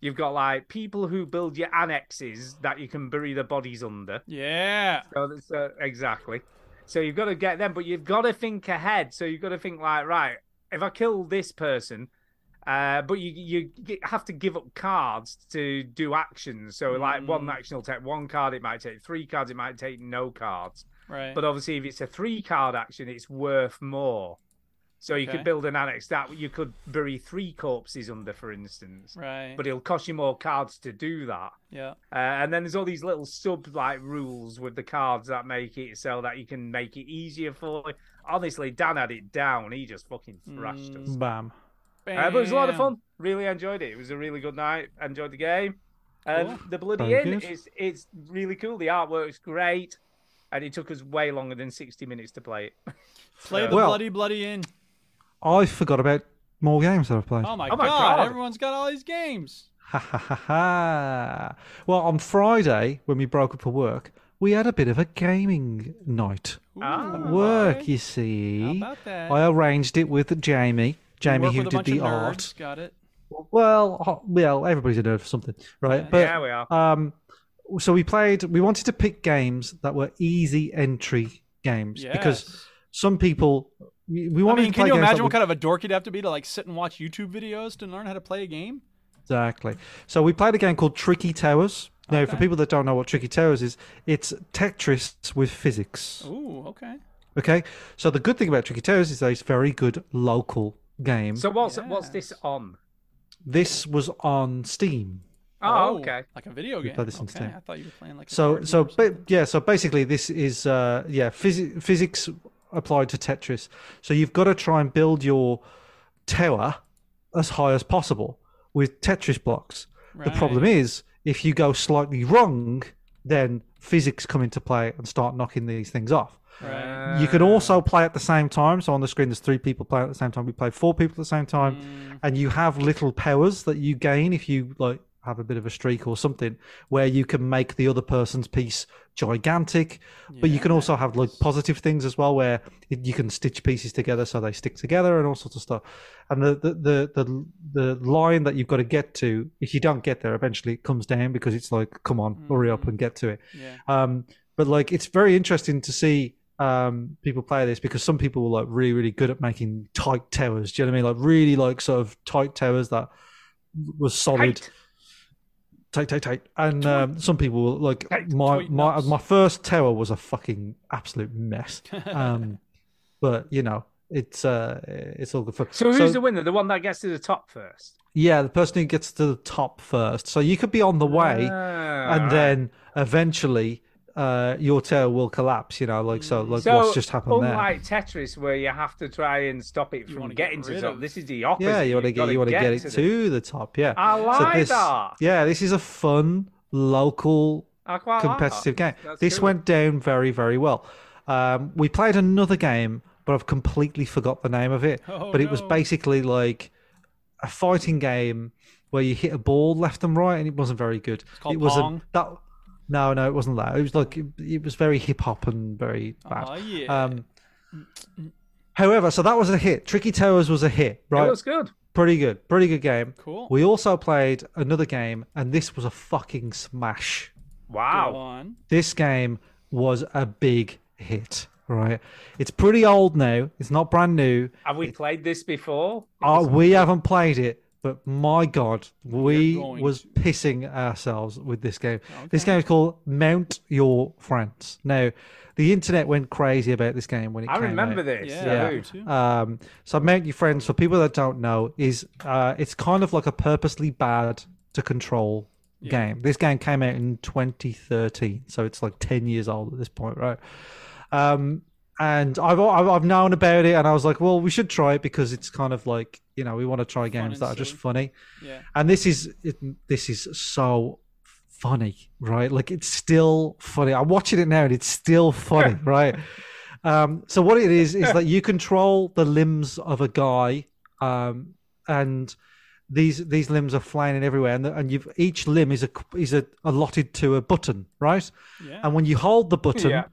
Speaker 2: You've got like people who build your annexes that you can bury the bodies under.
Speaker 3: Yeah.
Speaker 2: So that's uh, exactly. So you've got to get them, but you've got to think ahead. So you've got to think like, right, if I kill this person, uh, but you you g- have to give up cards to do actions. So like one
Speaker 3: Mm.
Speaker 2: action will take one card, it might take three cards, it might take no cards.
Speaker 3: Right.
Speaker 2: But uh, obviously, if it's a three card action, it's worth more. So you
Speaker 3: Okay.
Speaker 2: could build an annex that you could bury three corpses under, for instance.
Speaker 3: right.
Speaker 2: But it'll cost you more cards to do that.
Speaker 3: yeah.
Speaker 2: Uh, and then there's all these little sub like rules with the cards that make it so that you can make it easier for. Honestly, Dan had it down. He just fucking thrashed us.
Speaker 1: Bam.
Speaker 2: Uh, but it was a lot of
Speaker 3: Bam.
Speaker 2: fun. Really enjoyed it. It was a really good night. Enjoyed the game. And the Bloody
Speaker 1: Very
Speaker 2: Inn
Speaker 1: good.
Speaker 2: is it's really cool. The artwork's great. And it took us way longer than 60 minutes to play it.
Speaker 3: Play the
Speaker 1: Well-
Speaker 3: bloody bloody in.
Speaker 1: I forgot about more games that I've played.
Speaker 3: Oh my,
Speaker 2: Oh my
Speaker 3: god.
Speaker 2: God.
Speaker 3: Everyone's got all these games.
Speaker 1: Ha ha ha ha. Well, on Friday, when we broke up for work, we had a bit of a gaming night.
Speaker 2: Ah,
Speaker 1: At work, you see.
Speaker 3: Oh, about that?
Speaker 1: I arranged it with Jamie. Jamie,
Speaker 3: Work
Speaker 1: who
Speaker 3: with a
Speaker 1: did
Speaker 3: bunch
Speaker 1: the
Speaker 3: of
Speaker 1: art.
Speaker 3: nerds. Got it.
Speaker 1: Well, oh, well, everybody's a nerd for something, right? But
Speaker 2: yeah, we are.
Speaker 1: um, so we played. We wanted to pick games that were easy entry games because
Speaker 3: Yes.
Speaker 1: some people we, we
Speaker 3: I
Speaker 1: wanted
Speaker 3: mean,
Speaker 1: to play
Speaker 3: can you
Speaker 1: games
Speaker 3: imagine
Speaker 1: that
Speaker 3: what
Speaker 1: would-
Speaker 3: kind of a dork you'd have to be to like sit and watch YouTube videos to learn how to play a game?
Speaker 1: Exactly. So we played a game called Tricky Towers. Now, for people that don't know what Tricky Towers is, it's Tetris with physics.
Speaker 3: Ooh, okay.
Speaker 1: Okay. So the good thing about Tricky Towers is that it's a very good local game.
Speaker 2: So what's what's this on?
Speaker 1: this was on Steam.
Speaker 2: Oh, okay.
Speaker 3: Like a video game.
Speaker 1: play this on
Speaker 3: okay.
Speaker 1: Steam.
Speaker 3: I thought you were playing like. a
Speaker 1: So
Speaker 3: card
Speaker 1: so
Speaker 3: game or something.
Speaker 1: ba- yeah. So basically, this is uh, yeah phys- physics applied to Tetris. So you've got to try and build your tower as high as possible with Tetris blocks. The problem is if you go slightly wrong, then physics come into play and start knocking these things off.
Speaker 3: Right.
Speaker 1: You can also play at the same time. So on the screen, there's three people playing at the same time. We play four people at the same time,
Speaker 3: Mm.
Speaker 1: and you have little powers that you gain if you like have a bit of a streak or something, where you can make the other person's piece gigantic. But you can also have like positive things as well, where it, you can stitch pieces together so they stick together and all sorts of stuff. And the the the the, the line that you've got to get to, if you don't get there, eventually it comes down because it's like, come on, hurry up and get to it.
Speaker 3: Yeah.
Speaker 1: Um, but like, it's very interesting to see um, people play this because some people were like really, really good at making tight towers. Do you know what I mean? Like really, like sort of tight towers that was solid.
Speaker 2: Tight.
Speaker 1: Tight, tight, tight. And um, some people were like
Speaker 2: Tight,
Speaker 1: my
Speaker 3: tight
Speaker 1: my
Speaker 3: knots.
Speaker 1: my first tower was a fucking absolute mess. Um, but you know, it's uh, it's all good fun.
Speaker 2: So who's the winner? The one that gets to the top first.
Speaker 1: yeah, the person who gets to the top first. So you could be on the way
Speaker 2: Ah.
Speaker 1: and uh, then eventually uh, your tower will collapse. You know, like so, like
Speaker 2: So, oh
Speaker 1: what's just happened there?
Speaker 2: unlike Tetris, where you have to try and stop it from
Speaker 3: wanna get
Speaker 2: getting to
Speaker 3: rid
Speaker 2: something,
Speaker 3: of-
Speaker 2: this is the opposite.
Speaker 1: yeah, you want to
Speaker 2: You've
Speaker 1: get
Speaker 2: gotta
Speaker 1: you want to get it
Speaker 2: the-
Speaker 1: to the top. Yeah,
Speaker 2: I like
Speaker 1: this,
Speaker 2: that.
Speaker 1: Yeah, this is a fun local
Speaker 2: I quite like that.
Speaker 3: Ah,
Speaker 1: competitive game.
Speaker 2: That's
Speaker 1: this
Speaker 2: cool.
Speaker 1: went down very very well. Um, we played another game, but I've completely forgot the name of it.
Speaker 3: Oh,
Speaker 1: but it was
Speaker 3: no.
Speaker 1: basically like a fighting game where you hit a ball left and right, and it wasn't very good.
Speaker 3: called
Speaker 1: it wasn't
Speaker 3: Pong?
Speaker 1: that. No, no, it wasn't that. It was like it, it was very hip hop and very bad.
Speaker 3: Oh, yeah.
Speaker 1: Um, however, so that was a hit. Tricky Towers was a hit, right?
Speaker 2: It was good.
Speaker 1: Pretty good, pretty good game.
Speaker 3: Cool.
Speaker 1: We also played another game, and this was a fucking smash.
Speaker 2: Wow.
Speaker 3: Go on.
Speaker 1: This game was a big hit, right? It's pretty old now. It's not brand new.
Speaker 2: Have we played this before?
Speaker 1: Oh, we haven't played it, but my god, we
Speaker 3: We're going
Speaker 1: was pissing ourselves with this game. This game is called Mount Your Friends. Now, the internet went crazy about this game when it
Speaker 2: I
Speaker 1: came
Speaker 2: remember
Speaker 1: out.
Speaker 2: this.
Speaker 3: Yeah.
Speaker 2: dude.
Speaker 1: Um, so Mount Your Friends, for people that don't know, is uh, it's kind of like a purposely bad to control game. This game came out in 2013, so it's like 10 years old at this point, right? Um, and I've, I've I've known about it, and I was like, well, we should try it because it's kind of like you know we want to try games
Speaker 3: and
Speaker 1: that are just
Speaker 3: silly.
Speaker 1: funny.
Speaker 3: Yeah.
Speaker 1: And this is it, this is so funny, right? Like it's still funny. I'm watching it now, and it's still funny, right? Um, so what it is is that you control the limbs of a guy, um, and these these limbs are flying everywhere, and, and you've each limb is a is a, allotted to a button, right?
Speaker 3: Yeah.
Speaker 1: And when you hold the button,
Speaker 2: Yeah.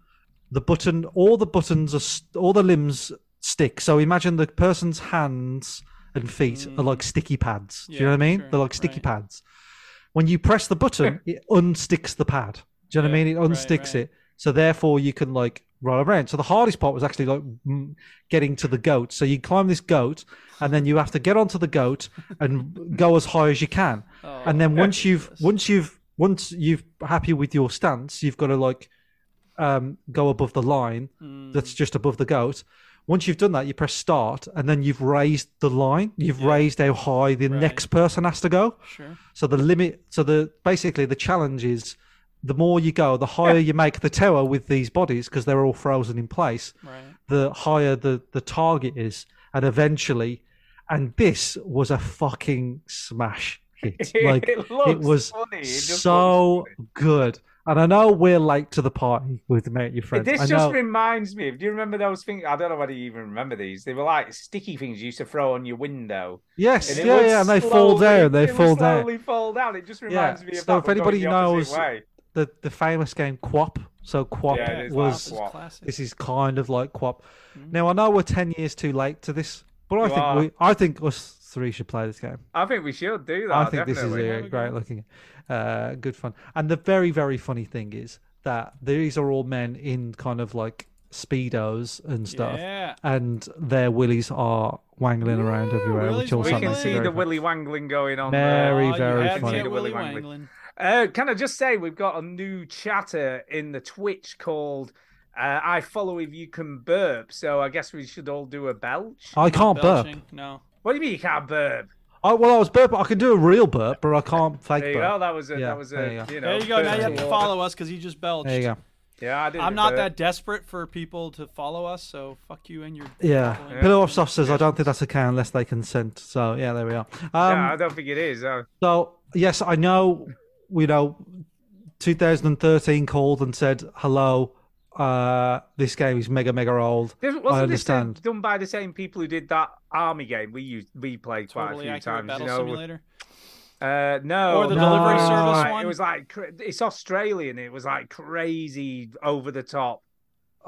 Speaker 1: the button, all the buttons are st- all the limbs stick. So imagine the person's hands and feet are like sticky pads. Do you know
Speaker 3: Mm. Yeah,
Speaker 1: what I mean?
Speaker 3: sure,
Speaker 1: They're like sticky
Speaker 3: right.
Speaker 1: pads. When you press the button, it unsticks the pad. Do you know what I
Speaker 3: Yeah,
Speaker 1: mean? It
Speaker 3: right,
Speaker 1: unsticks
Speaker 3: right.
Speaker 1: it. So therefore, you can like roll around. So the hardest part was actually like mm, getting to the goat. So you climb this goat, and then you have to get onto the goat and go as high as you can.
Speaker 3: Oh,
Speaker 1: and then once you've once you've once you've happy with your stance, you've got to like um, go above the line
Speaker 3: Hmm.
Speaker 1: that's just above the goat. Once you've done that, you press start, and then you've raised the line. You've raised how high the next person has to go.
Speaker 3: Sure.
Speaker 1: So the limit, so the basically the challenge is, the more you go, the higher you make the tower with these bodies because they're all frozen in place.
Speaker 3: Right.
Speaker 1: The higher the the target is, and eventually, and this was a fucking smash hit. Like
Speaker 2: It
Speaker 1: it,
Speaker 2: looks
Speaker 1: was
Speaker 2: funny, it just
Speaker 1: so good. And I know we're late to the party with Mate Your Friends. I
Speaker 2: This
Speaker 1: know-
Speaker 2: just reminds me of. Do you remember those things? I don't know whether you even remember these. They were like sticky things you used to throw on your window.
Speaker 1: Yes,
Speaker 2: And it
Speaker 1: yeah,
Speaker 2: would
Speaker 1: yeah, and they fall
Speaker 2: slowly-
Speaker 1: down. They
Speaker 2: it would
Speaker 1: fall down.
Speaker 2: slowly fall down. It just reminds me of
Speaker 1: so
Speaker 2: that.
Speaker 1: if
Speaker 2: but going
Speaker 1: anybody
Speaker 2: the opposite
Speaker 1: knows-
Speaker 2: way.
Speaker 1: The the famous game Quap. So Quap
Speaker 2: Yeah, it is
Speaker 1: was
Speaker 2: like Quap.
Speaker 3: Classic.
Speaker 1: this is kind of like Quap. Now I know we're ten years too late to this, but I
Speaker 2: Mm-hmm. You
Speaker 1: think
Speaker 2: are.
Speaker 1: we I think us three should play this game.
Speaker 2: I think we should do that.
Speaker 1: I think
Speaker 2: Ah, definitely.
Speaker 1: this is a great looking, uh, good fun. And the very, very funny thing is that these are all men in kind of like speedos and stuff,
Speaker 3: Yeah.
Speaker 1: and their willies are wangling around everywhere,
Speaker 3: willies
Speaker 1: which also
Speaker 2: We
Speaker 3: wangling.
Speaker 2: can
Speaker 1: makes it
Speaker 2: see
Speaker 1: very
Speaker 2: the
Speaker 1: fun.
Speaker 2: willy wangling going on. there.
Speaker 1: Very,
Speaker 3: Oh, you
Speaker 1: very
Speaker 3: have to
Speaker 1: funny.
Speaker 3: get
Speaker 2: Willy
Speaker 3: Willy
Speaker 2: Wangling.
Speaker 3: Wangling.
Speaker 2: Uh, can I just say we've got a new chatter in the Twitch called uh, "I follow if you can burp." So I guess we should all do a belch.
Speaker 1: I can't burp.
Speaker 3: Belching. No.
Speaker 2: What do you mean you can't burp?
Speaker 1: I, well, I was burp. I can do a real burp, but I can't fake
Speaker 2: There
Speaker 1: burp.
Speaker 2: you go. That was a.
Speaker 1: Yeah,
Speaker 2: that was
Speaker 1: there you
Speaker 2: a.
Speaker 1: go.
Speaker 2: You know,
Speaker 3: There you go. Now you have to
Speaker 2: burp.
Speaker 3: follow us because he just belched.
Speaker 1: There you go.
Speaker 2: Yeah, I did.
Speaker 3: I'm not that desperate for people to follow us, so fuck you and your.
Speaker 1: Yeah.
Speaker 3: following.
Speaker 1: Pillow of Soft says I don't think that's okay unless they consent. So yeah, there we are. Um,
Speaker 2: yeah, I don't think it is. Uh,
Speaker 1: So yes, I know. You know, 2013 called and said, "Hello, uh, this game is mega mega old."
Speaker 2: this- wasn't
Speaker 1: I
Speaker 2: this done-
Speaker 1: understand.
Speaker 2: done by the same people who did that army game we used we played quite
Speaker 3: Totally
Speaker 2: a few
Speaker 3: accurate
Speaker 2: times?
Speaker 3: battle
Speaker 2: you know, with-
Speaker 3: simulator.
Speaker 2: Uh, no,
Speaker 3: Or the
Speaker 2: no,
Speaker 1: delivery
Speaker 2: it was
Speaker 1: service
Speaker 2: like-
Speaker 3: one?
Speaker 2: It was like cra- it's Australian. It was like crazy, over the top.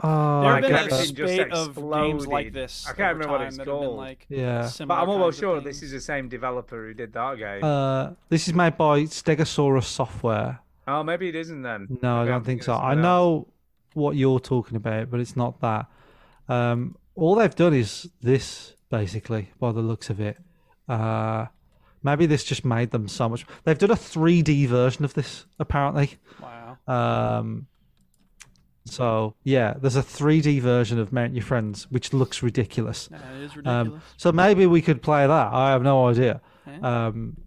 Speaker 1: Oh,
Speaker 3: There
Speaker 1: I
Speaker 3: have been
Speaker 1: get
Speaker 3: a
Speaker 2: everything
Speaker 1: that.
Speaker 2: just
Speaker 3: spate of games like
Speaker 2: exploded.
Speaker 3: this.
Speaker 2: I can't
Speaker 3: over
Speaker 2: remember what
Speaker 3: time
Speaker 2: it's
Speaker 3: that have been,
Speaker 2: called.
Speaker 3: like,
Speaker 1: Yeah.
Speaker 3: similar
Speaker 2: But I'm almost
Speaker 3: kinds of
Speaker 2: sure this
Speaker 3: things.
Speaker 2: is the same developer who did that game.
Speaker 1: Uh, this is made by Stegosaurus Software.
Speaker 2: oh, maybe it isn't then.
Speaker 1: No, I
Speaker 2: Maybe I'm
Speaker 1: don't think
Speaker 2: thinking
Speaker 1: so.
Speaker 2: of
Speaker 1: I
Speaker 2: something else.
Speaker 1: know what you're talking about, but it's not that. Um, all they've done is this, basically, by the looks of it. Uh, maybe this just made them so much. They've done a 3D version of this, apparently.
Speaker 3: Wow.
Speaker 1: Um, so yeah, there's a 3D version of Mount Your Friends, which looks ridiculous.
Speaker 3: That is ridiculous.
Speaker 1: Um, so maybe we could play that. I have no idea. Um,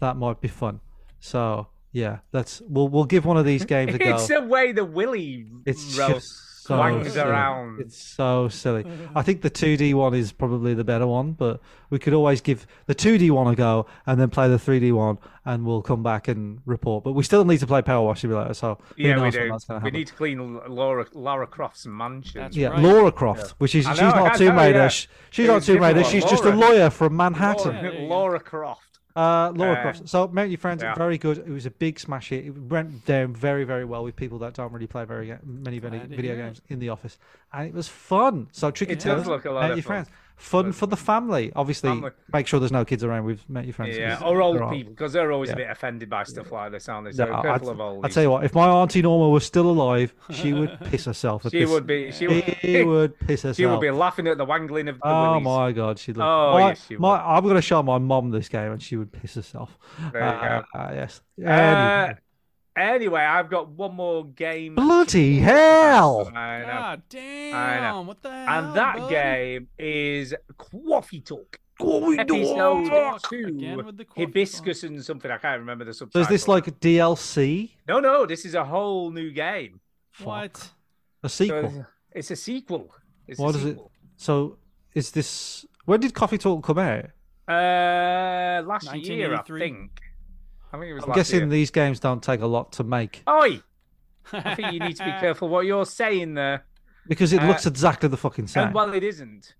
Speaker 1: that might be fun. So yeah, let's we'll we'll give one of these games a go.
Speaker 2: It's the way the Willy
Speaker 1: It's
Speaker 2: roll
Speaker 1: just so
Speaker 2: wangs
Speaker 1: silly.
Speaker 2: around.
Speaker 1: It's so silly. I think the 2D one is probably the better one, but we could always give the 2D one a go and then play the 3D one, and we'll come back and report. But we still need to play Power Wash Simulator, so who
Speaker 2: yeah, we
Speaker 1: knows when
Speaker 2: do.
Speaker 1: that's gonna
Speaker 2: We
Speaker 1: happen.
Speaker 2: need to clean L- Laura Lara Croft's mansion.
Speaker 3: That's
Speaker 1: Yeah,
Speaker 3: right.
Speaker 1: Laura Croft, which is
Speaker 2: I
Speaker 1: she's
Speaker 2: know,
Speaker 1: not
Speaker 2: I
Speaker 1: Tomb
Speaker 2: know,
Speaker 1: Raider.
Speaker 2: yeah.
Speaker 1: Sh- She's
Speaker 2: It
Speaker 1: not
Speaker 2: was
Speaker 1: Tomb Raider.
Speaker 2: different.
Speaker 1: She's just a
Speaker 2: Laura.
Speaker 1: lawyer from Manhattan.
Speaker 2: Laura, Laura Croft.
Speaker 1: Uh, Laura
Speaker 2: Uh,
Speaker 1: Croft. So Mount Your Friends,
Speaker 2: yeah.
Speaker 1: very good. It was a big smash hit. It went down very, very well with people that don't really play very ga- many, many
Speaker 3: Glad to
Speaker 1: video
Speaker 3: hear it.
Speaker 1: games in the office, and it was fun. So Tricky
Speaker 2: It
Speaker 1: Tales,
Speaker 2: does look a lot
Speaker 1: Mount
Speaker 2: of
Speaker 1: Your
Speaker 2: fun.
Speaker 1: Friends, fun for the family. Obviously,
Speaker 2: Family.
Speaker 1: make sure there's no kids around with Mount Your Friends.
Speaker 2: Yeah,
Speaker 1: 'cause
Speaker 2: or old
Speaker 1: there are.
Speaker 2: people because they're always
Speaker 1: Yeah.
Speaker 2: a bit offended by stuff like this, aren't they?
Speaker 1: No,
Speaker 2: So
Speaker 1: I-
Speaker 2: careful
Speaker 1: I'd-
Speaker 2: of oldies.
Speaker 1: I tell you what, if my auntie Norma was still alive, she would piss herself. At
Speaker 2: She
Speaker 1: this.
Speaker 2: would be- she would-
Speaker 1: would piss herself.
Speaker 2: she will be laughing at the wangling of the
Speaker 1: Oh
Speaker 2: willies.
Speaker 1: my god, she'd love
Speaker 2: Oh,
Speaker 1: it. my,
Speaker 2: yes, she
Speaker 1: my, I'm going to show my mom this game, and she would piss herself.
Speaker 2: There you
Speaker 1: Uh,
Speaker 2: go.
Speaker 1: uh, yes.
Speaker 2: Uh,
Speaker 1: Anyway.
Speaker 2: anyway, I've got one more game.
Speaker 1: Bloody hell!
Speaker 2: I know.
Speaker 3: God
Speaker 2: I
Speaker 3: damn!
Speaker 2: know.
Speaker 3: What the hell?
Speaker 2: and that
Speaker 3: bud?
Speaker 2: game is Coffee Talk.
Speaker 1: Coffee
Speaker 2: Episode
Speaker 3: Talk. Again
Speaker 2: two,
Speaker 3: with the coffee talk.
Speaker 2: hibiscus and something. I can't remember the
Speaker 1: So
Speaker 2: subtitle.
Speaker 1: is this like DLC?
Speaker 2: No, no. This is a whole new game.
Speaker 3: What?
Speaker 1: A
Speaker 2: So
Speaker 1: sequel?
Speaker 2: it's- it's a sequel. It's
Speaker 1: what
Speaker 2: a
Speaker 1: is it?
Speaker 2: sequel.
Speaker 1: So is this? When did Coffee Talk come out?
Speaker 2: Uh, last year, I
Speaker 3: 1983?
Speaker 2: think. I think it was
Speaker 1: I'm
Speaker 2: last
Speaker 1: guessing
Speaker 2: year.
Speaker 1: these games don't take a lot to make
Speaker 2: Oi! I think you need to be careful what you're saying there.
Speaker 1: because it
Speaker 2: Uh,
Speaker 1: looks exactly the fucking
Speaker 2: And
Speaker 1: same.
Speaker 2: well, it isn't.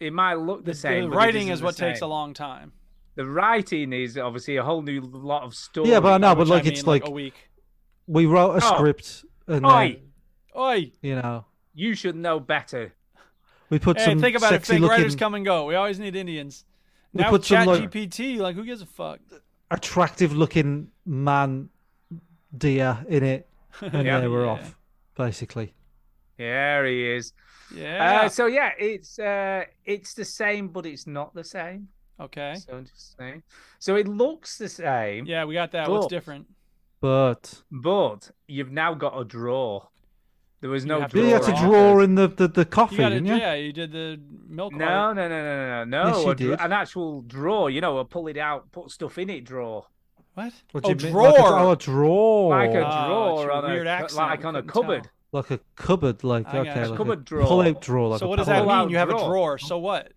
Speaker 2: It might look the, same.
Speaker 3: The
Speaker 2: but it
Speaker 3: writing
Speaker 2: isn't
Speaker 3: is
Speaker 2: the
Speaker 3: what takes a
Speaker 2: same.
Speaker 3: long time.
Speaker 2: The writing is obviously a whole new lot of story.
Speaker 1: Yeah, but I know, but
Speaker 3: which I
Speaker 1: like it's
Speaker 3: mean,
Speaker 1: like
Speaker 3: a week.
Speaker 1: we wrote a
Speaker 2: Oh.
Speaker 1: script and
Speaker 2: Oi!
Speaker 1: then,
Speaker 3: Oi!
Speaker 1: you know
Speaker 2: You should know better.
Speaker 1: we put
Speaker 3: Hey,
Speaker 1: some
Speaker 3: think about it.
Speaker 1: sexy
Speaker 3: Fake writers
Speaker 1: looking,
Speaker 3: come and go. We always need Indians.
Speaker 1: We
Speaker 3: Now
Speaker 1: put some,
Speaker 3: Chat
Speaker 1: like-
Speaker 3: GPT, like who gives a fuck?
Speaker 1: attractive looking man deer in it, and
Speaker 2: Yeah.
Speaker 1: there we're off basically.
Speaker 2: There he is.
Speaker 3: Yeah.
Speaker 2: Uh, so yeah, it's uh, it's the same, but it's not the same.
Speaker 3: okay.
Speaker 2: So I'm just saying. So it looks the same,
Speaker 3: Yeah, we got that. What's
Speaker 2: Cool.
Speaker 3: different?
Speaker 1: But
Speaker 2: but you've now got a draw. There was no
Speaker 3: have to
Speaker 2: draw.
Speaker 1: you had to
Speaker 2: after.
Speaker 1: draw in the the, the coffee,
Speaker 3: You got it.
Speaker 1: didn't you?
Speaker 3: Yeah, you did the milk.
Speaker 2: No,
Speaker 3: art.
Speaker 2: no, no, no, no, no.
Speaker 1: Yes, you
Speaker 2: a dra-
Speaker 1: did.
Speaker 2: an actual draw. You know, a pull it out, put stuff in it. Draw
Speaker 3: What?
Speaker 1: What do
Speaker 3: oh,
Speaker 1: you mean? Like a-
Speaker 3: drawer.
Speaker 1: oh, a drawer.
Speaker 2: like a
Speaker 3: Oh, it's
Speaker 2: drawer
Speaker 3: your
Speaker 2: on
Speaker 3: weird
Speaker 2: a
Speaker 3: accent,
Speaker 2: like
Speaker 3: I
Speaker 2: on a
Speaker 3: couldn't tell.
Speaker 2: cupboard.
Speaker 1: like a cupboard, like
Speaker 3: I got
Speaker 1: okay,
Speaker 3: you.
Speaker 1: like
Speaker 2: Cupboard
Speaker 1: a
Speaker 2: drawer.
Speaker 1: pull-out drawer. Like
Speaker 3: so
Speaker 1: a
Speaker 3: what does that
Speaker 1: pull-out.
Speaker 2: pull-out
Speaker 3: mean? You have a
Speaker 2: drawer.
Speaker 3: drawer. So what?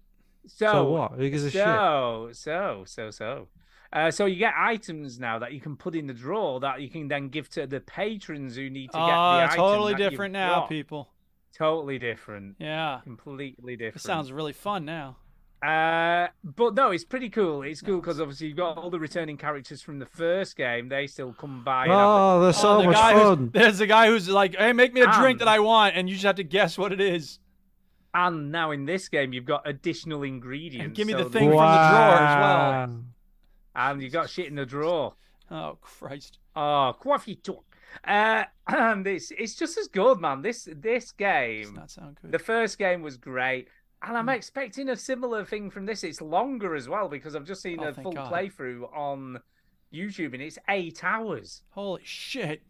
Speaker 2: So,
Speaker 1: So what? Who gives a shit?
Speaker 2: so, so, so, so. Uh, so you get items now that you can put in the drawer that you can then give to the patrons who need to get the
Speaker 3: Oh,
Speaker 2: item
Speaker 3: totally
Speaker 2: that you've
Speaker 3: different now,
Speaker 2: got.
Speaker 3: people.
Speaker 2: Totally different.
Speaker 3: Yeah.
Speaker 2: Completely
Speaker 3: It
Speaker 2: different.
Speaker 3: sounds really fun now.
Speaker 2: Uh, but no, it's pretty cool. It's cool because obviously you've got all the returning characters from the first game. They still come by. and have the-
Speaker 1: Oh, there's so
Speaker 3: the
Speaker 1: much
Speaker 3: guy who's-
Speaker 1: fun.
Speaker 3: There's a guy who's like, "Hey, make me a drink
Speaker 2: Um,
Speaker 3: that I want," and you just have to guess what it is.
Speaker 2: And now in this game, you've got additional ingredients.
Speaker 3: And give me the
Speaker 2: so
Speaker 3: thing from the drawer as well.
Speaker 1: Wow.
Speaker 2: And you got shit in the drawer.
Speaker 3: Oh Christ!
Speaker 2: Oh, coffee talk. Uh, and it's it's just as good, man. This this
Speaker 3: Does
Speaker 2: game.
Speaker 3: not sound good.
Speaker 2: The first game was great, and
Speaker 1: Hmm.
Speaker 2: I'm expecting a similar thing from this. It's longer as well because I've just seen
Speaker 3: Oh,
Speaker 2: a
Speaker 3: thank
Speaker 2: full
Speaker 3: God.
Speaker 2: playthrough on YouTube, and it's eight hours.
Speaker 3: Holy shit!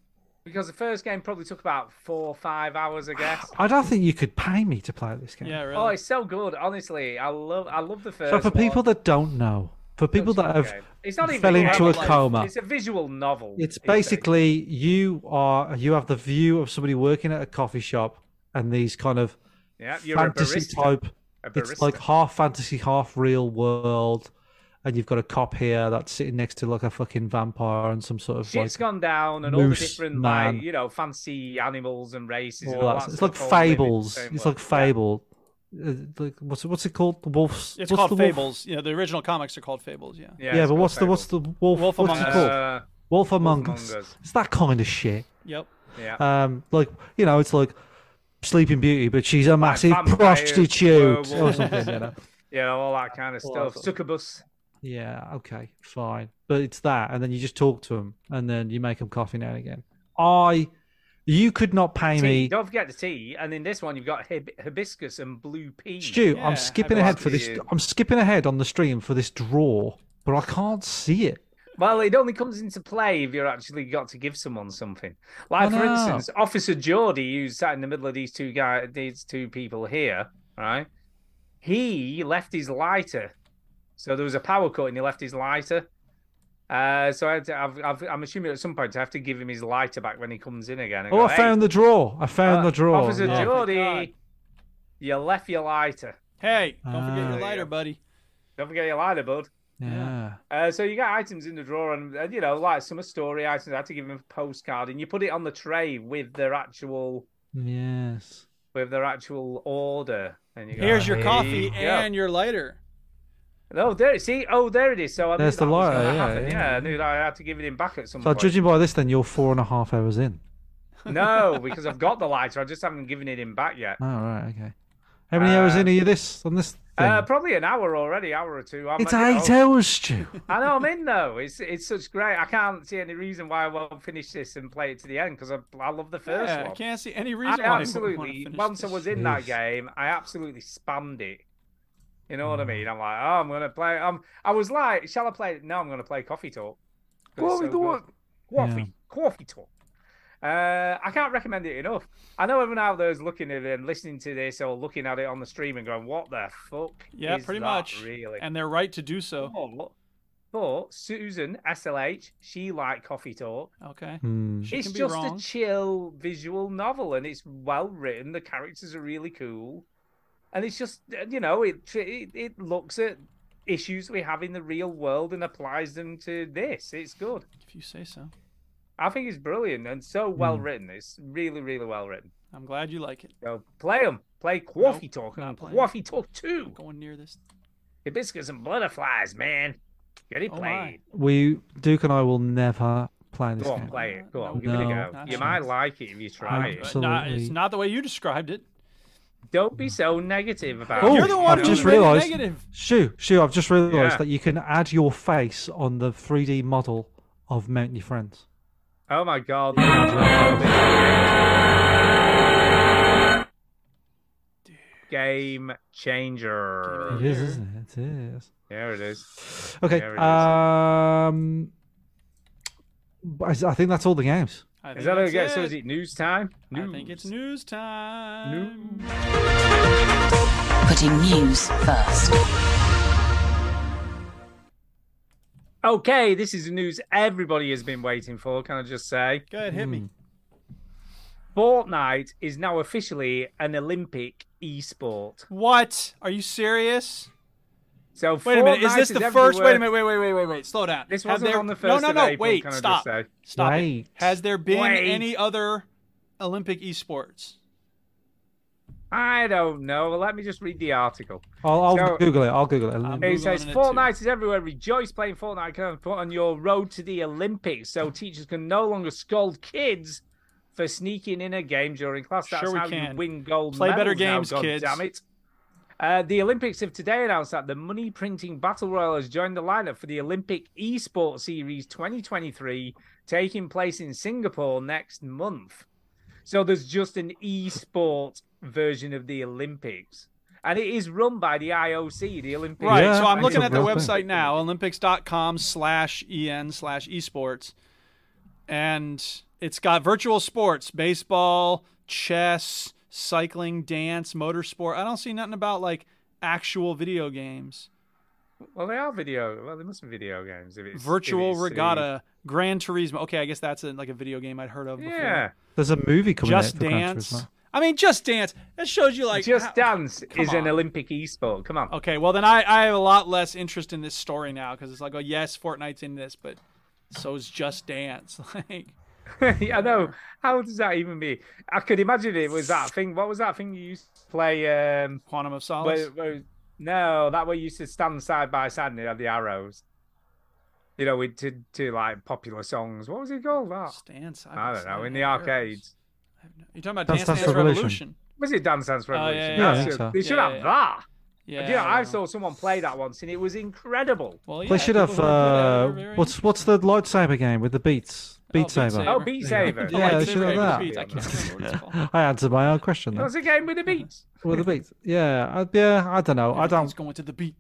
Speaker 2: Because the first game probably took about four or five hours, I guess.
Speaker 1: I don't think you could pay me to play this game.
Speaker 3: Yeah,
Speaker 2: oh,
Speaker 3: really.
Speaker 2: it's so good. Honestly, I love I love the first.
Speaker 1: So for people
Speaker 2: one.
Speaker 1: that don't know, for people
Speaker 2: Such a
Speaker 1: that
Speaker 2: good
Speaker 1: have
Speaker 2: game. it's not even
Speaker 1: fell
Speaker 2: a
Speaker 1: into a
Speaker 2: game, like,
Speaker 1: coma.
Speaker 2: It's a visual novel.
Speaker 1: It's
Speaker 2: a-
Speaker 1: basically you are you have the view of somebody working at a coffee shop and these kind of
Speaker 2: yeah, you're a
Speaker 1: fantasy
Speaker 2: barista.
Speaker 1: type.
Speaker 2: A barista.
Speaker 1: It's like half fantasy, half real world, and you've got a cop here that's sitting next to like a fucking vampire and some sort of
Speaker 2: Shit's
Speaker 1: like
Speaker 2: gone down, and all the
Speaker 1: moose
Speaker 2: different
Speaker 1: man.
Speaker 2: like you know fancy animals and races.
Speaker 1: all
Speaker 2: and all
Speaker 1: that-
Speaker 2: that
Speaker 1: It's like
Speaker 2: stuff all live in the
Speaker 1: fables.
Speaker 2: same
Speaker 1: It's
Speaker 2: world.
Speaker 1: like fable. Uh, Like what's what's it called? The wolf's.
Speaker 3: It's
Speaker 1: what's
Speaker 3: called
Speaker 1: the wolf-
Speaker 3: Fables. You know, the original comics are called Fables. Yeah.
Speaker 2: Yeah,
Speaker 1: Yeah,
Speaker 2: it's
Speaker 1: but
Speaker 2: called
Speaker 1: what's the what's
Speaker 2: fables.
Speaker 1: the wolf?
Speaker 3: Wolf
Speaker 1: what's
Speaker 3: Among
Speaker 1: it
Speaker 3: Us.
Speaker 1: called?
Speaker 2: Uh,
Speaker 1: wolf among
Speaker 2: Among
Speaker 1: us.
Speaker 2: Us.
Speaker 1: It's that kind of shit.
Speaker 3: Yep.
Speaker 2: yeah.
Speaker 1: Um, like you know, it's like Sleeping Beauty, but she's a massive
Speaker 2: vampires,
Speaker 1: prostitute or
Speaker 2: werewolves.
Speaker 1: something. You know?
Speaker 2: Yeah, all that kind of stuff. Succubus.
Speaker 1: Yeah, okay, fine. But it's that, and then you just talk to them, and then you make them coffee now and again. I, you could not pay
Speaker 2: Tea.
Speaker 1: me,
Speaker 2: Don't forget the tea. And in this one, you've got hib- hibiscus and blue pea.
Speaker 1: Stu.
Speaker 3: Yeah,
Speaker 1: I'm skipping
Speaker 3: I'd
Speaker 1: ahead
Speaker 2: like
Speaker 1: for this.
Speaker 2: to-
Speaker 1: I'm skipping ahead on the stream for this draw, but I can't see it.
Speaker 2: Well, it only comes into play if you're actually got to give someone something. Like,
Speaker 1: I
Speaker 2: for
Speaker 1: know.
Speaker 2: instance, Officer Geordie, who's sat in the middle of these two guys, these two people here, right? He left his lighter. So there was a power cut and he left his lighter. Uh, so I had to, I've, I've, I'm assuming at some point I have to give him his lighter back when he comes in again. and
Speaker 1: Oh,
Speaker 2: go,
Speaker 1: I
Speaker 2: "Hey,
Speaker 1: found the draw. I found
Speaker 2: uh,
Speaker 1: the draw.
Speaker 2: Officer
Speaker 1: yeah.
Speaker 2: Geordie, you left your lighter.
Speaker 3: Hey, don't forget
Speaker 1: Ah.
Speaker 3: your lighter, buddy.
Speaker 2: Don't forget your lighter, bud.
Speaker 1: Yeah.
Speaker 2: Uh, so you got items in the drawer, and, and, you know, like some are story items. I had to give them a postcard, and you put it on the tray with their actual
Speaker 1: Yes.
Speaker 2: with their actual order. And you go,
Speaker 3: Here's your
Speaker 2: "Here
Speaker 3: coffee
Speaker 2: you go."
Speaker 3: and your lighter.
Speaker 2: Oh, there. See, oh, there it is. So I knew
Speaker 1: There's the
Speaker 2: that was
Speaker 1: lawyer,
Speaker 2: gonna
Speaker 1: yeah,
Speaker 2: happen.
Speaker 1: yeah,
Speaker 2: I knew that I had to give it him back at some
Speaker 1: So
Speaker 2: point.
Speaker 1: judging by this, then you're four and a half hours in.
Speaker 2: No, because I've got the lighter. I just haven't given it him back yet.
Speaker 1: oh, right, okay. How many hours in are you this on this thing?
Speaker 2: Uh, probably an hour already, hour or two. I'm
Speaker 1: it's
Speaker 2: at
Speaker 1: eight
Speaker 2: home.
Speaker 1: hours, Stu.
Speaker 2: I know I'm in though. It's it's such great. I can't see any reason why I won't finish this and play it to the end because I, I love the first
Speaker 3: Yeah, I
Speaker 2: one.
Speaker 3: can't see any reason
Speaker 2: I
Speaker 3: why I wouldn't wanna
Speaker 2: absolutely
Speaker 3: finish
Speaker 2: once
Speaker 3: this.
Speaker 2: I was in that
Speaker 3: Jeez.
Speaker 2: game, I absolutely spammed it. You know what
Speaker 3: Hmm.
Speaker 2: I mean? I'm like, oh, I'm gonna play. Um, I was like, shall I play? it? No, I'm gonna play Coffee Talk. 'cause it's
Speaker 1: Coffee
Speaker 2: so good.
Speaker 1: Talk.
Speaker 2: Coffee, coffee talk. Uh, I can't recommend it enough. I know everyone out there is looking at it and listening to this or looking at it on the stream and going, "What the fuck?"
Speaker 3: Yeah,
Speaker 2: is
Speaker 3: pretty
Speaker 2: that
Speaker 3: much.
Speaker 2: Really,
Speaker 3: And they're right to do so.
Speaker 2: but, but Susan SLH, she liked Coffee Talk.
Speaker 3: Okay.
Speaker 1: Hmm.
Speaker 3: She
Speaker 2: it's
Speaker 3: can be
Speaker 2: just
Speaker 3: wrong.
Speaker 2: a chill visual novel, and it's well written. The characters are really cool, and it's just uh, you know it tr- it, it looks at issues we have in the real world and applies them to this. It's good.
Speaker 3: If you say so.
Speaker 2: I think it's brilliant and so well
Speaker 3: Mm.
Speaker 2: written. It's really, really well written.
Speaker 3: I'm glad you like it.
Speaker 2: So play them. Play Coffee Talk and
Speaker 3: playing.
Speaker 2: Coffee Talk 2.
Speaker 3: Going near this.
Speaker 2: Hibiscus and butterflies, man. Get it
Speaker 3: Oh, my.
Speaker 2: played.
Speaker 1: We Duke and I will never play this
Speaker 2: Go
Speaker 1: game.
Speaker 2: on, play it. Go on, give it a
Speaker 1: No,
Speaker 2: go.
Speaker 3: not
Speaker 2: You
Speaker 3: a
Speaker 2: might
Speaker 3: chance.
Speaker 2: like it if you try it.
Speaker 3: But not- it's
Speaker 1: Absolutely.
Speaker 3: not the way you described it.
Speaker 2: Don't be so negative about
Speaker 1: Oh,
Speaker 2: it.
Speaker 3: You're the one
Speaker 1: I've
Speaker 3: who's
Speaker 1: just
Speaker 3: been
Speaker 1: realised.
Speaker 3: negative.
Speaker 1: Shoo, shoo! I've just realised
Speaker 2: Yeah.
Speaker 1: that you can add your face on the 3D model of Mount Your Friends.
Speaker 2: Oh my god. Dude. Game changer.
Speaker 1: It is, isn't it? It is.
Speaker 2: There it is.
Speaker 1: Okay.
Speaker 2: There it is.
Speaker 1: Um, but I I think that's all the games.
Speaker 3: I think
Speaker 2: Is that
Speaker 3: that's
Speaker 2: okay? So
Speaker 3: it.
Speaker 2: is it news time? News.
Speaker 3: I think it's news time.
Speaker 13: Putting news first.
Speaker 2: Okay, this is the news everybody has been waiting for. Can I just say?
Speaker 3: Go ahead, hit me.
Speaker 2: Fortnite is now officially an Olympic esport.
Speaker 3: What? Are you serious?
Speaker 2: So
Speaker 3: Wait a minute. Is
Speaker 2: Fortnite
Speaker 3: this the first? Wait a minute. Wait, wait, wait, wait, wait. Slow down.
Speaker 2: This
Speaker 3: Have
Speaker 2: wasn't
Speaker 3: there-
Speaker 2: on the
Speaker 3: No,
Speaker 2: 1st
Speaker 3: no,
Speaker 2: of
Speaker 3: no.
Speaker 2: April,
Speaker 3: Wait.
Speaker 2: can I just
Speaker 3: Stop.
Speaker 2: say?
Speaker 3: Stop. It.
Speaker 1: Wait.
Speaker 3: Has there been
Speaker 2: Wait.
Speaker 3: any other Olympic esports?
Speaker 2: I don't know. Let me just read the article.
Speaker 1: I'll, I'll
Speaker 2: So-
Speaker 1: Google it. I'll Google it.
Speaker 3: Um,
Speaker 2: It
Speaker 3: Google
Speaker 2: says
Speaker 3: on it too.
Speaker 2: Fortnite is everywhere. Rejoice playing Fortnite can put on your road to the Olympics, so teachers can no longer scold kids for sneaking in a game during class. That's
Speaker 3: Sure we
Speaker 2: how
Speaker 3: can.
Speaker 2: you win gold
Speaker 3: Play better
Speaker 2: medals now,
Speaker 3: games,
Speaker 2: God
Speaker 3: kids.
Speaker 2: Damn it! Uh, the Olympics of today announced that the money printing battle royal has joined the lineup for the Olympic Esports Series 2023, taking place in Singapore next month. So there's just an esports version of the Olympics. And it is run by the IOC, the Olympic.
Speaker 3: Right.
Speaker 1: Yeah,
Speaker 3: so I'm
Speaker 1: it's
Speaker 3: looking
Speaker 1: a
Speaker 3: at the
Speaker 1: real thing.
Speaker 3: website now, olympics.com slash en slash esports. And it's got virtual sports, baseball, chess, cycling, dance, motorsport. I don't see nothing about like actual video games.
Speaker 2: Well, they are video. Well, they must be video games. If it's,
Speaker 3: Virtual
Speaker 2: if it's
Speaker 3: regatta, Gran Turismo. Okay, I guess that's a, like a video game I'd heard of
Speaker 2: The...
Speaker 3: before.
Speaker 2: Yeah.
Speaker 1: There's a movie coming
Speaker 3: Just
Speaker 1: out. for Gran
Speaker 3: Dance.
Speaker 1: Turismo.
Speaker 3: I mean, Just Dance. That shows you like
Speaker 2: Just
Speaker 3: how-
Speaker 2: Dance is
Speaker 3: on.
Speaker 2: an Olympic esport. Come on.
Speaker 3: Okay, well then I, I have a lot less interest in this story now because it's like, oh yes, Fortnite's in this, but so's Just Dance. Like, Oh.
Speaker 2: yeah, I know. How does that even be? I could imagine it was that thing. What was that thing you used to play? Um,
Speaker 3: Quantum
Speaker 2: where,
Speaker 3: of Solace.
Speaker 2: where- no, that way you used to stand side by side and you had the arrows. You know, with to, to like popular songs. What was it called? That?
Speaker 3: Dance. I've
Speaker 2: I
Speaker 3: been
Speaker 2: don't know.
Speaker 3: saying
Speaker 2: In the
Speaker 3: that
Speaker 2: arcades.
Speaker 3: forever. I have no- You're talking about
Speaker 1: Dance
Speaker 3: Dance Dance,
Speaker 1: Dance
Speaker 3: Revolution.
Speaker 1: Revolution.
Speaker 2: Was it Dance Dance
Speaker 3: yeah,
Speaker 2: Revolution?
Speaker 3: yeah,
Speaker 1: Oh, yeah.
Speaker 2: That's
Speaker 1: Yeah, I
Speaker 2: it.
Speaker 1: think so.
Speaker 2: They should
Speaker 3: Yeah,
Speaker 2: have
Speaker 3: yeah.
Speaker 2: that.
Speaker 3: Yeah.
Speaker 2: you know, I
Speaker 3: don't know.
Speaker 2: saw someone play that once and it was incredible.
Speaker 3: Well, yeah,
Speaker 1: They should
Speaker 3: people
Speaker 1: have.
Speaker 3: who are
Speaker 1: Uh,
Speaker 3: good at it are very-
Speaker 1: what's what's the lightsaber game with the beats? Beat
Speaker 3: Beat
Speaker 1: Saber.
Speaker 3: Saber.
Speaker 2: Oh, Beat Saver.
Speaker 3: The
Speaker 1: Yeah, they
Speaker 3: lightsaber
Speaker 1: should have
Speaker 3: game with
Speaker 1: that.
Speaker 3: beats. I can't remember what it's called.
Speaker 1: I answered my own question.
Speaker 2: That
Speaker 1: Then.
Speaker 2: was a game with the beats.
Speaker 1: With the beats. Yeah. I, yeah. I don't know. I don't.
Speaker 3: Everything's going to the beat.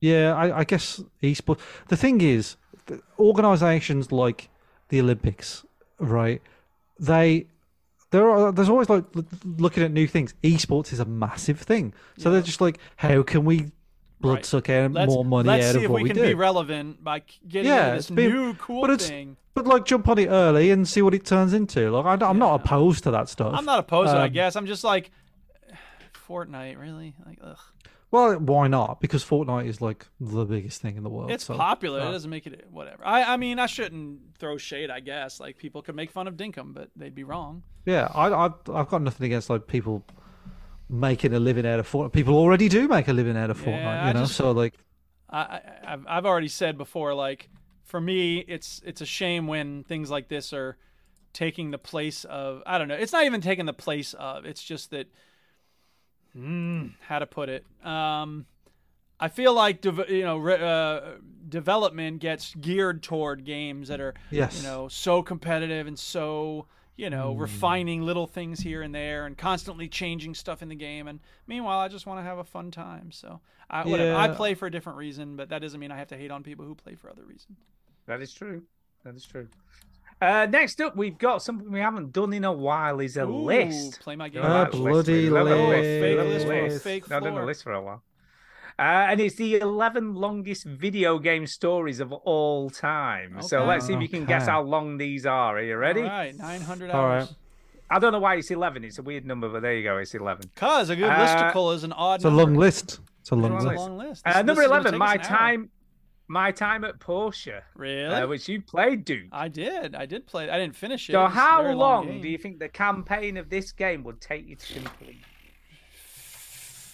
Speaker 1: Yeah, I, I guess esports. The thing is, th- organizations like the Olympics, right? They there are there's always like l- looking at new things. Esports is a massive thing, so they're just like, how can we bloodsuck out
Speaker 3: Let's,
Speaker 1: more money
Speaker 3: let's
Speaker 1: out
Speaker 3: see
Speaker 1: of
Speaker 3: if
Speaker 1: what
Speaker 3: we
Speaker 1: we,
Speaker 3: can
Speaker 1: do?
Speaker 3: be relevant by c- getting
Speaker 1: Yeah,
Speaker 3: into this
Speaker 1: it's been-
Speaker 3: new cool
Speaker 1: but it's-
Speaker 3: thing.
Speaker 1: but like jump on it early and see what it turns into. Like I, am not opposed to that stuff.
Speaker 3: I'm not opposed to it, I
Speaker 1: Um,
Speaker 3: guess. I'm just like, Fortnite, really? Like, ugh.
Speaker 1: Well, why not? Because Fortnite is like the biggest thing in the world.
Speaker 3: It's
Speaker 1: so,
Speaker 3: popular.
Speaker 1: uh,
Speaker 3: it doesn't make it whatever. I, I mean, I shouldn't throw shade. I guess like people could make fun of Dinkum, but they'd be wrong.
Speaker 1: Yeah, I, I, I've got nothing against like people making a living out of Fortnite. People already do make a living out of Fortnite,
Speaker 3: Yeah, I
Speaker 1: you know.
Speaker 3: just-
Speaker 1: so like,
Speaker 3: I, I I've, I've already said before, like for me, it's it's a shame when things like this are taking the place of I don't know. It's not even taking the place of. It's just that mm, how to put it. Um, I feel like dev- you know re- uh, development gets geared toward games that are
Speaker 1: Yes. Mm.
Speaker 3: you know so competitive and so you know refining little things here and there and constantly changing stuff in the game. And meanwhile, I just want to have a fun time. So I whatever. I
Speaker 1: Yeah.
Speaker 3: play for a different reason, but that doesn't mean I have to hate on people who play for other reasons.
Speaker 2: That is true. That is true. Uh, next up, we've got something we haven't done in a while is a
Speaker 3: Ooh,
Speaker 2: list.
Speaker 3: play my
Speaker 2: You
Speaker 3: game.
Speaker 2: know, like
Speaker 1: A Ah, Uh, bloody
Speaker 2: Love a
Speaker 1: list.
Speaker 2: Love a
Speaker 1: Fake list,
Speaker 3: fake
Speaker 2: No, I've done a
Speaker 3: floor.
Speaker 2: list for a while. Uh, and it's the 11 longest video game stories of all time. So
Speaker 3: Okay.
Speaker 2: let's see if you can guess
Speaker 1: Okay.
Speaker 2: how long these are. Are you ready?
Speaker 3: All right, 900
Speaker 1: All
Speaker 3: hours.
Speaker 1: right.
Speaker 2: I don't know why it's 11. It's a weird number, but there you go. It's 11.
Speaker 3: Cause a good
Speaker 2: Uh,
Speaker 3: listicle is an odd.
Speaker 1: It's a
Speaker 3: number.
Speaker 1: long list. It's a long
Speaker 2: It's
Speaker 3: It's a
Speaker 1: list.
Speaker 3: long list.
Speaker 2: Uh,
Speaker 3: This-
Speaker 2: number
Speaker 3: this is gonna
Speaker 2: 11,
Speaker 3: take
Speaker 2: my
Speaker 3: us an hour.
Speaker 2: time, my time at Porsche,
Speaker 3: Really? Ah,
Speaker 2: uh, which you played, dude.
Speaker 3: I did. I did play. it. I didn't finish it. It
Speaker 2: So
Speaker 3: was a
Speaker 2: how
Speaker 3: very
Speaker 2: long
Speaker 3: game.
Speaker 2: do you think the campaign of this game would take you to complete?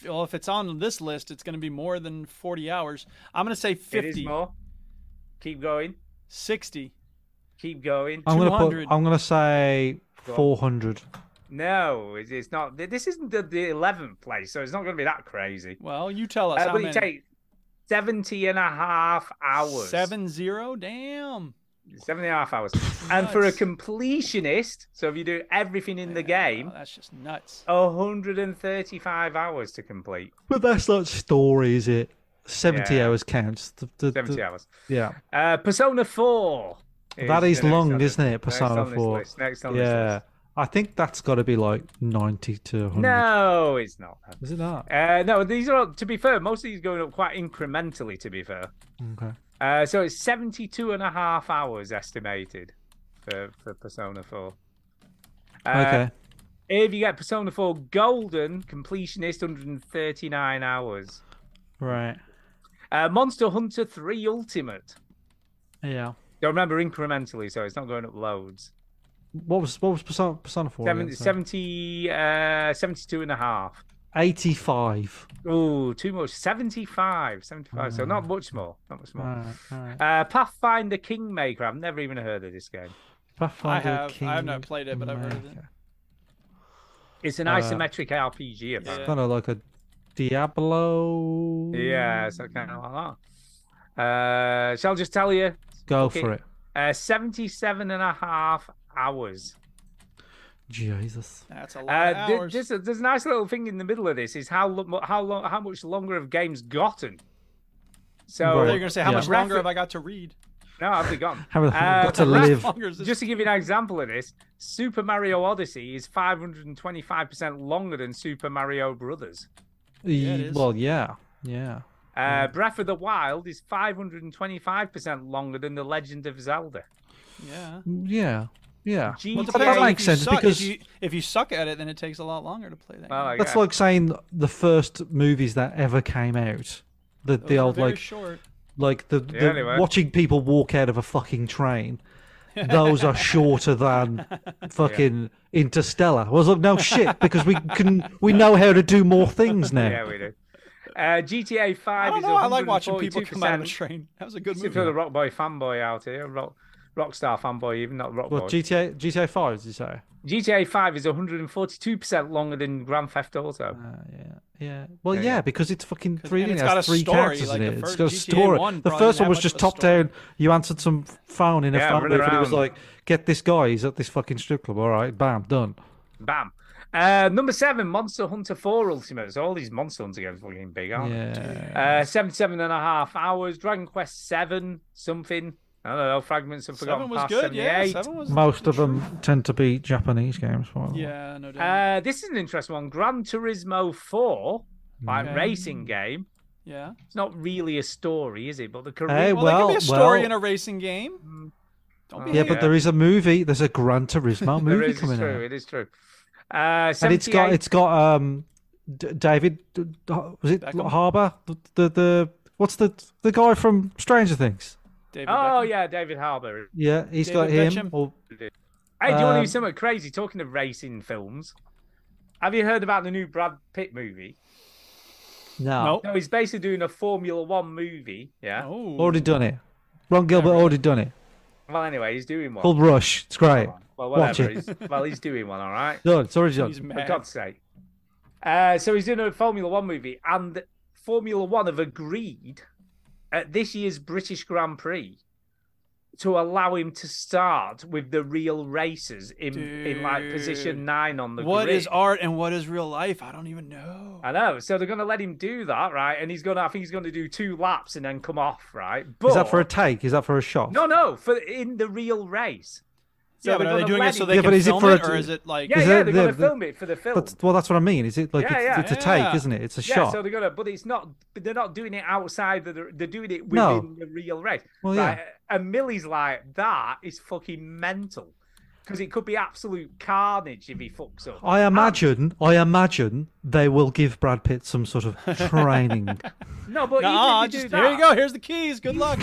Speaker 3: Well, if it's on this list, it's going to be more than 40 hours. I'm going to say
Speaker 2: It is
Speaker 3: 50,
Speaker 2: more. Keep going.
Speaker 3: 60.
Speaker 2: Keep going.
Speaker 1: I'm gonna put.
Speaker 3: 200.
Speaker 1: I'm gonna say
Speaker 2: on.
Speaker 1: 400.
Speaker 2: No, it's, it's not. th- This isn't the, the 11th place, so it's not going to be that crazy.
Speaker 3: Well, you tell us
Speaker 2: Uh,
Speaker 3: how
Speaker 2: but it
Speaker 3: many.
Speaker 2: takes 70 and a half hours.
Speaker 3: Seven zero. Damn.
Speaker 2: Seven and a half hours. and for a
Speaker 3: Nuts.
Speaker 2: completionist, so if you do everything in the game,
Speaker 3: Wow, that's just nuts.
Speaker 2: 135 hours to complete.
Speaker 1: But that's not story, is it? 70
Speaker 2: Yeah.
Speaker 1: hours counts. The- the-
Speaker 2: 70
Speaker 1: the-
Speaker 2: hours.
Speaker 1: Yeah.
Speaker 2: Uh, Persona 4.
Speaker 1: That is
Speaker 2: the next
Speaker 1: long,
Speaker 2: on
Speaker 1: isn't it,
Speaker 2: next
Speaker 1: Persona
Speaker 2: on this
Speaker 1: 4?
Speaker 2: list, Next on this
Speaker 1: Yeah.
Speaker 2: list.
Speaker 1: I think that's got to be like 90 to 100.
Speaker 2: No, it's not.
Speaker 1: Is it not?
Speaker 2: Uh, no, these are, all- to be fair, most of these going up quite incrementally, to be fair.
Speaker 1: Okay.
Speaker 2: Uh, so it's 72 and a half hours estimated for, for Persona 4. Uh,
Speaker 1: okay.
Speaker 2: If you get Persona 4 Golden, completionist 139 hours.
Speaker 1: Right.
Speaker 2: Uh, Monster Hunter 3 Ultimate.
Speaker 1: Yeah.
Speaker 2: Now remember incrementally, so it's not going up loads.
Speaker 1: What was what was Persona, Persona 4?
Speaker 2: Seven-
Speaker 1: again? Sorry.
Speaker 2: 70, uh, 72 and a half.
Speaker 1: 85.
Speaker 2: Ooh, too much. 75. 75. So
Speaker 3: Mm.
Speaker 2: not much more. Not much more.
Speaker 1: All right. All right.
Speaker 2: Uh, Pathfinder Kingmaker. I've never even heard of this game.
Speaker 1: Pathfinder
Speaker 3: I have- I have not
Speaker 1: King
Speaker 3: played it, but I've heard of it.
Speaker 1: Maker.
Speaker 2: It's an
Speaker 1: Uh,
Speaker 2: isometric RPG, apparently.
Speaker 1: It's kind of like a Diablo.
Speaker 2: Yeah, so kind of like that. Uh, shall I just tell you,
Speaker 1: Go
Speaker 2: okay.
Speaker 1: for it.
Speaker 2: uh, 77 and a half hours.
Speaker 1: Jesus.
Speaker 3: That's a lot of
Speaker 2: Uh, th-
Speaker 3: hours.
Speaker 2: just, there's a nice little thing in the middle of this is how lo- how long how much longer have games gotten? So
Speaker 1: Right.
Speaker 3: They're going to say, how
Speaker 1: Yeah.
Speaker 3: much longer have I got to read?
Speaker 2: no, have they gone? Uh,
Speaker 1: How have I got to
Speaker 3: How much
Speaker 1: live?
Speaker 3: longer is this?
Speaker 2: Just to give you an example of this, Super Mario Odyssey is 525% longer than Super Mario Brothers.
Speaker 3: it
Speaker 1: Ye-
Speaker 3: is.
Speaker 1: well, yeah. Yeah.
Speaker 2: Uh,
Speaker 1: Hmm.
Speaker 2: Breath of the Wild is 525% longer than The Legend of Zelda.
Speaker 3: yeah.
Speaker 1: Yeah. Yeah.
Speaker 2: GTA
Speaker 1: But that
Speaker 3: If
Speaker 1: makes
Speaker 3: you
Speaker 1: sense
Speaker 3: suck-
Speaker 1: because
Speaker 3: if you, if you suck at it, then it takes a lot longer to play that.
Speaker 2: Well, I
Speaker 3: game.
Speaker 1: That's
Speaker 2: guess.
Speaker 1: like saying the first movies that ever came out. The
Speaker 3: Those
Speaker 1: the
Speaker 3: are
Speaker 1: old
Speaker 3: very
Speaker 1: like
Speaker 3: short.
Speaker 1: like the, the
Speaker 2: anyway.
Speaker 1: watching people walk out of a fucking train. Those are shorter than fucking Interstellar. I was like, no shit, because we can we know how to do more things now.
Speaker 2: Yeah, we do. Uh, GTA 5
Speaker 3: I don't
Speaker 2: is
Speaker 3: know. I like watching people
Speaker 2: 142%
Speaker 3: come out of a train. That was a
Speaker 2: This
Speaker 3: good
Speaker 2: is
Speaker 3: movie.
Speaker 2: for the rock boy fanboy out here, rock rockstar fanboy, even not rock
Speaker 1: What
Speaker 2: boy.
Speaker 1: GTA GTA Five? Did you say?
Speaker 2: GTA Five is 142 percent longer than Grand Theft Auto.
Speaker 1: Uh, yeah, yeah. Well, yeah, because it's fucking three.
Speaker 3: and
Speaker 1: d
Speaker 3: it's
Speaker 1: It has
Speaker 3: got a
Speaker 1: three
Speaker 3: story,
Speaker 1: characters
Speaker 3: like
Speaker 1: in
Speaker 3: the
Speaker 1: it. It's
Speaker 3: first
Speaker 1: got a
Speaker 3: GTA
Speaker 1: story.
Speaker 3: one
Speaker 1: the
Speaker 3: probably
Speaker 1: first
Speaker 3: didn't
Speaker 1: one was
Speaker 3: have much
Speaker 1: just
Speaker 3: of a
Speaker 1: top down. You answered some phone in a
Speaker 2: Yeah,
Speaker 1: phone
Speaker 2: run
Speaker 1: booth, and it was
Speaker 2: around.
Speaker 1: like, "Get this guy. He's at this fucking strip club. All right, bam, done."
Speaker 2: Bam. Uh, number seven, Monster Hunter 4 Ultimate. So all these Monster Hunter games are fucking big, aren't
Speaker 1: Yeah.
Speaker 2: they? Uh, 77 and a half hours. Dragon Quest 7, something. I don't know, Fragments of Forgotten
Speaker 3: Seven was
Speaker 2: Past,
Speaker 3: good. Yeah,
Speaker 2: 78.
Speaker 3: seven was.
Speaker 1: Most of them tend to be Japanese games. by the way.
Speaker 3: Yeah, no doubt.
Speaker 2: Uh, this is an interesting one. Gran Turismo 4, like
Speaker 3: Okay.
Speaker 2: racing game.
Speaker 3: yeah.
Speaker 2: It's not really a story, is it? But the career.
Speaker 1: Hey,
Speaker 3: Well, there can be a story
Speaker 1: well-
Speaker 3: in a racing game. Don't be
Speaker 1: Yeah,
Speaker 2: Yeah.
Speaker 1: but there is a movie. There's a Gran Turismo
Speaker 2: There
Speaker 1: movie
Speaker 2: is, it's
Speaker 1: coming
Speaker 2: true.
Speaker 1: out,
Speaker 2: It is true. Uh,
Speaker 1: and it's got
Speaker 2: 78
Speaker 1: it's got um, D- David D- D- was it
Speaker 3: Beckham?
Speaker 1: Harbour the, the the what's the the guy from Stranger Things?
Speaker 3: David
Speaker 2: Oh
Speaker 3: Beckham.
Speaker 2: yeah, David Harbour.
Speaker 1: Yeah, he's
Speaker 3: David
Speaker 1: got him.
Speaker 3: Beckham?
Speaker 1: Or
Speaker 2: Hey, do you want to
Speaker 1: Um,
Speaker 2: do something crazy? Talking of racing films, have you heard about the new Brad Pitt movie?
Speaker 1: No.
Speaker 2: No, he's basically doing a Formula One movie. Yeah.
Speaker 3: Oh.
Speaker 1: Already done it. Ron Gilbert already done it.
Speaker 2: Well, anyway, he's doing one.
Speaker 1: Called Rush. It's great.
Speaker 2: Well,
Speaker 1: Watch
Speaker 2: whatever.
Speaker 1: it.
Speaker 2: He's, well, he's doing one, all right.
Speaker 1: Done. It's already
Speaker 3: He's
Speaker 1: done.
Speaker 2: For
Speaker 3: mad.
Speaker 2: God's sake. Uh, so he's doing a Formula One movie, and Formula One have agreed at this year's British Grand Prix to allow him to start with the real racers in, in like position nine on the
Speaker 3: What
Speaker 2: grid.
Speaker 3: is art and what is real life? I don't even know.
Speaker 2: I know. So they're going to let him do that, right? And he's going to, I think he's going to do two laps and then come off, right? But
Speaker 1: Is that for a take? Is that for a shot?
Speaker 2: no, no, for in the real race. So
Speaker 3: yeah, but
Speaker 2: they're
Speaker 3: are they
Speaker 2: gonna
Speaker 3: doing
Speaker 2: let
Speaker 3: it so
Speaker 2: him-
Speaker 3: they
Speaker 1: Yeah,
Speaker 3: can
Speaker 1: but is it
Speaker 3: film
Speaker 1: for
Speaker 3: it,
Speaker 1: a-
Speaker 3: or is it like?
Speaker 2: Yeah,
Speaker 1: Is
Speaker 2: yeah,
Speaker 1: there-
Speaker 2: they're going to
Speaker 1: there-
Speaker 2: film it for the film.
Speaker 1: That's, well, that's what I mean. Is it like
Speaker 2: Yeah,
Speaker 1: it's,
Speaker 2: yeah.
Speaker 1: it's a
Speaker 3: Yeah.
Speaker 1: take, isn't it? It's a
Speaker 2: Yeah,
Speaker 1: shot.
Speaker 2: so they're gonna, but it's not. but They're not doing it outside. The, they're doing it
Speaker 1: No.
Speaker 2: within the real race.
Speaker 1: Well,
Speaker 2: Like,
Speaker 1: yeah.
Speaker 2: And Millie's like, that is fucking mental, because it could be absolute carnage if he fucks up.
Speaker 1: I imagine, I imagine they will give Brad Pitt some sort of training.
Speaker 2: No, but
Speaker 3: Nah,
Speaker 2: even if you
Speaker 3: just,
Speaker 2: do that,
Speaker 3: here you go. Here's the keys. Good luck.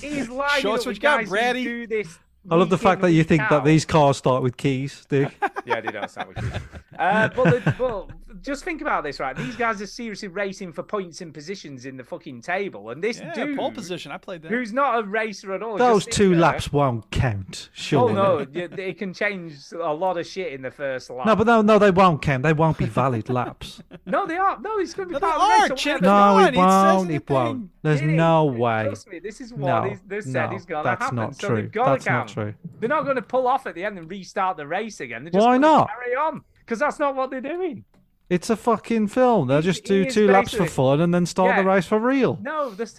Speaker 2: He's lying.
Speaker 3: Show us
Speaker 2: up
Speaker 3: what
Speaker 2: with
Speaker 3: you got,
Speaker 2: guys who
Speaker 3: Braddy.
Speaker 2: Do this
Speaker 1: I love the
Speaker 2: week
Speaker 1: fact
Speaker 2: in,
Speaker 1: that you
Speaker 2: week
Speaker 1: think that
Speaker 2: out.
Speaker 1: these cars start with keys, Dick.
Speaker 2: Yeah, they don't sound like uh, but, the, but just think about this, right? These guys are seriously racing for points and positions in the fucking table, and this
Speaker 3: Yeah,
Speaker 2: dude,
Speaker 3: pole position. I played that.
Speaker 2: who's not a racer at all,
Speaker 1: Those
Speaker 2: just
Speaker 1: two
Speaker 2: sitting there.
Speaker 1: laps won't count,
Speaker 2: Oh
Speaker 1: surely.
Speaker 2: no, y- it can change a lot of shit in the first lap.
Speaker 1: No, but no, no, they won't count. They won't be valid laps.
Speaker 2: no, they are. No, it's going to be
Speaker 3: No, they
Speaker 2: part of the race.
Speaker 3: are,
Speaker 2: or
Speaker 3: Chip.
Speaker 2: whatever.
Speaker 1: No,
Speaker 3: on,
Speaker 1: it
Speaker 3: it says
Speaker 1: won't.
Speaker 3: in
Speaker 1: It
Speaker 3: the
Speaker 1: won't.
Speaker 3: thing.
Speaker 1: There's
Speaker 2: It is.
Speaker 1: no way.
Speaker 2: Trust me, this is what
Speaker 1: No,
Speaker 2: he's- they said
Speaker 1: no,
Speaker 2: is going to
Speaker 1: that's
Speaker 2: happen.
Speaker 1: not
Speaker 2: so
Speaker 1: true.
Speaker 2: They've got
Speaker 1: That's
Speaker 2: to
Speaker 1: not
Speaker 2: count.
Speaker 1: true.
Speaker 2: They're not going to pull off at the end and restart the race again. They're just
Speaker 1: Why
Speaker 2: gonna
Speaker 1: not?
Speaker 2: Carry on, because that's not what they're doing.
Speaker 1: It's a fucking film. They'll just do
Speaker 2: is
Speaker 1: two laps for
Speaker 2: basically-
Speaker 1: fun and then start the
Speaker 2: Yeah.
Speaker 1: race for real.
Speaker 2: No, this.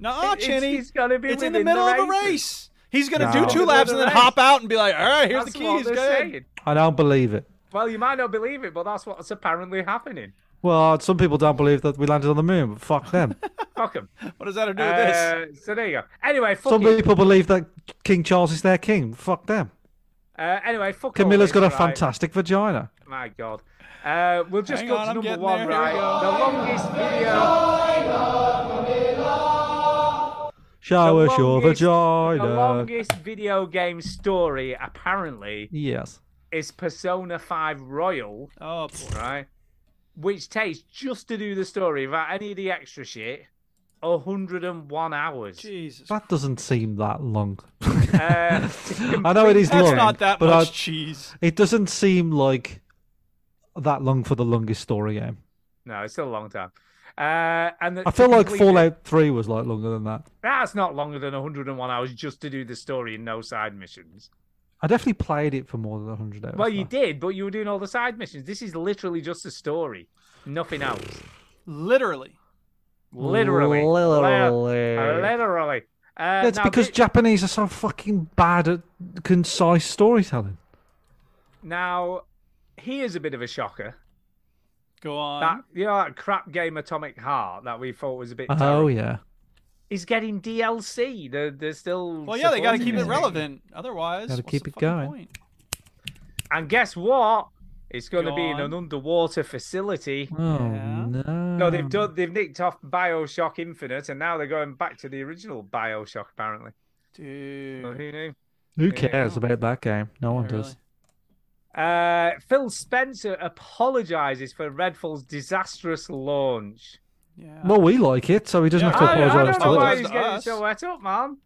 Speaker 3: No,
Speaker 2: It's-
Speaker 3: Chinny.
Speaker 2: it's gotta be
Speaker 3: It's in the
Speaker 2: within the
Speaker 3: middle of a
Speaker 2: races.
Speaker 3: race. He's gonna
Speaker 1: No.
Speaker 3: do two laps and then
Speaker 2: Middle of the
Speaker 3: hop out and be like, "All right, here's
Speaker 2: that's
Speaker 3: the
Speaker 2: what
Speaker 3: keys."
Speaker 2: they're
Speaker 3: Go ahead."
Speaker 2: saying.
Speaker 1: I don't believe it.
Speaker 2: Well, you might not believe it, but that's what's apparently happening.
Speaker 1: Well, some people don't believe that we landed on the moon, but fuck them.
Speaker 2: Fuck 'em.
Speaker 3: What does that have to do with this?
Speaker 2: Uh, so there you go. Anyway, fuck
Speaker 1: some
Speaker 2: it.
Speaker 1: people believe that King Charles is their king. Fuck them.
Speaker 2: Uh, anyway, fuck. all
Speaker 1: Camilla's
Speaker 2: this,
Speaker 1: got a
Speaker 2: right?
Speaker 1: fantastic vagina.
Speaker 2: My God. Uh, we'll just
Speaker 3: Hang
Speaker 2: go
Speaker 3: on,
Speaker 2: to
Speaker 3: I'm
Speaker 2: number
Speaker 3: getting
Speaker 2: one,
Speaker 3: there. Here we
Speaker 2: right?
Speaker 3: go.
Speaker 2: The longest video.
Speaker 1: Show
Speaker 2: the
Speaker 1: us your
Speaker 2: longest-
Speaker 1: vagina.
Speaker 2: The longest video game story apparently
Speaker 1: Yes.
Speaker 2: is Persona 5 Royal,
Speaker 3: Oh, boy.
Speaker 2: right? Which takes just to do the story without any of the extra shit. 101 hours.
Speaker 3: Jesus.
Speaker 1: That doesn't seem that long.
Speaker 2: Uh,
Speaker 1: I know it is
Speaker 3: That's
Speaker 1: long,
Speaker 3: not that
Speaker 1: but
Speaker 3: much
Speaker 1: I-
Speaker 3: cheese.
Speaker 1: it doesn't seem like that long for the longest story game.
Speaker 2: no, it's still a long time. Uh, and the-
Speaker 1: I feel
Speaker 2: to
Speaker 1: like
Speaker 2: complete it-
Speaker 1: Fallout Three was like longer than that.
Speaker 2: That's not longer than 101 hours just to do the story and no side missions.
Speaker 1: I definitely played it for more than hundred hours.
Speaker 2: Well, you
Speaker 1: though.
Speaker 2: did, but you were doing all the side missions. This is literally just a story, nothing else.
Speaker 3: Literally.
Speaker 1: Literally.
Speaker 2: Literally, Li- literally. Uh,
Speaker 1: That's
Speaker 2: now
Speaker 1: because
Speaker 2: thi-
Speaker 1: Japanese are so fucking bad at concise storytelling.
Speaker 2: now here's a bit of a shocker.
Speaker 3: Go on.
Speaker 2: That you know that crap game Atomic Heart that we thought was a bit.
Speaker 1: Oh
Speaker 2: terrible,
Speaker 1: yeah.
Speaker 2: is getting DLC. They're they're still.
Speaker 3: well, yeah, they got to
Speaker 2: supporting
Speaker 3: keep
Speaker 2: this
Speaker 3: it
Speaker 2: thing.
Speaker 3: relevant. Otherwise,
Speaker 1: Gotta
Speaker 3: what's
Speaker 1: keep
Speaker 3: the
Speaker 1: it
Speaker 3: fucking
Speaker 1: going.
Speaker 3: Point?
Speaker 2: And guess what? It's going to
Speaker 3: Go
Speaker 2: be in
Speaker 3: on.
Speaker 2: an underwater facility.
Speaker 1: Oh
Speaker 3: Yeah.
Speaker 1: no.
Speaker 2: No, they've done. They've nicked off Bioshock Infinite, and now they're going back to the original Bioshock. Apparently, Well,
Speaker 3: Dude.
Speaker 2: who knew?
Speaker 1: Who
Speaker 2: Yeah,
Speaker 1: cares about that game? No one
Speaker 3: Yeah,
Speaker 1: does.
Speaker 3: really.
Speaker 2: Uh, Phil Spencer apologizes for Redfall's disastrous launch.
Speaker 3: Yeah.
Speaker 1: Well, we like it, so he doesn't
Speaker 3: Yeah,
Speaker 1: have to
Speaker 2: I, I
Speaker 1: apologise
Speaker 2: don't know
Speaker 1: to
Speaker 2: why
Speaker 1: us.
Speaker 2: he's
Speaker 3: To
Speaker 2: getting
Speaker 3: us.
Speaker 2: so wet up, man.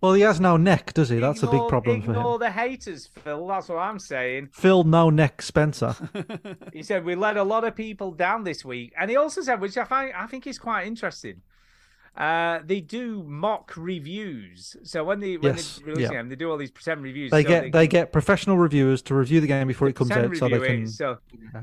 Speaker 1: Well, he has no neck, does he? That's a big
Speaker 2: Ignore-
Speaker 1: problem for
Speaker 2: ignore
Speaker 1: him.
Speaker 2: the haters, Phil. That's what I'm saying.
Speaker 1: Phil, no neck, Spencer.
Speaker 2: He said we let a lot of people down this week, and he also said, which I find I think is quite interesting. Uh, they do mock reviews, so when they when
Speaker 1: Yes,
Speaker 2: they're releasing
Speaker 1: yeah.
Speaker 2: them, they do all these pretend reviews.
Speaker 1: They
Speaker 2: so
Speaker 1: get they get professional reviewers to review the game before it comes
Speaker 2: pretend
Speaker 1: out, so they
Speaker 2: review
Speaker 1: can.
Speaker 2: is, so-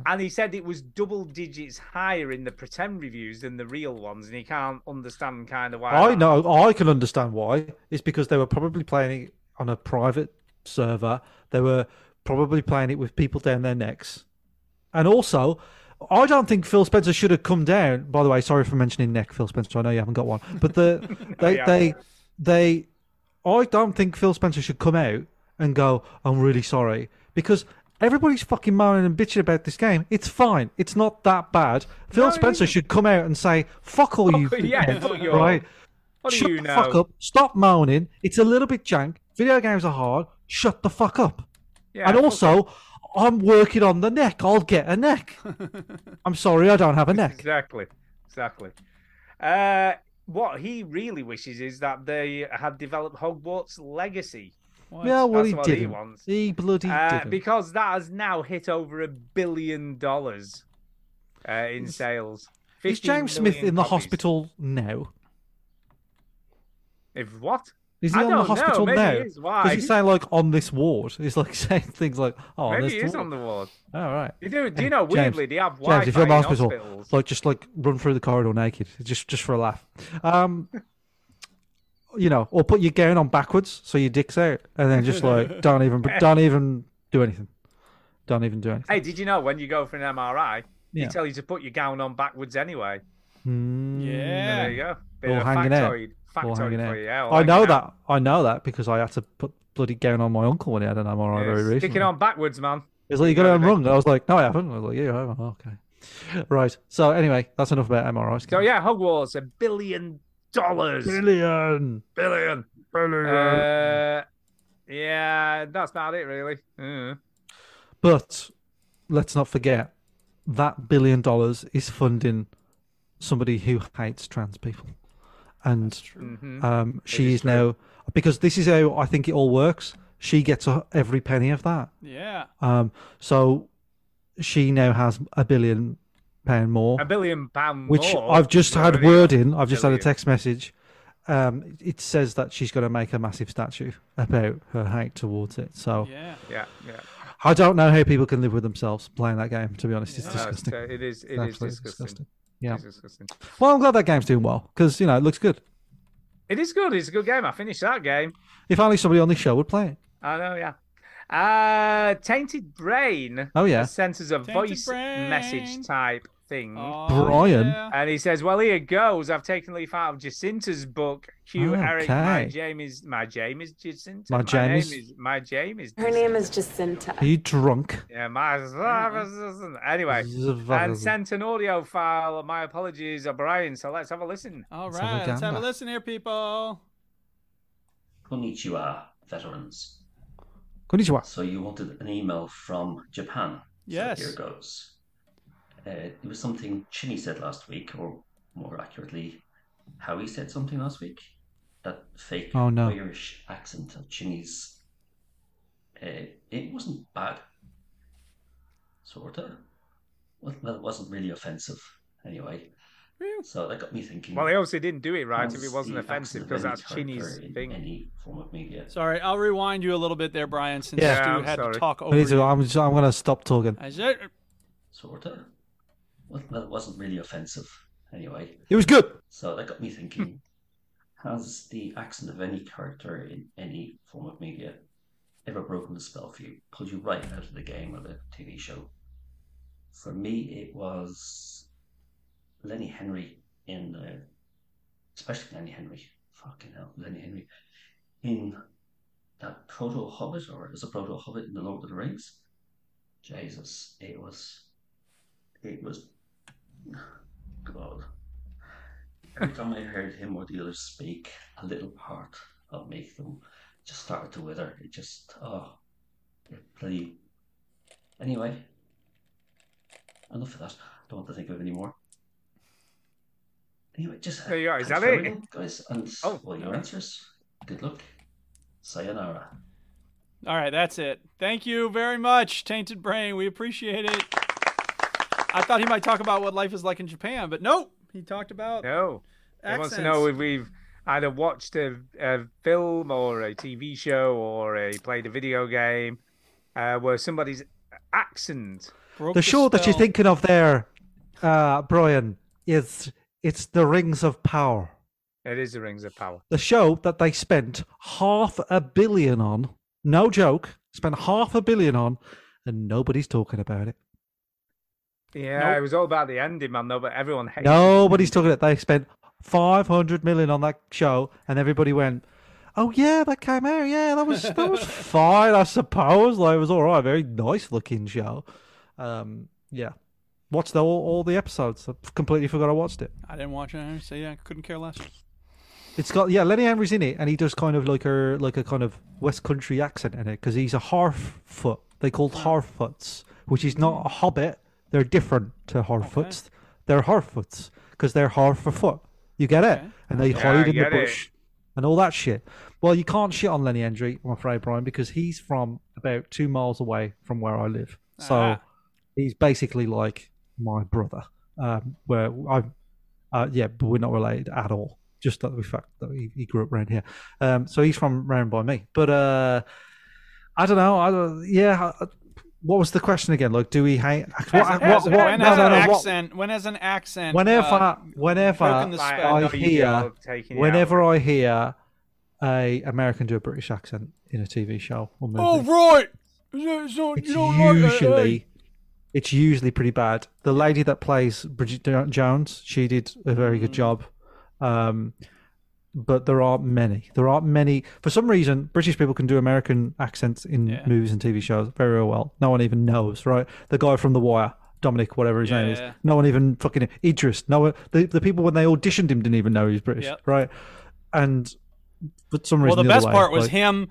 Speaker 2: and he said it was double digits higher in the pretend reviews than the real ones, and he can't understand kind of why.
Speaker 1: I
Speaker 2: that-
Speaker 1: know. I can understand why. It's because they were probably playing it on a private server. They were probably playing it with people down their necks, and also. I don't think Phil Spencer should have come down. By the way, sorry for mentioning neck, Phil Spencer. I know you haven't got one, but the they
Speaker 2: yeah.
Speaker 1: they they. I don't think Phil Spencer should come out and go, "I'm really sorry," because everybody's fucking moaning and bitching about this game. It's fine. It's not that bad. Phil
Speaker 2: No, it
Speaker 1: Spencer
Speaker 2: isn't.
Speaker 1: should come out and say, "Fuck all you,
Speaker 2: yeah,
Speaker 1: cunts,"
Speaker 2: fuck you all.
Speaker 1: right?
Speaker 2: What do
Speaker 1: shut
Speaker 2: you
Speaker 1: the
Speaker 2: know?
Speaker 1: fuck up. Stop moaning. It's a little bit jank. Video games are hard. Shut the fuck up.
Speaker 2: Yeah,
Speaker 1: and
Speaker 2: fuck
Speaker 1: also, I'm working on the neck. I'll get a neck. I'm sorry, I don't have a neck.
Speaker 2: Exactly. exactly. Uh, what he really wishes is that they had developed Hogwarts Legacy.
Speaker 1: Yeah, well,
Speaker 2: That's
Speaker 1: he
Speaker 2: what He
Speaker 1: didn't.
Speaker 2: wants.
Speaker 1: He bloody
Speaker 2: Uh,
Speaker 1: didn't.
Speaker 2: because that has now hit over a billion dollars uh, in sales.
Speaker 1: Is
Speaker 2: 15
Speaker 1: James Smith
Speaker 2: million
Speaker 1: in the
Speaker 2: copies.
Speaker 1: hospital now?
Speaker 2: If what?
Speaker 1: Is he
Speaker 2: I
Speaker 1: on the
Speaker 2: don't know,
Speaker 1: hospital
Speaker 2: maybe
Speaker 1: now?
Speaker 2: he is, why?
Speaker 1: he's saying like on this ward. He's like saying things like, "Oh,
Speaker 2: Maybe
Speaker 1: this
Speaker 2: he is
Speaker 1: ward."
Speaker 2: on the ward.
Speaker 1: All right.
Speaker 2: You do, do you
Speaker 1: Hey,
Speaker 2: know,
Speaker 1: James,
Speaker 2: weirdly, they have Wi
Speaker 1: James, if you're in
Speaker 2: Fi
Speaker 1: the
Speaker 2: in
Speaker 1: hospital,
Speaker 2: hospitals.
Speaker 1: like just like run through the corridor naked, just just for a laugh. Um, you know, or put your gown on backwards so your dick's out, and then just like don't even don't even do anything, don't even do anything.
Speaker 2: Hey, did you know when you go for an MRI,
Speaker 1: Yeah.
Speaker 2: they tell you to put your gown on backwards anyway?
Speaker 1: Hmm.
Speaker 2: There you go. Bit
Speaker 1: All
Speaker 2: of a
Speaker 1: hanging out.
Speaker 2: factoid.
Speaker 1: All
Speaker 2: Factoid
Speaker 1: hanging
Speaker 2: for
Speaker 1: out.
Speaker 2: you. Yeah, all
Speaker 1: I
Speaker 2: hanging
Speaker 1: know
Speaker 2: out.
Speaker 1: that. I know that because I had to put bloody gown on my uncle when he had an MRI
Speaker 2: Yeah,
Speaker 1: very
Speaker 2: stick
Speaker 1: recently.
Speaker 2: it on backwards, man.
Speaker 1: He's like, you
Speaker 2: You
Speaker 1: got
Speaker 2: know
Speaker 1: it on
Speaker 2: what I mean?
Speaker 1: wrong. I was like, no, I haven't. I was like, yeah, I haven't. Oh, okay. Right. So anyway, that's enough about MRIs.
Speaker 2: So, yeah, Hogwarts, a billion dollars.
Speaker 1: Brilliant.
Speaker 2: Billion. Uh, yeah, that's about it, really. Mm.
Speaker 1: But let's not forget that billion dollars is funding somebody who hates trans people, and um, she is now because this is how I think it all works. She gets a, every penny of that.
Speaker 3: Yeah.
Speaker 1: Um, so she now has a billion pound more,
Speaker 2: A billion pound
Speaker 1: which
Speaker 2: more.
Speaker 1: I've just
Speaker 2: You've
Speaker 1: had
Speaker 2: already
Speaker 1: word
Speaker 2: got
Speaker 1: in. I've just had a
Speaker 2: billion.
Speaker 1: text message. Um, it says that she's going to make a massive statue about her hate towards it. So
Speaker 3: Yeah.
Speaker 2: Yeah, yeah.
Speaker 1: I don't know how people can live with themselves playing that game. To be honest, it's
Speaker 2: No, it's,
Speaker 1: disgusting.
Speaker 2: uh, it is. It is
Speaker 1: Absolutely
Speaker 2: disgusting.
Speaker 1: disgusting. Yeah.
Speaker 2: It is disgusting.
Speaker 1: Well, I'm glad that game's doing well because you know it looks good.
Speaker 2: It is good. It's a good game. I finished that game.
Speaker 1: If only somebody on this show would play it.
Speaker 2: I know, yeah. Uh, Tainted Brain.
Speaker 1: Oh, yeah.
Speaker 2: Sends us a voice
Speaker 3: Brain.
Speaker 2: message type thing.
Speaker 3: Oh,
Speaker 1: Brian.
Speaker 2: And he says, "Well, here goes. I've taken a leaf out of Jacinta's book. Q, Eric, my
Speaker 1: Oh, Okay.
Speaker 2: Jamie's, my Jamie's Jacinta.
Speaker 1: My
Speaker 2: name
Speaker 1: Jamie's.
Speaker 2: is my Jamie's.
Speaker 13: Her name is Jacinta.
Speaker 1: Are you drunk?
Speaker 2: Yeah, my anyway, and
Speaker 1: Zvarazin.
Speaker 2: sent an audio file. My apologies, O'Brien. So let's have a listen.
Speaker 3: All
Speaker 1: have a
Speaker 3: right, let's have a
Speaker 1: gander.
Speaker 3: listen here, people.
Speaker 14: Konnichiwa, veterans.
Speaker 1: Konnichiwa.
Speaker 14: So you wanted an email from Japan.
Speaker 3: Yes.
Speaker 14: So here goes. Uh, it was something Chinny said last week, or more accurately, Howie said something last week. That fake
Speaker 1: Oh, no.
Speaker 14: Irish accent of Chinny's. Uh, it wasn't bad. Sorta. Well, well, it wasn't really offensive, anyway. So that got me thinking.
Speaker 2: Well, he obviously didn't do it right if it
Speaker 14: was
Speaker 2: wasn't
Speaker 14: the
Speaker 2: offensive
Speaker 14: accent of
Speaker 2: because
Speaker 14: any
Speaker 2: that's Chinny's
Speaker 14: character in
Speaker 2: thing.
Speaker 14: Any form of media.
Speaker 3: Sorry, I'll rewind you a little bit there, Brian, since
Speaker 1: Yeah.
Speaker 3: Stu
Speaker 1: Yeah, I'm
Speaker 3: had to
Speaker 1: sorry.
Speaker 3: talk
Speaker 1: I
Speaker 2: Oh,
Speaker 3: over.
Speaker 1: need to,
Speaker 3: you.
Speaker 1: I'm, just- I'm going to stop talking.
Speaker 3: I said,
Speaker 14: Sorta. Well, well, it wasn't really offensive, anyway.
Speaker 1: It was good.
Speaker 14: So that got me thinking has the accent of any character in any form of media ever broken the spell for you, pulled you right out of the game or the TV show? For me, it was Lenny Henry in the. Especially Lenny Henry. Fucking hell, Lenny Henry. In that proto hobbit, or as a proto hobbit in The Lord of the Rings. Jesus, it was. It was. God. Every time I heard him or the others speak, a little part of me them just started to wither. It just, oh, it bloody. Anyway, enough of that. Don't want to think of it anymore. Anyway, just.
Speaker 2: There you are. Is
Speaker 14: thanks
Speaker 2: that
Speaker 14: for
Speaker 2: it?
Speaker 14: everything, Guys, and
Speaker 2: Oh.
Speaker 14: well, your answers. Good luck. Sayonara.
Speaker 3: all right, that's it. Thank you very much, Tainted Brain. We appreciate it. I thought he might talk about what life is like in Japan, but nope. He talked about
Speaker 2: No. He wants to
Speaker 3: accents.
Speaker 2: know if we've either watched a, a film or a TV show or a played a video game uh, where somebody's accent.
Speaker 1: the show that you're thinking of there, uh, Brian, is it's The Rings of Power.
Speaker 2: It is the Rings of Power.
Speaker 1: The show that they spent half a billion on. No joke. Spent half a billion on, and nobody's talking about it.
Speaker 2: Yeah, it was all about the ending, man. Though, but everyone hated.
Speaker 1: Nobody's talking about it. They spent 500 million on that show, and everybody went, "Oh yeah, that came out. Yeah, that was that was fine, I suppose. Like it was all right, very nice looking show. Um, yeah, watched the, all, all the episodes. I completely forgot I watched it.
Speaker 3: I didn't watch it, so yeah, I couldn't care less.
Speaker 1: Uh, It's got yeah, Lenny Henry's in it, and he does kind of like a like a kind of West Country accent in it because he's a half foot. They called half foots, which is not a hobbit. They're different to half foots. They're half foots because they're hard for foot. You get it? And they
Speaker 2: Yeah,
Speaker 1: hide
Speaker 2: I
Speaker 1: in the
Speaker 2: get it.
Speaker 1: bush and all that shit. Well, you can't shit on Lenny Hendry, I'm afraid, Brian, because he's from about two miles away from where I live. So he's basically like my brother. Um, where I, uh, yeah, but we're not related at all. Just that the fact that he, he grew up around here. Um, so he's from round by me. But uh, I don't know. I don't, yeah. I- What was the question again? Like, do we hate?
Speaker 3: As- as- when has an
Speaker 1: what-
Speaker 3: accent? When has an accent?
Speaker 1: whenever
Speaker 3: uh,
Speaker 1: whenever
Speaker 3: broken the spell?
Speaker 1: I hear whenever I hear a American do a British accent in a TV show or movie,
Speaker 3: Oh right. So, so you don't like that, eh?
Speaker 1: usually it's usually pretty bad. The lady that plays Bridget Jo- Jones, she did a very
Speaker 3: Mm.
Speaker 1: good job. Um, but there aren't many. There aren't many. For some reason, British people can do American accents in movies and TV shows very, very well. No one even knows, right? The guy from The Wire, Dominic, whatever his name
Speaker 3: Yeah.
Speaker 1: is, no one even fucking Idris. No one. The, the people when they auditioned him didn't even know he was British,
Speaker 3: Yep.
Speaker 1: right? And for some
Speaker 3: Well,
Speaker 1: reason,
Speaker 3: the
Speaker 1: other
Speaker 3: best
Speaker 1: way,
Speaker 3: part was
Speaker 1: like-
Speaker 3: him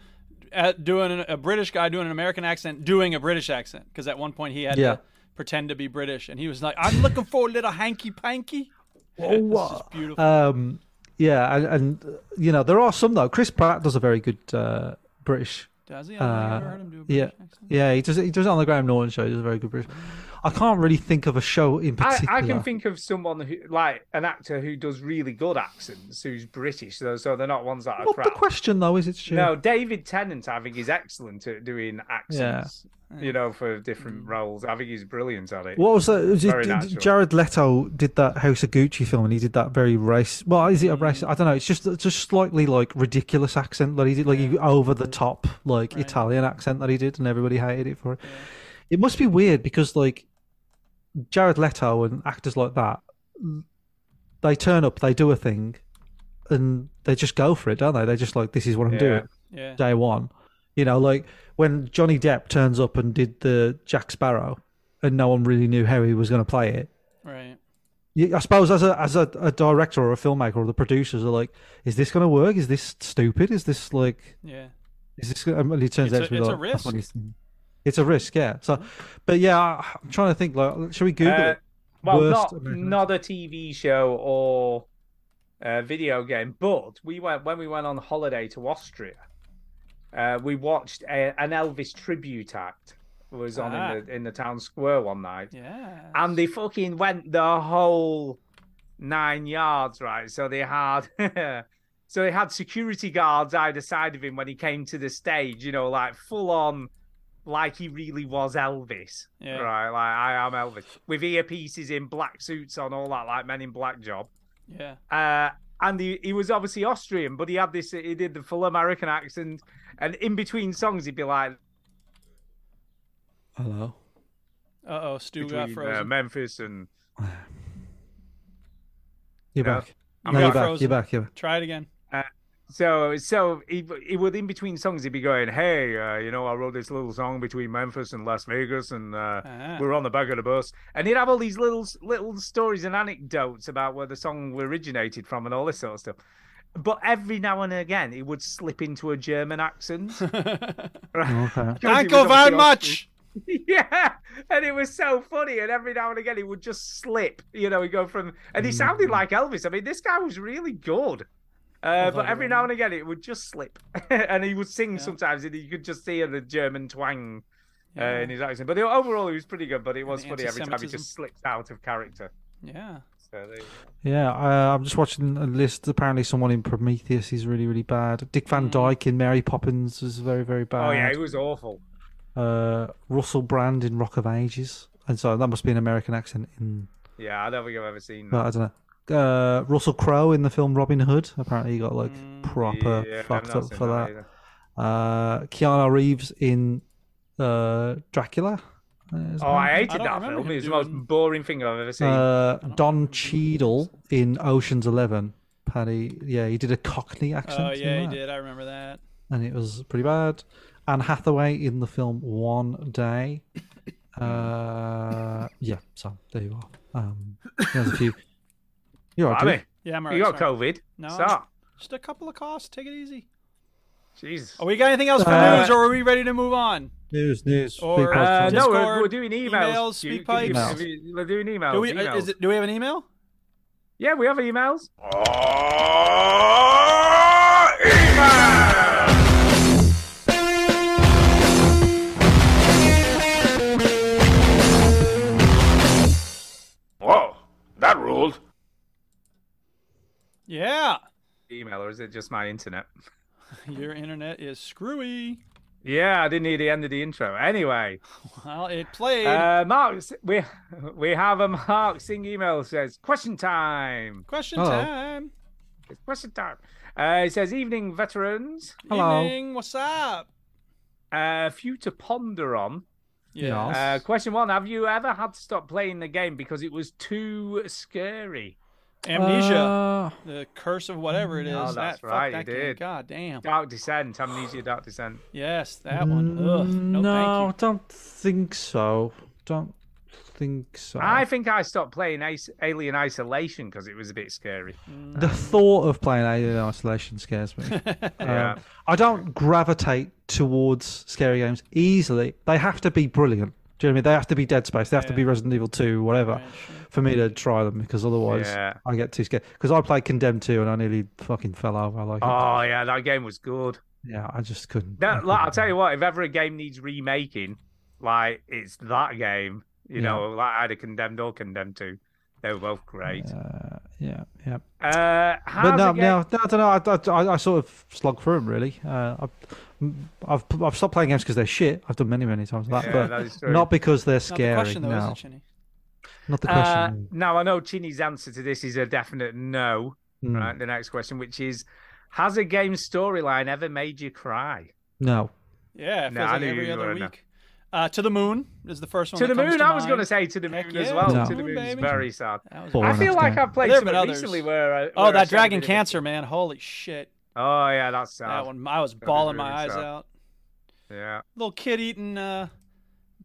Speaker 3: at doing an, a British guy doing an American accent, doing a British accent, because at one point he had
Speaker 1: Yeah.
Speaker 3: to pretend to be British, and he was like, "I'm looking for a little hanky panky."
Speaker 1: Whoa,
Speaker 3: this is beautiful.
Speaker 1: Um, yeah, and, and uh, you know there are some though. Chris Pratt does a very good uh, British.
Speaker 3: Does he? I don't think I've ever heard him do a British
Speaker 1: uh, yeah, yeah, he does. it- He does it on the Graham Norton show. He does a very good British. I can't really think of a show in
Speaker 2: I,
Speaker 1: particular.
Speaker 2: I can think of someone who, like an actor who does really good accents, who's British, so, so they're not ones that are
Speaker 1: What the
Speaker 2: crap.
Speaker 1: question though is it's true.
Speaker 2: No, David Tennant, I think, is excellent at doing accents. You know, for different roles, I think he's brilliant at it.
Speaker 1: What was that? Was it-
Speaker 2: Very
Speaker 1: d-
Speaker 2: natural.
Speaker 1: Jared Leto did that House of Gucci film, and he did that very race. Well, is it a race? I don't know. It's just it's just slightly like ridiculous accent that he did, like over the top, like Italian accent that he did, and everybody hated it for it. It must be weird because like Jared Leto and actors like that, they turn up, they do a thing, and they just go for it, don't they? They're just like, this is what I'm
Speaker 3: Yeah.
Speaker 1: doing.
Speaker 3: Yeah.
Speaker 1: Day one. You know, like when Johnny Depp turns up and did the Jack Sparrow and no one really knew how he was going to play it.
Speaker 3: Right.
Speaker 1: You- I suppose as a as a, a director or a filmmaker or the producers are like, is this going to work? Is this stupid? Is this like,
Speaker 3: Yeah.
Speaker 1: is this? Gonna, and it turns
Speaker 3: It's
Speaker 1: out
Speaker 3: a-
Speaker 1: to be
Speaker 3: it's a
Speaker 1: like, that's what
Speaker 3: risk.
Speaker 1: he's- It's a risk, yeah. So, but yeah, I- I'm trying to think. Like, should we Google
Speaker 2: Uh,
Speaker 1: it?
Speaker 2: Well,
Speaker 1: Worst
Speaker 2: not
Speaker 1: American-
Speaker 2: not a TV show or a video game, but we went when we went on holiday to Austria. Uh, we watched a, an Elvis tribute act was on
Speaker 3: Ah.
Speaker 2: in the in the town square one night,
Speaker 3: Yeah.
Speaker 2: and they fucking went the whole nine yards, right? So they had. So they had security guards either side of him when he came to the stage, you know, like full on, like he really was Elvis,
Speaker 3: Yeah.
Speaker 2: right? Like I am Elvis with earpieces in, black suits on, all that, like Men in Black job.
Speaker 3: Yeah.
Speaker 2: Uh, and he, he was obviously Austrian, but he had this, he did the full American accent, and in between songs he'd be like,
Speaker 1: Hello.
Speaker 3: Uh oh, Stu got
Speaker 2: between, uh,
Speaker 3: frozen.
Speaker 2: Memphis and
Speaker 1: You're
Speaker 2: No.
Speaker 1: back.
Speaker 2: I'm
Speaker 1: No,
Speaker 2: not
Speaker 1: you're back.
Speaker 2: frozen.
Speaker 1: You're back. You're back.
Speaker 3: Try it again.
Speaker 2: Uh, so so he, he would in between songs he'd be going, hey, uh, you know, I wrote this little song between Memphis and Las Vegas, and uh,
Speaker 3: Ah.
Speaker 2: we we're on the back of the bus, and he'd have all these little little stories and anecdotes about where the song originated from and all this sort of stuff. But every now and again, he would slip into a German accent. right?
Speaker 1: Okay.
Speaker 2: Because he
Speaker 3: Danke
Speaker 2: was obviously
Speaker 3: very much.
Speaker 2: yeah, and it was so funny. And every now and again, he would just slip. You know, he go from, and he sounded like Elvis. I mean, this guy was really good. Uh, but every now and again, it would just slip, and he would sing sometimes, and you could just hear the German twang uh, in his accent. But overall, he was pretty good. But it was
Speaker 3: the
Speaker 2: funny every time he
Speaker 3: anti-Semitism.
Speaker 2: just slipped out of character.
Speaker 3: Yeah.
Speaker 2: So there you go.
Speaker 1: Yeah, uh, I'm just watching a list. Apparently, someone in Prometheus is really, really bad. Dick
Speaker 3: Mm.
Speaker 1: Van Dyke in Mary Poppins is very, very bad.
Speaker 2: Oh yeah, it was awful.
Speaker 1: uh, Russell Brand in Rock of Ages, and so that must be an American accent. In
Speaker 2: Yeah, I don't think I've ever seen
Speaker 1: well, I
Speaker 2: that.
Speaker 1: don't know. Uh, Russell Crowe in the film Robin Hood. Apparently, he got like proper
Speaker 2: Mm, yeah, I've
Speaker 1: fucked
Speaker 2: not
Speaker 1: up
Speaker 2: seen
Speaker 1: for
Speaker 2: that
Speaker 1: that. Uh, Keanu Reeves in uh, Dracula. uh, is
Speaker 2: Oh, I
Speaker 1: that-
Speaker 2: hated that film. It was the most boring thing I've ever seen.
Speaker 1: Uh, Don Cheadle in Ocean's Eleven. Paddy, yeah, he did a Cockney accent.
Speaker 3: Oh
Speaker 1: in
Speaker 3: yeah, he
Speaker 1: that,
Speaker 3: did. I remember that.
Speaker 1: and it was pretty bad. Anne Hathaway in the film One Day. Uh, yeah, so there you are. Um, there's a few. You're all
Speaker 2: Blimey.
Speaker 1: right.
Speaker 3: Yeah, I'm
Speaker 2: You
Speaker 3: alright,
Speaker 2: got
Speaker 3: sorry.
Speaker 2: COVID.
Speaker 3: No.
Speaker 2: Stop.
Speaker 3: Just a couple of coughs. Take it easy.
Speaker 2: Jesus.
Speaker 3: Are we got anything else for
Speaker 1: Uh,
Speaker 3: news, or are we ready to move on?
Speaker 1: News, news. big
Speaker 3: Or
Speaker 1: podcast.
Speaker 2: Uh, no, we're,
Speaker 3: Discord,
Speaker 2: we're doing emails.
Speaker 3: emails,
Speaker 2: Stu.
Speaker 3: speak
Speaker 2: Can you-
Speaker 1: pipes.
Speaker 2: Oh, we- We're doing emails.
Speaker 3: Do we? uh,
Speaker 2: emails.
Speaker 3: Is it? Do we have an email?
Speaker 2: Yeah, we have emails.
Speaker 13: Whoa, that ruled.
Speaker 3: Yeah.
Speaker 2: Email, or is it just my internet?
Speaker 3: Your internet is screwy.
Speaker 2: Yeah, I didn't hear the end of the intro. Anyway,
Speaker 3: Well, it played.
Speaker 2: uh, Mark, we we have a Mark Singh email says question time.
Speaker 3: Question Hello. time.
Speaker 2: It's question time. Uh, it says evening veterans.
Speaker 3: Evening, what's up?
Speaker 2: A few to ponder on.
Speaker 3: Yeah.
Speaker 2: Uh, question one: Have you ever had to stop playing the game because it was too scary?
Speaker 3: Amnesia.
Speaker 1: Uh,
Speaker 3: the curse of whatever it is.
Speaker 2: Oh,
Speaker 3: that,
Speaker 2: that's
Speaker 3: fuck
Speaker 2: right.
Speaker 3: that
Speaker 2: you
Speaker 3: game.
Speaker 2: did.
Speaker 3: God damn.
Speaker 2: Dark Descent. Amnesia. Dark Descent.
Speaker 3: Yes, that one. Ugh, no,
Speaker 1: Mm, no, don't think so. Don't think so.
Speaker 2: I think I stopped playing Ace- Alien Isolation because it was a bit scary.
Speaker 1: The thought of playing Alien Isolation scares me.
Speaker 2: Yeah.
Speaker 1: um, I don't gravitate towards scary games easily. They have to be brilliant. Do you know what I mean? They have to be Dead Space. They have to be Resident Evil 2, whatever, for me to try them because otherwise
Speaker 2: Yeah.
Speaker 1: I get too scared. Because I played Condemned 2 and I nearly fucking fell over. Like, it.
Speaker 2: Oh yeah, that game was good.
Speaker 1: yeah, I just couldn't.
Speaker 2: That, like, I'll tell you what, if ever a game needs remaking, like it's that game. You
Speaker 1: Yeah.
Speaker 2: know, like either Condemned or Condemned Two. They were both great.
Speaker 1: Yeah, yeah.
Speaker 2: Uh,
Speaker 1: but
Speaker 2: how's
Speaker 1: no,
Speaker 2: a game-
Speaker 1: no, no, I don't know. I, I, I sort of slog through them really. Uh, I've, I've I've stopped playing games because they're shit. I've done many many times that,
Speaker 2: Yeah,
Speaker 1: but
Speaker 2: that is true.
Speaker 1: not because they're
Speaker 2: Not the
Speaker 1: scary.
Speaker 2: question, though, is
Speaker 1: no,
Speaker 2: it, Chinny?
Speaker 1: not the
Speaker 2: Uh,
Speaker 1: question.
Speaker 2: now I know Chini's answer to this is a definite no.
Speaker 1: Hmm.
Speaker 2: Right, the next question, which is, has a game storyline ever made you cry?
Speaker 1: no,
Speaker 3: Yeah, it
Speaker 2: No,
Speaker 3: feels
Speaker 2: I
Speaker 3: like
Speaker 2: knew
Speaker 3: every
Speaker 2: you
Speaker 3: other
Speaker 2: were, no.
Speaker 3: week. Uh, to the moon is the first one.
Speaker 2: to
Speaker 3: that
Speaker 2: the
Speaker 3: comes
Speaker 2: moon, I was going to
Speaker 3: mind.
Speaker 2: say to the moon
Speaker 3: Heck
Speaker 2: as
Speaker 3: yeah,
Speaker 2: well.
Speaker 3: No.
Speaker 2: to the
Speaker 3: Moon,
Speaker 2: moon's
Speaker 3: baby.
Speaker 2: very sad.
Speaker 1: Boring
Speaker 2: I feel
Speaker 1: ass
Speaker 2: like
Speaker 1: game.
Speaker 2: I've
Speaker 3: But
Speaker 2: played
Speaker 3: there have been
Speaker 2: something
Speaker 3: others.
Speaker 2: recently where, I-
Speaker 3: oh,
Speaker 2: where I
Speaker 3: that
Speaker 2: said a
Speaker 3: dragon
Speaker 2: bit of-
Speaker 3: cancer, man! Holy shit!
Speaker 2: Oh yeah, that's sad.
Speaker 3: That one, I was
Speaker 2: That'd be
Speaker 3: bawling my
Speaker 2: really
Speaker 3: eyes
Speaker 2: sad.
Speaker 3: out.
Speaker 2: Yeah,
Speaker 3: Little kid eating uh,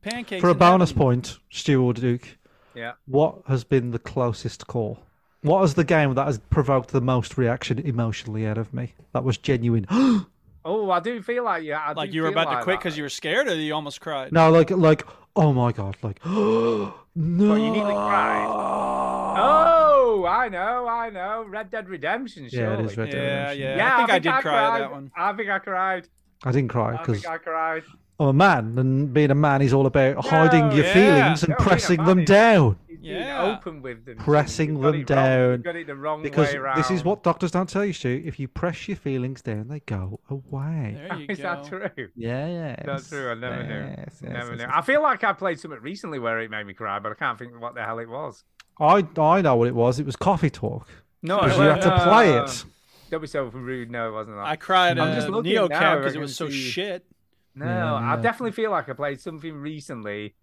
Speaker 3: pancakes.
Speaker 1: For a
Speaker 3: in heaven.
Speaker 1: bonus point, Stu or Duke,
Speaker 2: yeah.
Speaker 1: what has been the closest call? What is the game that has provoked the most reaction emotionally out of me? That was genuine.
Speaker 2: Oh, I do feel like you. I do
Speaker 3: Like you were
Speaker 2: feel
Speaker 3: about to
Speaker 2: like
Speaker 3: quit
Speaker 2: that.
Speaker 3: because you were scared, or you almost cried.
Speaker 1: no, like like oh my god, like no.
Speaker 2: But you nearly cried. Oh, I know, I know. Red Dead Redemption, surely.
Speaker 1: Yeah, it is Red Dead
Speaker 3: Yeah,
Speaker 1: Redemption.
Speaker 3: yeah. I think I did cry at
Speaker 2: cried.
Speaker 3: that one.
Speaker 2: I think I cried.
Speaker 1: I didn't cry
Speaker 2: I
Speaker 1: because
Speaker 2: think I cried.
Speaker 1: I'm a man, and being a man is all about hiding your
Speaker 2: yeah.
Speaker 1: feelings and
Speaker 2: No, being a
Speaker 1: pressing
Speaker 2: man
Speaker 1: them
Speaker 2: is-
Speaker 1: down.
Speaker 2: He's being open with them.
Speaker 1: Pressing them
Speaker 2: it wrong. You
Speaker 1: down.
Speaker 2: got it the wrong
Speaker 1: because
Speaker 2: way
Speaker 1: this is
Speaker 2: round.
Speaker 1: what doctors don't tell you, Stu. If you press your feelings down, they go away.
Speaker 3: There you
Speaker 2: Is that
Speaker 3: go.
Speaker 2: true?
Speaker 1: Yeah, yeah.
Speaker 2: That's true. I never knew.
Speaker 1: Yes, yes, yes,
Speaker 2: never knew.
Speaker 1: yes.
Speaker 2: I feel like I played something recently where it made me cry, but I can't think what the hell it was.
Speaker 1: I I know what it was. It was coffee talk.
Speaker 2: No,
Speaker 1: because
Speaker 2: it
Speaker 1: you have to
Speaker 2: wasn't.
Speaker 1: play
Speaker 2: No.
Speaker 1: it.
Speaker 2: Don't be so rude. No, it wasn't that.
Speaker 3: I cried
Speaker 2: I'm
Speaker 3: at
Speaker 2: just looking
Speaker 3: Neo
Speaker 2: now
Speaker 3: Cab
Speaker 2: if I
Speaker 3: because it
Speaker 2: can
Speaker 3: was so
Speaker 2: see-
Speaker 3: shit.
Speaker 2: No,
Speaker 1: Yeah,
Speaker 2: I
Speaker 1: yeah.
Speaker 2: definitely feel like I played something recently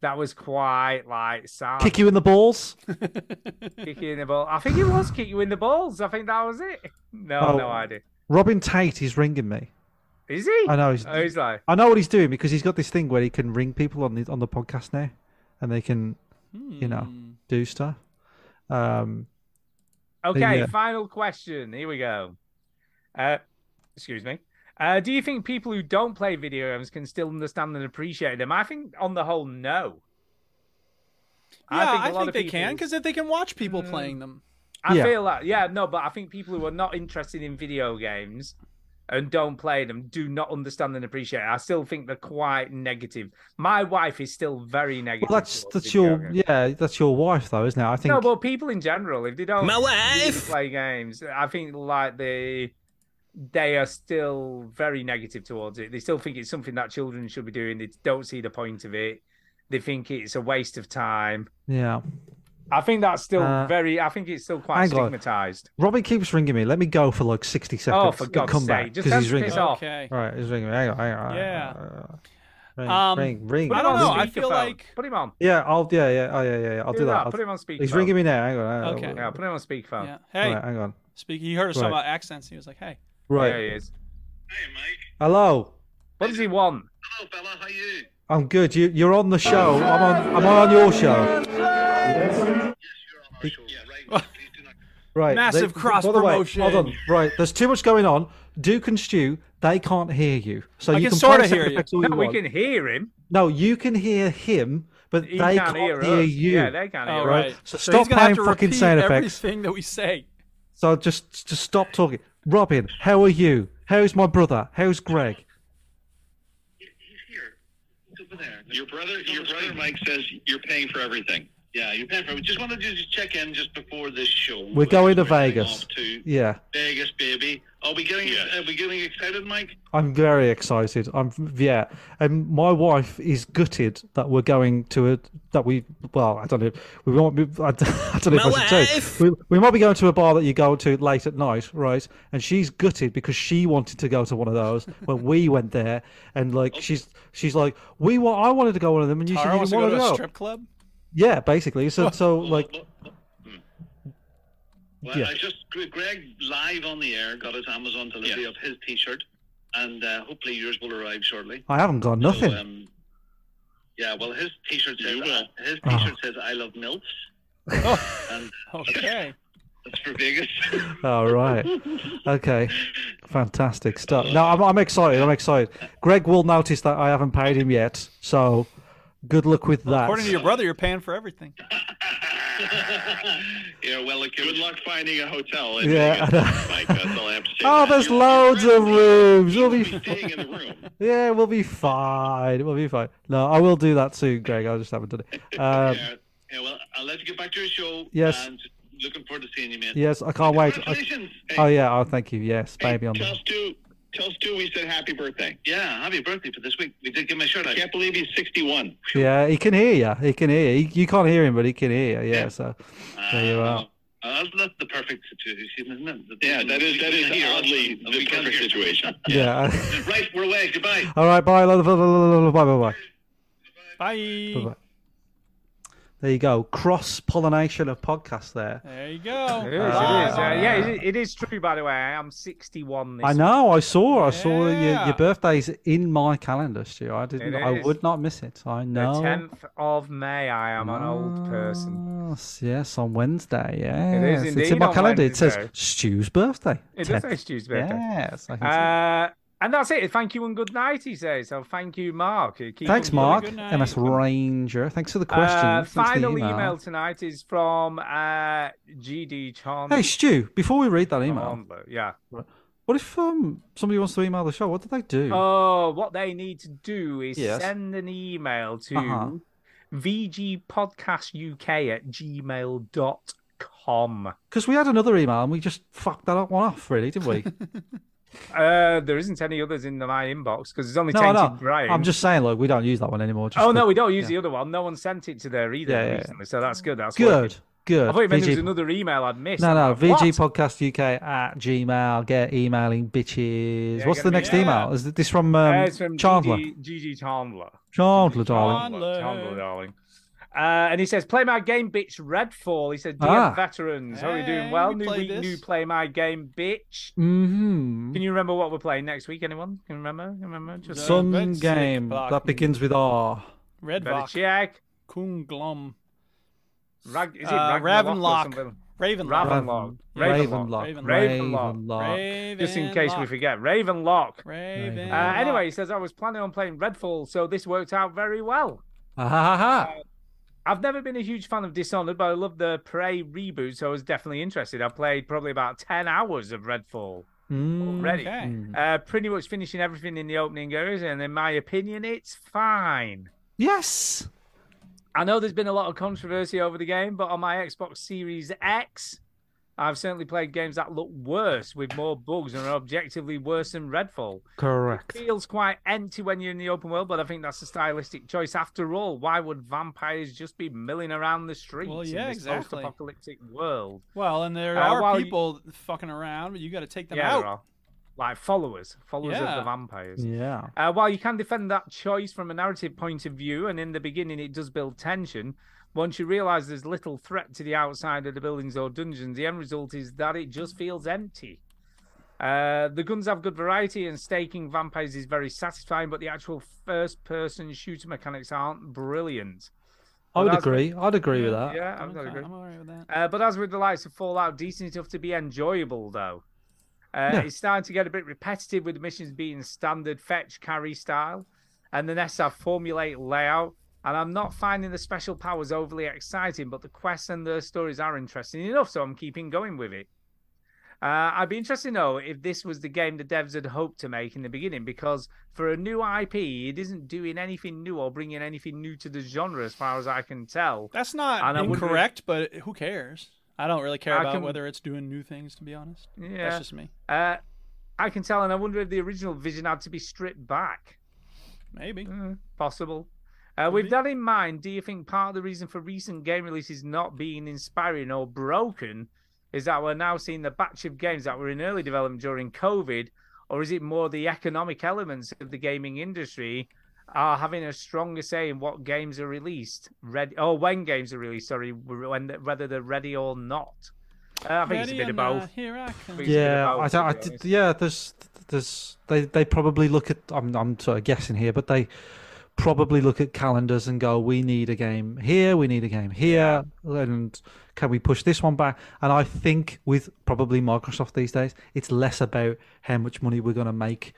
Speaker 2: that was quite like sad.
Speaker 1: Kick you in the balls.
Speaker 2: Kick you in the ball. I think it was kick you in the balls. I think that was it. No,
Speaker 1: Oh.
Speaker 2: no idea.
Speaker 1: Robin Tate is ringing me.
Speaker 2: Is he?
Speaker 1: I know he's-
Speaker 2: Oh, he's like,
Speaker 1: I know what he's doing because he's got this thing where he can ring people on the on the podcast now, and they can, you know,
Speaker 2: Hmm.
Speaker 1: do stuff. Um,
Speaker 2: okay.
Speaker 1: yeah.
Speaker 2: Final question. Here we go. Uh, excuse me. Uh, do you think people who don't play video games can still understand and appreciate them? I think, on the whole, no.
Speaker 3: Yeah, I
Speaker 2: a lot
Speaker 3: think
Speaker 2: of
Speaker 3: they
Speaker 2: people-
Speaker 3: can because if they can watch people playing them.
Speaker 2: I
Speaker 1: Yeah.
Speaker 2: feel like yeah, no, but I think people who are not interested in video games and don't play them do not understand and appreciate. It. I still think they're quite negative. My wife is still very negative.
Speaker 1: well, that's
Speaker 2: towards
Speaker 1: that's
Speaker 2: video
Speaker 1: your
Speaker 2: games.
Speaker 1: yeah, that's your wife though, isn't it? I think
Speaker 2: No, but people in general, if they don't
Speaker 1: My
Speaker 2: really
Speaker 1: wife!
Speaker 2: play games, I think like they they are still very negative towards it. They still think it's something that children should be doing. They don't see the point of it. They think it's a waste of time.
Speaker 1: yeah.
Speaker 2: I think that's still
Speaker 1: Uh,
Speaker 2: very. I think it's still quite
Speaker 1: hang on.
Speaker 2: stigmatized.
Speaker 1: Robbie keeps ringing me. Let me go for like sixty seconds.
Speaker 2: Oh, for
Speaker 1: and
Speaker 2: God's
Speaker 1: come
Speaker 2: sake,
Speaker 1: back
Speaker 2: just
Speaker 1: because
Speaker 2: have
Speaker 1: he's
Speaker 2: to
Speaker 1: ringing.
Speaker 2: piss off.
Speaker 3: Okay.
Speaker 1: All right, he's ringing me. Hang on, hang on, hang on.
Speaker 3: Yeah.
Speaker 1: Ring,
Speaker 3: Um,
Speaker 1: ring, ring.
Speaker 3: I
Speaker 2: Put him
Speaker 3: don't
Speaker 2: on
Speaker 3: know. I feel
Speaker 2: speakerphone.
Speaker 3: like
Speaker 2: put him on.
Speaker 1: Yeah, I'll. Yeah, yeah. Oh, yeah, yeah. yeah. I'll
Speaker 2: Do
Speaker 1: do, that.
Speaker 2: that.
Speaker 1: I'll-
Speaker 2: Put him on speaker
Speaker 1: He's
Speaker 2: phone.
Speaker 1: ringing me now. Hang on. hang on.
Speaker 3: Okay.
Speaker 2: Yeah, put him on speakerphone.
Speaker 3: Yeah. Hey,
Speaker 1: Right, hang on.
Speaker 3: speak. He heard us talking
Speaker 1: Right.
Speaker 3: about accents. He was like, "Hey,
Speaker 1: Right.
Speaker 2: There he is.
Speaker 1: Hello.
Speaker 2: What does he want?
Speaker 1: I'm good. You, you're on the show. I'm on. Am I on your show? Right.
Speaker 3: Massive
Speaker 1: they-
Speaker 3: cross
Speaker 1: by the way,
Speaker 3: promotion.
Speaker 1: Hold on. Right. There's too much going on. Duke and Stew, they can't hear you. So
Speaker 3: I
Speaker 1: you
Speaker 3: can
Speaker 1: can
Speaker 3: sorta
Speaker 1: play sound
Speaker 3: hear you.
Speaker 1: effects all
Speaker 2: No, we
Speaker 1: want.
Speaker 2: can hear him.
Speaker 1: No, you can hear him, But
Speaker 2: He
Speaker 1: they
Speaker 2: can't
Speaker 1: can't,
Speaker 2: hear
Speaker 1: hear
Speaker 2: us.
Speaker 1: you.
Speaker 2: Yeah, they can't hear
Speaker 1: All
Speaker 2: us.
Speaker 1: right. So,
Speaker 3: So
Speaker 1: stop
Speaker 3: he's gonna have
Speaker 1: playing
Speaker 3: to
Speaker 1: fucking
Speaker 3: repeat
Speaker 1: sound effects.
Speaker 3: everything that we say.
Speaker 1: So just just stop talking. Robin, how are you? How's my brother? How's Greg?
Speaker 15: Your brother, your brother Mike says you're paying for everything. Yeah, you're paying for it. Just wanted to just check in just before this show.
Speaker 1: We're going to Vegas. Yeah,
Speaker 15: Vegas, baby. Are we getting? Are we getting excited, Mike?
Speaker 1: I'm very excited. I'm yeah, and my wife is gutted that we're going to a that we well I don't know we won't be I don't, I don't know if I should say we, we might be going to a bar that you go to late at night, right? And she's gutted because she wanted to go to one of those when we went there, and like she's she's like we want I wanted to go one of them and you said
Speaker 3: Oh. Tara
Speaker 1: you
Speaker 3: wants
Speaker 1: didn't
Speaker 3: to go
Speaker 1: want
Speaker 3: to
Speaker 1: to go.
Speaker 3: a strip club.
Speaker 1: Yeah, basically. So so like
Speaker 15: Well,
Speaker 1: Yeah.
Speaker 15: I just Greg live on the air got his Amazon delivery of his T-shirt, and uh, hopefully yours will arrive shortly.
Speaker 1: I haven't got
Speaker 15: So,
Speaker 1: nothing.
Speaker 15: um, yeah, well, his T-shirt says his
Speaker 1: Oh.
Speaker 15: T-shirt says "I love milfs." and okay, that's for Vegas.
Speaker 1: All right. Okay. Fantastic stuff. No, I'm, I'm excited. I'm excited. Greg will notice that I haven't paid him yet. So good luck with that.
Speaker 3: According to your brother, you're paying for everything.
Speaker 15: yeah, well, look, good luck finding a hotel. in
Speaker 1: yeah. I
Speaker 15: Vegas,
Speaker 1: know.
Speaker 15: Mike, that's all I have to say.
Speaker 1: oh, there's loads of rooms. We'll be,
Speaker 15: staying in the room.
Speaker 1: yeah, we'll be fine. We'll be fine. No, I will do that soon, Greg. I just haven't done it. Um,
Speaker 15: Yeah, well, I'll let you get back to your show.
Speaker 1: Yes.
Speaker 15: And looking forward to seeing you, man.
Speaker 1: yes, I can't wait. I,
Speaker 15: Congratulations.
Speaker 1: oh, yeah. Oh, thank you. Yes, baby. on
Speaker 15: Tell Stu, tell Stu we said happy birthday. Yeah, happy birthday for this week. We did give him a shout out. Can't believe he's 61.
Speaker 1: Yeah, he can hear you. He can hear you. You can't hear him, but he can hear you. Yeah, so there you are.
Speaker 15: Uh, that's the perfect situation, isn't it? Yeah, that is that is oddly the perfect situation.
Speaker 1: Yeah.
Speaker 15: right, we're away. Goodbye.
Speaker 1: All right, bye. Bye, bye, bye, bye, bye.
Speaker 3: Bye.
Speaker 1: Bye-bye. There you go. Cross pollination of podcasts there.
Speaker 3: There you go.
Speaker 2: It is. it is. Yeah, yeah it, is, it is true. By the way, I am 61 this.
Speaker 1: I know. I saw. I saw that your,
Speaker 2: Yeah.
Speaker 1: your birthday's in my calendar, Stu. I didn't.
Speaker 2: It
Speaker 1: I
Speaker 2: is.
Speaker 1: would not miss it. I
Speaker 2: The
Speaker 1: know.
Speaker 2: 10th of May. I am an
Speaker 1: Ah.
Speaker 2: old person.
Speaker 1: Yes, yes, on Wednesday. Yes,
Speaker 2: is
Speaker 1: it's in
Speaker 2: indeed
Speaker 1: my
Speaker 2: on
Speaker 1: calendar. It says
Speaker 2: Wednesday.
Speaker 1: Stu's birthday.
Speaker 2: It
Speaker 1: 10th.
Speaker 2: does say Stu's birthday.
Speaker 1: Yes, I can see it.
Speaker 2: Uh, and that's it. Thank you and good night. He says. So thank you, Mark. Keep
Speaker 1: Thanks,
Speaker 2: up the really
Speaker 1: Mark.
Speaker 2: good night.
Speaker 1: MS Ranger. Thanks for the question.
Speaker 2: Uh,
Speaker 1: Thanks for the
Speaker 2: final email. tonight is from uh, GD Charm.
Speaker 1: Hey, Stu. Before we read that email,
Speaker 2: Yeah.
Speaker 1: what if um, somebody wants to email the show? What do they do?
Speaker 2: Oh, what they need to do is
Speaker 1: Yes.
Speaker 2: send an email to
Speaker 1: Uh-huh.
Speaker 2: vgpodcastuk at gmail.com.
Speaker 1: Because we had another email and we just fucked that one off, really, didn't we?
Speaker 2: Uh, there isn't any others in my inbox because there's only
Speaker 1: no, I
Speaker 2: tainted
Speaker 1: know.
Speaker 2: Brian.
Speaker 1: I'm just saying, like, we don't use that one anymore. Just
Speaker 2: oh no,
Speaker 1: the-
Speaker 2: we don't use
Speaker 1: yeah.
Speaker 2: the other one. No one sent it to there either
Speaker 1: Yeah, yeah, yeah.
Speaker 2: recently, so that's good. That's
Speaker 1: Good,
Speaker 2: working.
Speaker 1: good.
Speaker 2: I thought you meant there was
Speaker 1: VG
Speaker 2: another email I'd missed.
Speaker 1: No, no,
Speaker 2: I'm like,
Speaker 1: VG
Speaker 2: what?
Speaker 1: Podcast UK at Gmail. Get emailing, bitches.
Speaker 2: Yeah,
Speaker 1: What's
Speaker 2: get
Speaker 1: the
Speaker 2: me-
Speaker 1: next
Speaker 2: yeah.
Speaker 1: email? Is it this from, um,
Speaker 2: Uh, it's from
Speaker 1: Chandler?
Speaker 2: GG, GG Chandler.
Speaker 1: Chandler, darling.
Speaker 2: Chandler, Chandler, darling. Uh, and he says, "Play my game, bitch." Redfall. He said, "Dear
Speaker 1: Ah.
Speaker 2: veterans, how are you doing?
Speaker 3: Hey,
Speaker 2: Well,
Speaker 3: we
Speaker 2: new
Speaker 3: played
Speaker 2: week,
Speaker 3: this.
Speaker 2: new play my game, bitch."
Speaker 1: Mm-hmm.
Speaker 2: Can you remember what we're playing next week? Anyone can remember? Can remember? Just
Speaker 1: Some game that begins with R.
Speaker 3: Red
Speaker 2: Better
Speaker 3: Vok.
Speaker 2: check.
Speaker 3: Kung Glom.
Speaker 2: Rag, is it Ragnarok
Speaker 3: Uh,
Speaker 2: or
Speaker 3: Ravenlock.
Speaker 2: something?
Speaker 3: Ravenlock.
Speaker 2: Ravenlock.
Speaker 1: Ravenlock.
Speaker 2: Ravenlock. Ravenlock.
Speaker 1: Ravenlock.
Speaker 2: Just in case we forget, Ravenlock.
Speaker 3: Raven.
Speaker 2: Uh, anyway, he says I was planning on playing Redfall, so this worked out very well.
Speaker 1: Ah, ha, ha, ha.
Speaker 2: I've never been a huge fan of Dishonored, but I love the Prey reboot, so I was definitely interested. I played probably about ten hours of Redfall already, uh, pretty much finishing everything in the opening areas, and in my opinion, it's fine.
Speaker 1: Yes.
Speaker 2: I know there's been a lot of controversy over the game, but on my Xbox Series X, I've certainly played games that look worse with more bugs and are objectively worse than Redfall.
Speaker 1: Correct.
Speaker 2: Feels quite empty when you're in the open world, but I think that's a stylistic choice. After all, why would vampires just be milling around the streets
Speaker 3: Well, yeah,
Speaker 2: in this
Speaker 3: exactly.
Speaker 2: post-apocalyptic world?
Speaker 3: Well, and there
Speaker 2: Uh,
Speaker 3: are
Speaker 2: while you-
Speaker 3: people fucking around, but you got to take them
Speaker 2: Yeah,
Speaker 3: out.
Speaker 2: there are. Like followers, followers of
Speaker 3: Yeah.
Speaker 2: the vampires.
Speaker 1: Yeah.
Speaker 2: Uh, while you can defend that choice from a narrative point of view, and in the beginning it does build tension, once you realize there's little threat to the outside of the buildings or dungeons, the end result is that it just feels empty. Uh, the guns have good variety, and staking vampires is very satisfying, but the actual first person shooter mechanics aren't brilliant.
Speaker 1: I would
Speaker 2: But as with-
Speaker 1: agree. I'd agree with that.
Speaker 2: Yeah, I'm,
Speaker 3: okay,
Speaker 2: agree.
Speaker 3: I'm all right with that.
Speaker 2: Uh, but as with the likes of Fallout, decent enough to be enjoyable, though. Uh,
Speaker 1: Yeah.
Speaker 2: It's starting to get a bit repetitive with the missions being standard fetch carry style, and the nests have formulate layout. And I'm not finding the special powers overly exciting, but the quests and the stories are interesting enough, so I'm keeping going with it. Uh, I'd be interested to know if this was the game the devs had hoped to make in the beginning, because for a new IP, it isn't doing anything new or bringing anything new to the genre, as far as I can tell.
Speaker 3: That's not
Speaker 2: And I wonder if-
Speaker 3: incorrect, but who cares? I don't really care
Speaker 2: I
Speaker 3: about
Speaker 2: can-
Speaker 3: whether it's doing new things, to be honest.
Speaker 2: Yeah.
Speaker 3: That's just me.
Speaker 2: Uh, I can tell, and I wonder if the original vision had to be stripped back.
Speaker 3: Maybe.
Speaker 2: possible. Uh, with that in mind, do you think part of the reason for recent game releases not being inspiring or broken is that we're now seeing the batch of games that were in early development during COVID, or is it more the economic elements of the gaming industry are having a stronger say in what games are released, ready or when games are released? Sorry, when whether they're ready or not. Uh, I think it's a
Speaker 3: Ready
Speaker 2: bit of
Speaker 3: and, uh,
Speaker 2: both.
Speaker 3: here I come.
Speaker 2: Think it's a bit
Speaker 1: Yeah,
Speaker 2: of
Speaker 1: I,
Speaker 2: both,
Speaker 1: don't- I,
Speaker 2: to be
Speaker 1: d-
Speaker 2: honest.
Speaker 1: yeah. There's, there's. They, they probably look at. I'm, I'm sort of guessing here, but they probably look at calendars and go, "We need a game here. We need a game here, and can we push this one back?" And I think with probably Microsoft these days, it's less about how much money we're going to make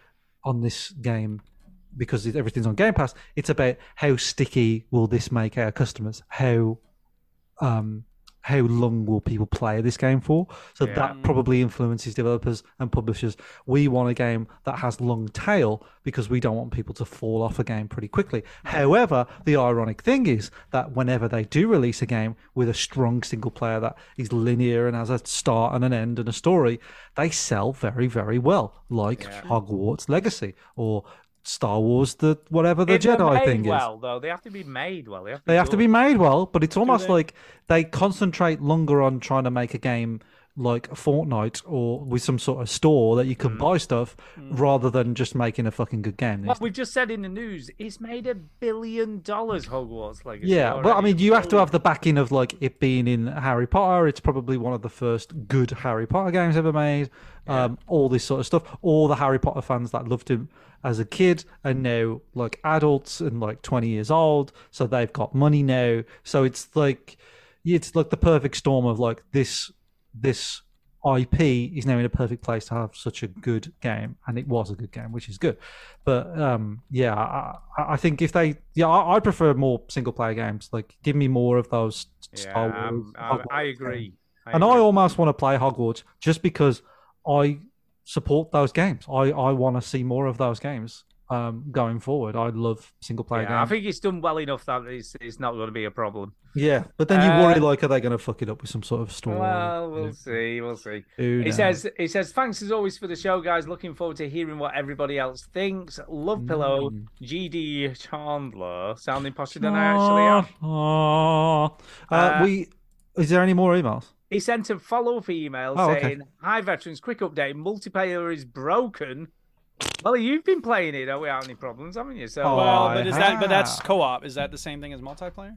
Speaker 1: on this game because it, everything's on Game Pass. It's about how sticky will this make our customers? How um, how long will people play this game for? So
Speaker 16: Yeah.
Speaker 1: that probably influences developers and publishers. We want a game that has long tail because we don't want people to fall off a game pretty quickly. However, the ironic thing is that whenever they do release a game with a strong single player that is linear and has a start and an end and a story, they sell very, very well, like Hogwarts Legacy or Star Wars the whatever the
Speaker 2: If they're
Speaker 1: Jedi
Speaker 2: made
Speaker 1: thing is.
Speaker 2: well, though, they have to be made well. They have to,
Speaker 1: They have to
Speaker 2: good.
Speaker 1: be made well, but it's almost
Speaker 2: they?
Speaker 1: like they concentrate longer on trying to make a game like Fortnite or with some sort of store that you
Speaker 2: Mm.
Speaker 1: can buy stuff rather than just making a fucking good game.
Speaker 2: What we've just said in the news, it's made a billion dollars. Hogwarts Legacy.
Speaker 1: yeah, well, I
Speaker 2: already.
Speaker 1: mean, you have to have the backing of like it being in Harry Potter. It's probably one of the first good Harry Potter games ever made. Um, all this sort of stuff. All the Harry Potter fans that loved him as a kid and now like adults and like twenty years old, so they've got money now. So it's like it's like the perfect storm of like this this IP is now in a perfect place to have such a good game, and it was a good game, which is good. But um, yeah, I, I I think if they, yeah, I, I prefer more single player games. Like, give me more of those Star
Speaker 2: Yeah,
Speaker 1: Wars.
Speaker 2: I'm- I'm- I
Speaker 1: Hogwarts
Speaker 2: agree.
Speaker 1: games.
Speaker 2: I
Speaker 1: and I
Speaker 2: agree.
Speaker 1: almost want to play Hogwarts just because I support those games. I, I want to see more of those games um, going forward. I love single player
Speaker 2: Yeah, I
Speaker 1: games.
Speaker 2: think it's done well enough that it's, it's not going to be a problem.
Speaker 1: Yeah, but then you worry
Speaker 2: Uh,
Speaker 1: like, are they going to fuck it up with some sort of story?
Speaker 2: Well, we'll see. We'll see.
Speaker 1: Who
Speaker 2: He
Speaker 1: knows?
Speaker 2: says, he says, thanks as always for the show, guys. Looking forward to hearing what everybody else thinks. Love Pillow,
Speaker 1: Mm.
Speaker 2: GD Chandler, sounding posher than I actually am.
Speaker 1: Ah, ah. Uh,
Speaker 2: Uh,
Speaker 1: we is there any more emails?
Speaker 2: He sent a follow up email
Speaker 1: Oh, okay.
Speaker 2: saying, Hi, veterans, quick update. Multiplayer is broken. Well, you've been playing it. Are we having any problems, haven't you? So, uh,
Speaker 3: well, but is that but that's
Speaker 2: Ah.
Speaker 3: co-op? Is that the same thing as multiplayer?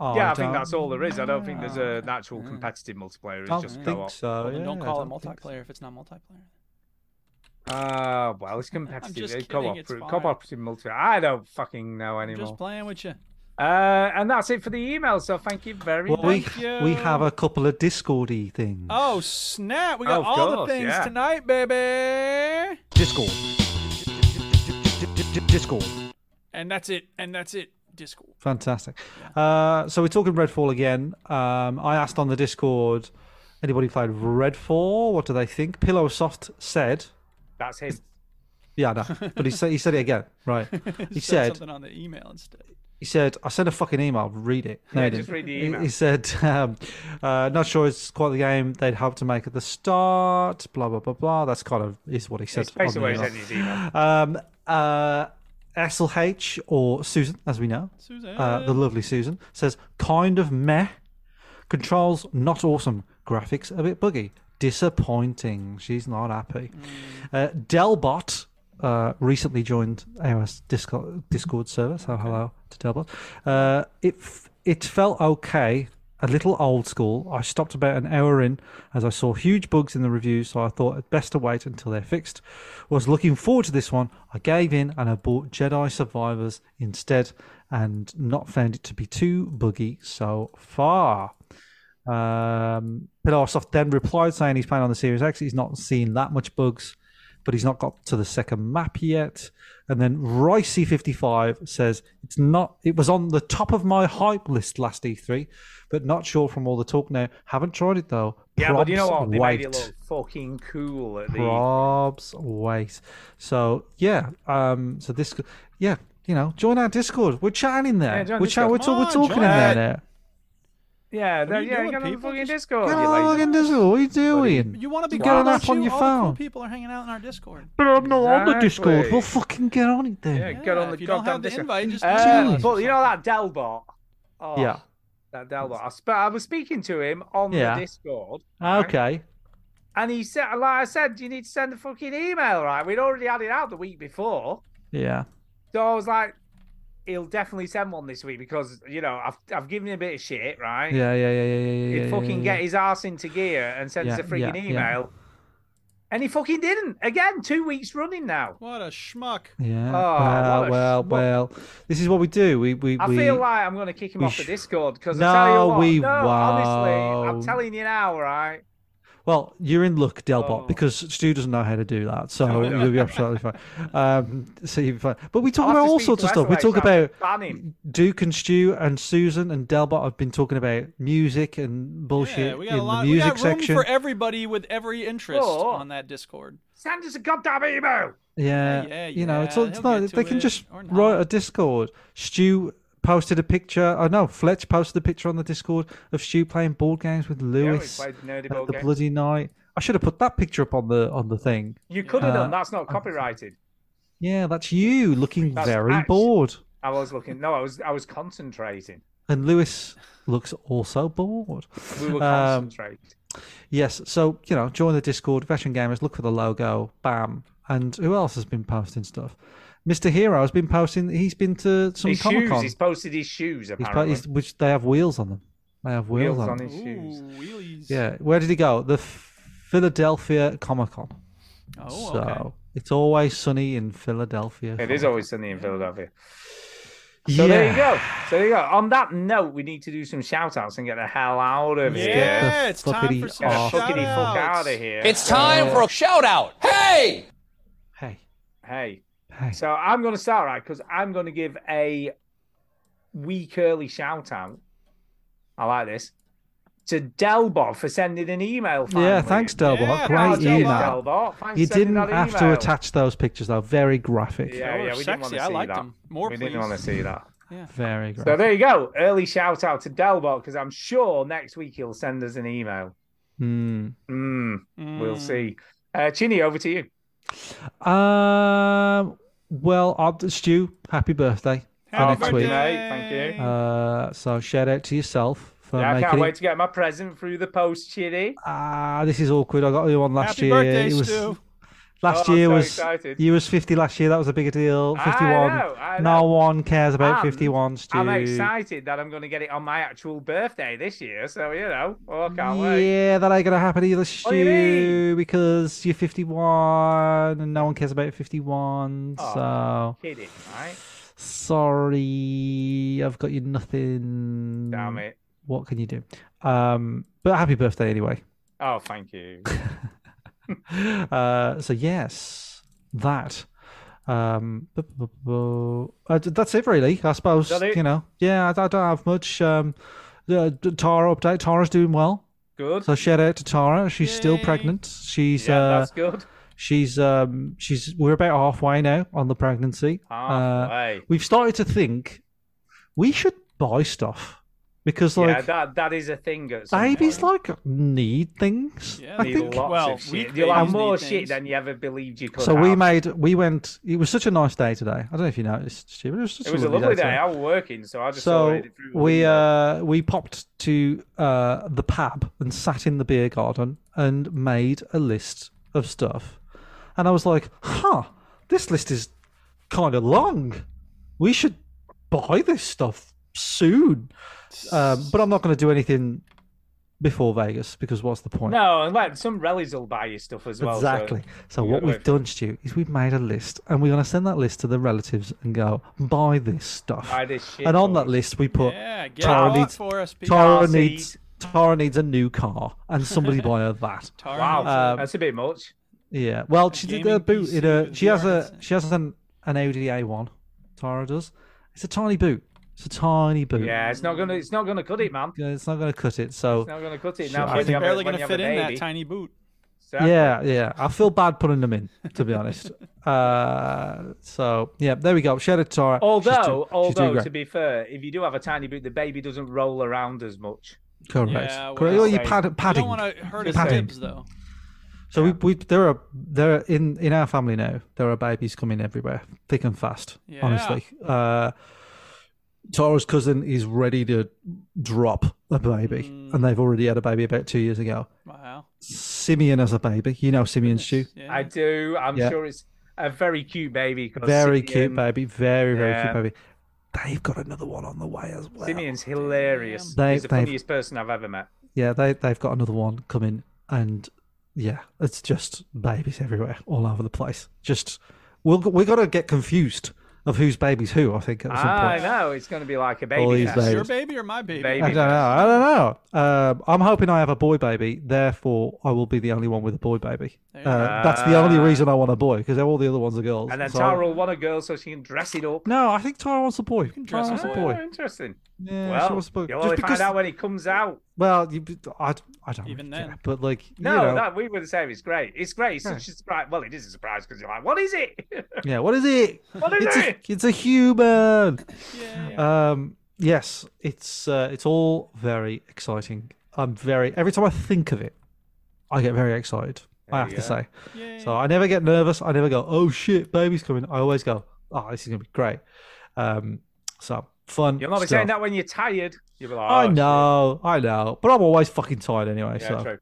Speaker 1: Oh,
Speaker 2: yeah, I,
Speaker 1: don't-
Speaker 2: think that's all there is. I don't think there's a natural competitive multiplayer. It's
Speaker 1: Don't
Speaker 2: just
Speaker 1: think
Speaker 2: co-op.
Speaker 1: so,
Speaker 3: Well, then don't
Speaker 1: yeah,
Speaker 3: call
Speaker 1: I
Speaker 3: it
Speaker 1: don't think
Speaker 3: multiplayer if it's not multiplayer.
Speaker 2: Ah, well, it's
Speaker 3: just
Speaker 2: competitive. It's
Speaker 3: kidding,
Speaker 2: co-op,
Speaker 3: it's fine.
Speaker 2: cooperative multiplayer. I don't fucking know
Speaker 3: I'm
Speaker 2: anymore.
Speaker 3: just playing with you.
Speaker 2: Uh, and that's it for the email. So thank you very
Speaker 1: Well, we
Speaker 2: much.
Speaker 1: we have a couple of Discordy things.
Speaker 3: Oh snap! We got
Speaker 2: Of
Speaker 3: all
Speaker 2: course,
Speaker 3: the things
Speaker 2: yeah.
Speaker 3: tonight, baby.
Speaker 1: Discord. Discord.
Speaker 3: And that's it. And that's it. Discord.
Speaker 1: Fantastic. Uh, so we're talking Redfall again. Um, I asked on the Discord, anybody played Redfall? What do they think? Pillowsoft said,
Speaker 2: That's him.
Speaker 1: yeah, no, but he said he said it again. Right. He said
Speaker 3: something on the email instead.
Speaker 1: He said, I sent a fucking email, read it. No,
Speaker 3: Yeah,
Speaker 1: he
Speaker 3: just
Speaker 1: didn't.
Speaker 3: read the
Speaker 1: He-
Speaker 3: email.
Speaker 1: He, said, um, uh, not sure it's quite the game they'd have to make at the start, blah, blah, blah, blah. That's kind of is what he said.
Speaker 2: It's basically
Speaker 1: on
Speaker 2: what
Speaker 1: the
Speaker 2: he said in his email.
Speaker 1: Um, uh, Axel H, or Susan, as we know,
Speaker 3: Susan.
Speaker 1: Uh, the lovely Susan, says, kind of meh. Controls not awesome. Graphics a bit buggy. Disappointing. She's not happy. Uh, Delbot uh, recently joined our Discord, Discord server, so hello to Delbot. Uh, it f- it felt okay, a little old school. I stopped about an hour in as I saw huge bugs in the reviews, so I thought it best to wait until they're fixed. Was looking forward to this one. I gave in and I bought Jedi Survivors instead, and not found it to be too buggy so far. Um, Pilarsoft then replied saying he's playing on the Series X. He's not seeing that much bugs. but he's not got to the second map yet. And then Ricey55 says it's not. It was on the top of my hype list last E3, but not sure from all the talk now. Haven't tried it though.
Speaker 2: Yeah, but you know
Speaker 1: Probs
Speaker 2: what? They made it
Speaker 1: wait.
Speaker 2: look fucking cool at the.
Speaker 1: Probs wait. So yeah, um, so this, yeah, you know, join our Discord. We're chatting in there.
Speaker 2: Yeah, join
Speaker 1: we're
Speaker 2: Discord.
Speaker 1: chatting. We're,
Speaker 2: Come
Speaker 1: talk, we're
Speaker 2: on,
Speaker 1: talking in
Speaker 2: join.
Speaker 1: there now.
Speaker 2: Yeah, there,
Speaker 3: you
Speaker 2: yeah,
Speaker 3: doing,
Speaker 2: you got on the
Speaker 3: people?
Speaker 2: fucking
Speaker 3: Just-
Speaker 2: Discord.
Speaker 1: Get on
Speaker 2: you lazy
Speaker 1: the fucking Discord. What are you doing?
Speaker 3: You want to be
Speaker 1: Get an
Speaker 3: gone,
Speaker 1: app
Speaker 3: aren't
Speaker 1: on
Speaker 3: you?
Speaker 1: your
Speaker 3: All The cool
Speaker 1: phone.
Speaker 3: people are hanging out in our Discord.
Speaker 1: But I'm not on the Discord.
Speaker 2: Exactly.
Speaker 1: We'll fucking get on it then.
Speaker 2: Yeah, get on
Speaker 3: if
Speaker 2: the
Speaker 3: you don't have
Speaker 2: goddamn
Speaker 3: the
Speaker 2: Discord.
Speaker 3: invite, just
Speaker 2: Uh,
Speaker 1: email
Speaker 2: But you know that Delbot. Oh,
Speaker 1: Um, Yeah.
Speaker 2: that Delbot. I, sp- I was speaking to him on
Speaker 1: Yeah.
Speaker 2: the Discord,
Speaker 1: Okay.
Speaker 2: and he said, like I said, you need to send a fucking email, right? We'd already had it out the week before,
Speaker 1: Yeah.
Speaker 2: so I was like, he'll definitely send one this week because you know I've I've given him a bit of shit, right?
Speaker 1: Yeah, yeah, yeah, yeah, yeah, yeah.
Speaker 2: He'd
Speaker 1: yeah,
Speaker 2: fucking
Speaker 1: yeah,
Speaker 2: get his ass into gear and send us
Speaker 1: Yeah,
Speaker 2: a
Speaker 1: yeah,
Speaker 2: freaking
Speaker 1: yeah.
Speaker 2: email. And he fucking didn't. Again, two weeks running now.
Speaker 3: What a schmuck.
Speaker 1: Yeah.
Speaker 2: Oh, what
Speaker 1: well, well,
Speaker 2: a
Speaker 1: well. This is what we do. We we
Speaker 2: I
Speaker 1: we.
Speaker 2: feel like I'm going to kick him
Speaker 1: we
Speaker 2: off the
Speaker 1: sh-
Speaker 2: Discord because
Speaker 1: No,
Speaker 2: I tell you what,
Speaker 1: we
Speaker 2: no, honestly, I'm
Speaker 1: won't.
Speaker 2: telling you now, right?
Speaker 1: Well, you're in luck,
Speaker 2: Oh.
Speaker 1: Delbot, because Stu doesn't know how to do that, so
Speaker 2: yeah.
Speaker 1: you'll be absolutely fine. Um, so you'll be fine. But we
Speaker 2: I'll
Speaker 1: talk
Speaker 2: have
Speaker 1: about
Speaker 2: to
Speaker 1: all
Speaker 2: speak
Speaker 1: sorts
Speaker 2: to
Speaker 1: of stuff. We
Speaker 2: Esra,
Speaker 1: talk
Speaker 2: so
Speaker 1: about
Speaker 2: ban him.
Speaker 1: Duke and Stu and Susan and Delbot have been talking about music and bullshit
Speaker 3: Yeah, we got a
Speaker 1: in
Speaker 3: lot.
Speaker 1: the
Speaker 3: We
Speaker 1: music
Speaker 3: got room
Speaker 1: section.
Speaker 3: for everybody with every interest
Speaker 2: Oh.
Speaker 3: on that Discord.
Speaker 2: Send us a goddamn email.
Speaker 1: Yeah,
Speaker 3: Yeah,
Speaker 1: you know, it's,
Speaker 3: yeah,
Speaker 1: it's
Speaker 3: he'll
Speaker 1: not.
Speaker 3: get
Speaker 1: They
Speaker 3: to
Speaker 1: can
Speaker 3: it,
Speaker 1: just
Speaker 3: or
Speaker 1: write a Discord. Stu posted a picture. Oh no, Fletch posted a picture on the Discord of Stu playing board games with Lewis
Speaker 2: played nerdy
Speaker 1: at
Speaker 2: board
Speaker 1: the
Speaker 2: games.
Speaker 1: bloody night. I should have put that picture up on the on the thing.
Speaker 2: You could have
Speaker 1: Uh,
Speaker 2: done. That's not copyrighted.
Speaker 1: Yeah, that's you looking
Speaker 2: That's
Speaker 1: very
Speaker 2: act-
Speaker 1: bored,
Speaker 2: I was looking. No, I was. I was concentrating.
Speaker 1: and Lewis looks also bored.
Speaker 2: We were
Speaker 1: Um,
Speaker 2: concentrating.
Speaker 1: yes, so you know, join the Discord, veteran gamers. Look for the logo. Bam. And who else has been posting stuff? Mr. Hero has been posting. He's been to some
Speaker 2: his
Speaker 1: Comic
Speaker 2: shoes.
Speaker 1: Con.
Speaker 2: He's posted his shoes.
Speaker 1: He's
Speaker 2: Apparently,
Speaker 1: probably, he's, which they have wheels on them. They have wheels,
Speaker 2: wheels
Speaker 1: on.
Speaker 2: on
Speaker 1: them.
Speaker 2: his shoes.
Speaker 1: Yeah. Where did he go? The F- Philadelphia Comic Con.
Speaker 2: Oh,
Speaker 1: so
Speaker 2: okay.
Speaker 1: it's always sunny in Philadelphia.
Speaker 2: It is always sunny in Philadelphia.
Speaker 1: Yeah.
Speaker 2: So there you go. So there you go. On that note, we need to do some shout outs and get the hell out of here.
Speaker 1: Yeah, it's time for some
Speaker 2: Get the fuckity
Speaker 1: shout-outs.
Speaker 2: fuck out of here.
Speaker 1: It's time for a
Speaker 2: shout out. Hey!
Speaker 1: Hey.
Speaker 2: Hey. So I'm going to start right because I'm going to give a week early shout out. I like this. To Delbot for sending an email. Finally.
Speaker 1: Yeah, thanks, Delbot.
Speaker 2: Yeah,
Speaker 1: Great
Speaker 2: Delbot.
Speaker 1: email.
Speaker 2: Delbot, thanks
Speaker 1: you
Speaker 2: for sending
Speaker 1: didn't
Speaker 2: that
Speaker 1: have to
Speaker 2: email.
Speaker 1: attach those pictures, though. Very graphic.
Speaker 2: Yeah, yeah, we didn't want
Speaker 3: sexy.
Speaker 2: to
Speaker 3: I
Speaker 2: see
Speaker 3: liked
Speaker 2: that.
Speaker 3: them. More,
Speaker 2: we didn't want to
Speaker 3: please.
Speaker 2: see that.
Speaker 1: Very graphic.
Speaker 2: So there you go. Early shout out to Delbot because I'm sure next week he'll send us an email.
Speaker 1: Hmm.
Speaker 2: Mm, We'll see. Uh, Chini, over to you.
Speaker 1: Um. Well, uh, Stu, happy birthday for next
Speaker 2: Thank you,
Speaker 1: week.
Speaker 2: mate. Thank you.
Speaker 1: Oh, Uh, so shout out to yourself for
Speaker 2: yeah, I
Speaker 1: making
Speaker 2: can't
Speaker 1: it.
Speaker 2: wait to get my present through the post, Chini.
Speaker 1: Ah, this is awkward. I got you one last
Speaker 2: Happy
Speaker 1: year.
Speaker 2: birthday,
Speaker 1: it was
Speaker 2: Stu.
Speaker 1: last
Speaker 2: Oh, I'm
Speaker 1: year
Speaker 2: so
Speaker 1: was
Speaker 2: excited.
Speaker 1: you was fifty last year. That was a bigger deal.
Speaker 2: I
Speaker 1: Fifty
Speaker 2: know, I
Speaker 1: one. No
Speaker 2: know.
Speaker 1: one cares about
Speaker 2: I'm-
Speaker 1: fifty one, Stu.
Speaker 2: I'm excited that I'm going to get it on my actual birthday this year. So, you know, oh, I can't wait.
Speaker 1: Yeah, that ain't gonna happen either,
Speaker 2: What do you
Speaker 1: Stu, because you're fifty one and no one cares about fifty one.
Speaker 2: Oh,
Speaker 1: so
Speaker 2: kidding, right?
Speaker 1: sorry, I've got you nothing.
Speaker 2: Damn it.
Speaker 1: What can you do? Um, but happy birthday anyway.
Speaker 2: Oh, thank you.
Speaker 1: uh, so yes, that. Um, bu- bu- bu- bu- uh, th- that's it really. I suppose
Speaker 2: That it?
Speaker 1: you know. Yeah, I, I don't have much. Um, uh, d- Tara update. Tara's doing well.
Speaker 2: Good.
Speaker 1: So shout out to Tara. She's still pregnant. She's
Speaker 2: Yeah,
Speaker 1: uh,
Speaker 2: that's good.
Speaker 1: She's um she's we're about halfway now on the pregnancy.
Speaker 2: Ah, Halfway.
Speaker 1: Uh, we've started to think we should buy stuff because like
Speaker 2: yeah, that, that is a thing. At some
Speaker 1: babies
Speaker 2: point.
Speaker 1: like need things. I
Speaker 2: Need
Speaker 1: think.
Speaker 2: lots
Speaker 3: Well,
Speaker 2: of
Speaker 3: we
Speaker 2: shit. You'll have
Speaker 3: created
Speaker 2: more shit
Speaker 3: these things.
Speaker 2: than you ever believed you could
Speaker 1: So
Speaker 2: have.
Speaker 1: we made we went. It was such a nice day today. I don't know if you noticed, Stu, but it was such
Speaker 2: It was a lovely day. I was working, so I just saw
Speaker 1: So
Speaker 2: it through the
Speaker 1: we
Speaker 2: window.
Speaker 1: uh we popped to uh the pub and sat in the beer garden and made a list of stuff, and I was like, huh, this list is kind of long. We should buy this stuff soon, um, but I'm not going to do anything before Vegas because what's the point?
Speaker 2: No, and like some rallies will buy you stuff as well. so-
Speaker 1: Exactly. So,
Speaker 2: You
Speaker 1: what
Speaker 2: gotta
Speaker 1: we've
Speaker 2: wait.
Speaker 1: done, Stu, is we've made a list, and we're going to send that list to the relatives and go buy this stuff.
Speaker 2: Buy this shit
Speaker 1: and on
Speaker 2: for
Speaker 1: that
Speaker 2: us.
Speaker 1: list, we put
Speaker 2: Yeah, get
Speaker 1: Tara
Speaker 2: out
Speaker 1: needs
Speaker 2: for us, people.
Speaker 1: Tara
Speaker 2: Car
Speaker 1: needs Tara needs a new car, and somebody buy her that.
Speaker 2: Wow, that's a bit much.
Speaker 1: Yeah. Well, she did
Speaker 3: gaming
Speaker 1: a boot in a.
Speaker 3: PC
Speaker 1: She has
Speaker 3: VR
Speaker 1: a. She has an an ODA one. Tara does. It's a tiny boot. It's a tiny boot.
Speaker 2: Yeah, it's not gonna it's not gonna cut it, man.
Speaker 1: Yeah, It's not going to cut it. So
Speaker 2: It's not gonna cut it.
Speaker 1: Shit,
Speaker 2: Now
Speaker 1: I
Speaker 2: when
Speaker 1: think-
Speaker 2: you have a-
Speaker 1: Barely
Speaker 2: when
Speaker 3: gonna
Speaker 2: you have a
Speaker 3: fit in that
Speaker 2: baby.
Speaker 3: tiny boot.
Speaker 2: Exactly.
Speaker 1: Yeah, yeah. I feel bad putting them in, to be honest. uh, so yeah, there we go. Shout out to Tara. She's
Speaker 2: Although,
Speaker 1: do- she's doing
Speaker 2: although
Speaker 1: great.
Speaker 2: to be fair, if you do have a tiny boot, the baby doesn't roll around as much.
Speaker 1: correct,
Speaker 2: well,
Speaker 1: correct. Well, you
Speaker 2: same.
Speaker 1: pad,
Speaker 2: You don't
Speaker 1: padding.
Speaker 2: wanna hurt
Speaker 1: You're
Speaker 2: his
Speaker 1: padding.
Speaker 2: ribs, though.
Speaker 1: So we, we there are there are in in our family now. There are babies coming everywhere, thick and fast.
Speaker 3: Yeah.
Speaker 1: Honestly, uh, Tara's cousin is ready to drop a baby,
Speaker 2: Mm.
Speaker 1: and they've already had a baby about two years ago.
Speaker 3: Wow.
Speaker 1: Simeon has a baby. You know Simeon's shoe.
Speaker 2: I do. I'm
Speaker 1: Yeah.
Speaker 2: sure it's a very cute baby. 'cause
Speaker 1: Very
Speaker 2: Simeon-
Speaker 1: cute baby. Very very
Speaker 2: um, Yeah.
Speaker 1: cute baby. They've got another one on the way as well.
Speaker 2: Simeon's hilarious.
Speaker 1: They-
Speaker 2: He's the
Speaker 1: they've-
Speaker 2: funniest person I've ever met.
Speaker 1: Yeah, they they've got another one coming, and yeah, it's just babies everywhere, all over the place. Just we'll we got to get confused of whose baby's who. I think at some
Speaker 2: Ah, I
Speaker 1: point.
Speaker 2: know it's going to be like a baby.
Speaker 1: All these
Speaker 2: fest.
Speaker 1: babies. Your
Speaker 3: baby or my baby?
Speaker 1: I don't know. I don't know. Um, I'm hoping I have a boy baby. Therefore, I will be the only one with a boy baby.
Speaker 2: There you go.
Speaker 1: Uh, that's the only
Speaker 2: Ah.
Speaker 1: reason I want a boy because all the other ones are girls.
Speaker 2: And then
Speaker 1: so-
Speaker 2: Tara will want a girl so she can dress it up.
Speaker 1: No, I think Tara wants a boy. Tara
Speaker 2: Dress
Speaker 1: wants a
Speaker 2: it up.
Speaker 1: boy.
Speaker 2: Oh, interesting.
Speaker 1: Yeah, she
Speaker 2: well,
Speaker 1: wants a boy.
Speaker 2: you'll
Speaker 1: Just
Speaker 2: only
Speaker 1: because-
Speaker 2: find out when it comes out.
Speaker 1: Well, you, I, I don't even
Speaker 2: then.
Speaker 1: but like you know,
Speaker 2: No, no, we were the same. It's great. It's great. It's such a surprise. Well, it is a surprise because you're like, what is it?
Speaker 1: Yeah, what is it?
Speaker 2: What is
Speaker 1: it's
Speaker 2: it?
Speaker 1: A, it's a human. Um, yes, it's uh, it's all very exciting. I'm very every time I think of it, I get very excited. I have to say. So I never get nervous. I never go, oh shit, baby's coming. I always go, oh, this is gonna be great. Um, so fun.
Speaker 2: You'll not be
Speaker 1: stuff.
Speaker 2: saying that when you're tired. You'll be like,
Speaker 1: I
Speaker 2: "Oh,
Speaker 1: know, I know, but I'm always fucking tired anyway.
Speaker 2: Yeah,
Speaker 1: so
Speaker 2: true.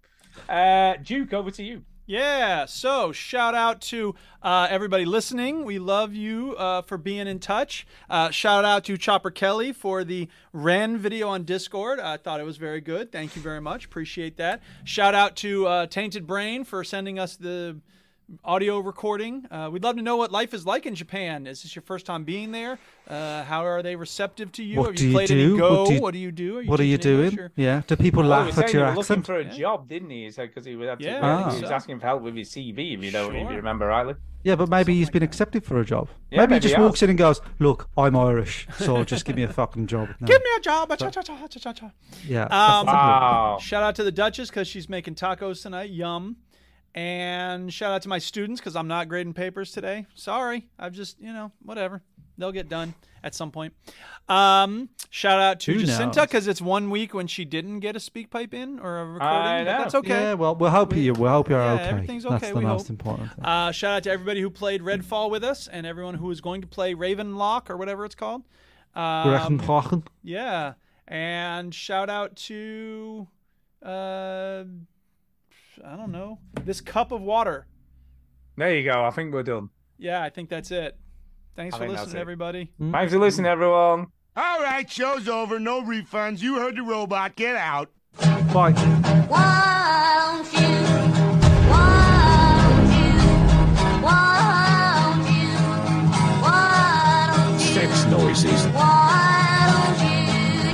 Speaker 2: Uh, Duke, over to you.
Speaker 3: Yeah. So shout out to uh, everybody listening. We love you uh, for being in touch. Uh, shout out to Chopper Kelly for the Ren video on Discord. I thought it was very good. Thank you very much. Appreciate that. Shout out to uh, Tainted Brain for sending us the audio recording. Uh, we'd love to know what life is like in Japan. Is this your first time being there? Uh, how are they receptive to you?
Speaker 1: what,
Speaker 3: Have
Speaker 1: do
Speaker 3: you
Speaker 1: you
Speaker 3: played any
Speaker 1: do?
Speaker 3: Go?
Speaker 1: what do you
Speaker 3: do? Are you
Speaker 1: what are you
Speaker 3: teaching English
Speaker 1: doing?
Speaker 3: or-
Speaker 1: Yeah, do people
Speaker 2: Oh, he was
Speaker 1: laugh at
Speaker 2: saying
Speaker 1: your
Speaker 2: he was looking
Speaker 1: accent? Ah.
Speaker 2: for a job, didn't he? He said because he was, had to,
Speaker 3: Yeah,
Speaker 2: I think
Speaker 1: I think
Speaker 2: he was
Speaker 1: so.
Speaker 2: asking for help with his CV. If you know, if you remember rightly.
Speaker 1: Yeah, but maybe he's been accepted for a job. maybe,
Speaker 2: Yeah, maybe
Speaker 1: he
Speaker 2: he
Speaker 1: just
Speaker 2: has.
Speaker 1: walks in and goes, "Look, I'm Irish, so just give me a fucking job." No.
Speaker 3: Give me a job. Cha cha cha cha cha cha.
Speaker 1: Yeah.
Speaker 3: Um,
Speaker 2: Ah,
Speaker 1: Wow.
Speaker 3: Shout out to the Duchess because she's making tacos tonight. Yum. And shout out to my students because I'm not grading papers today. Sorry. I've just, you know, whatever. They'll get done at some point. Um, shout out to
Speaker 1: Who
Speaker 3: Jacinta
Speaker 1: knows?
Speaker 3: because it's one week when she didn't get a speak pipe in or a recording.
Speaker 2: I
Speaker 3: but
Speaker 2: know.
Speaker 3: that's okay.
Speaker 1: Yeah, well, we'll hope you. We'll hope you're
Speaker 3: Yeah,
Speaker 1: okay.
Speaker 3: everything's okay,
Speaker 1: That's the
Speaker 3: we
Speaker 1: most
Speaker 3: hope.
Speaker 1: important. Thing.
Speaker 3: Uh, shout out to everybody who played Redfall with us and everyone who is going to play Ravenlock or whatever it's called. Um,
Speaker 1: Grechenbrachen.
Speaker 3: yeah. And shout out to, uh, I don't know, this cup of water.
Speaker 2: There you go. I think we're done.
Speaker 3: Yeah, I think that's it. Thanks
Speaker 2: I
Speaker 3: for
Speaker 2: think that's
Speaker 3: listening,
Speaker 2: it.
Speaker 3: everybody.
Speaker 1: Mm.
Speaker 2: Thanks for listening, everyone.
Speaker 16: All right, show's over. No refunds. You heard the robot. Get out.
Speaker 1: Bye.
Speaker 5: Won't you? Won't you? Won't you? Sex noises. Won't you?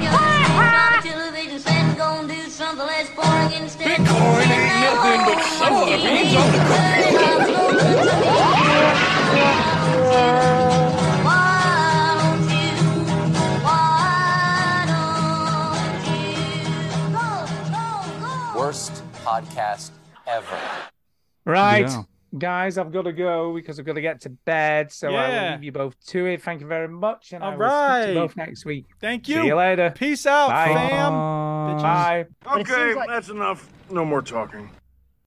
Speaker 5: Just turn on the television set and go and do something less boring instead. Bitcoin ain't nothing but solar beans on the
Speaker 7: Worst podcast ever.
Speaker 2: Right,
Speaker 7: Yeah.
Speaker 2: guys, I've got to go because I've got to get to bed. So I
Speaker 3: Yeah.
Speaker 2: will leave you both to it. Thank you very much, and I
Speaker 3: All
Speaker 2: will speak to
Speaker 3: right.
Speaker 2: you both next week.
Speaker 3: Thank
Speaker 2: See you
Speaker 3: you.
Speaker 2: later.
Speaker 3: Peace out,
Speaker 2: Bye.
Speaker 3: fam.
Speaker 2: Bye.
Speaker 13: Okay, that's enough. No more talking.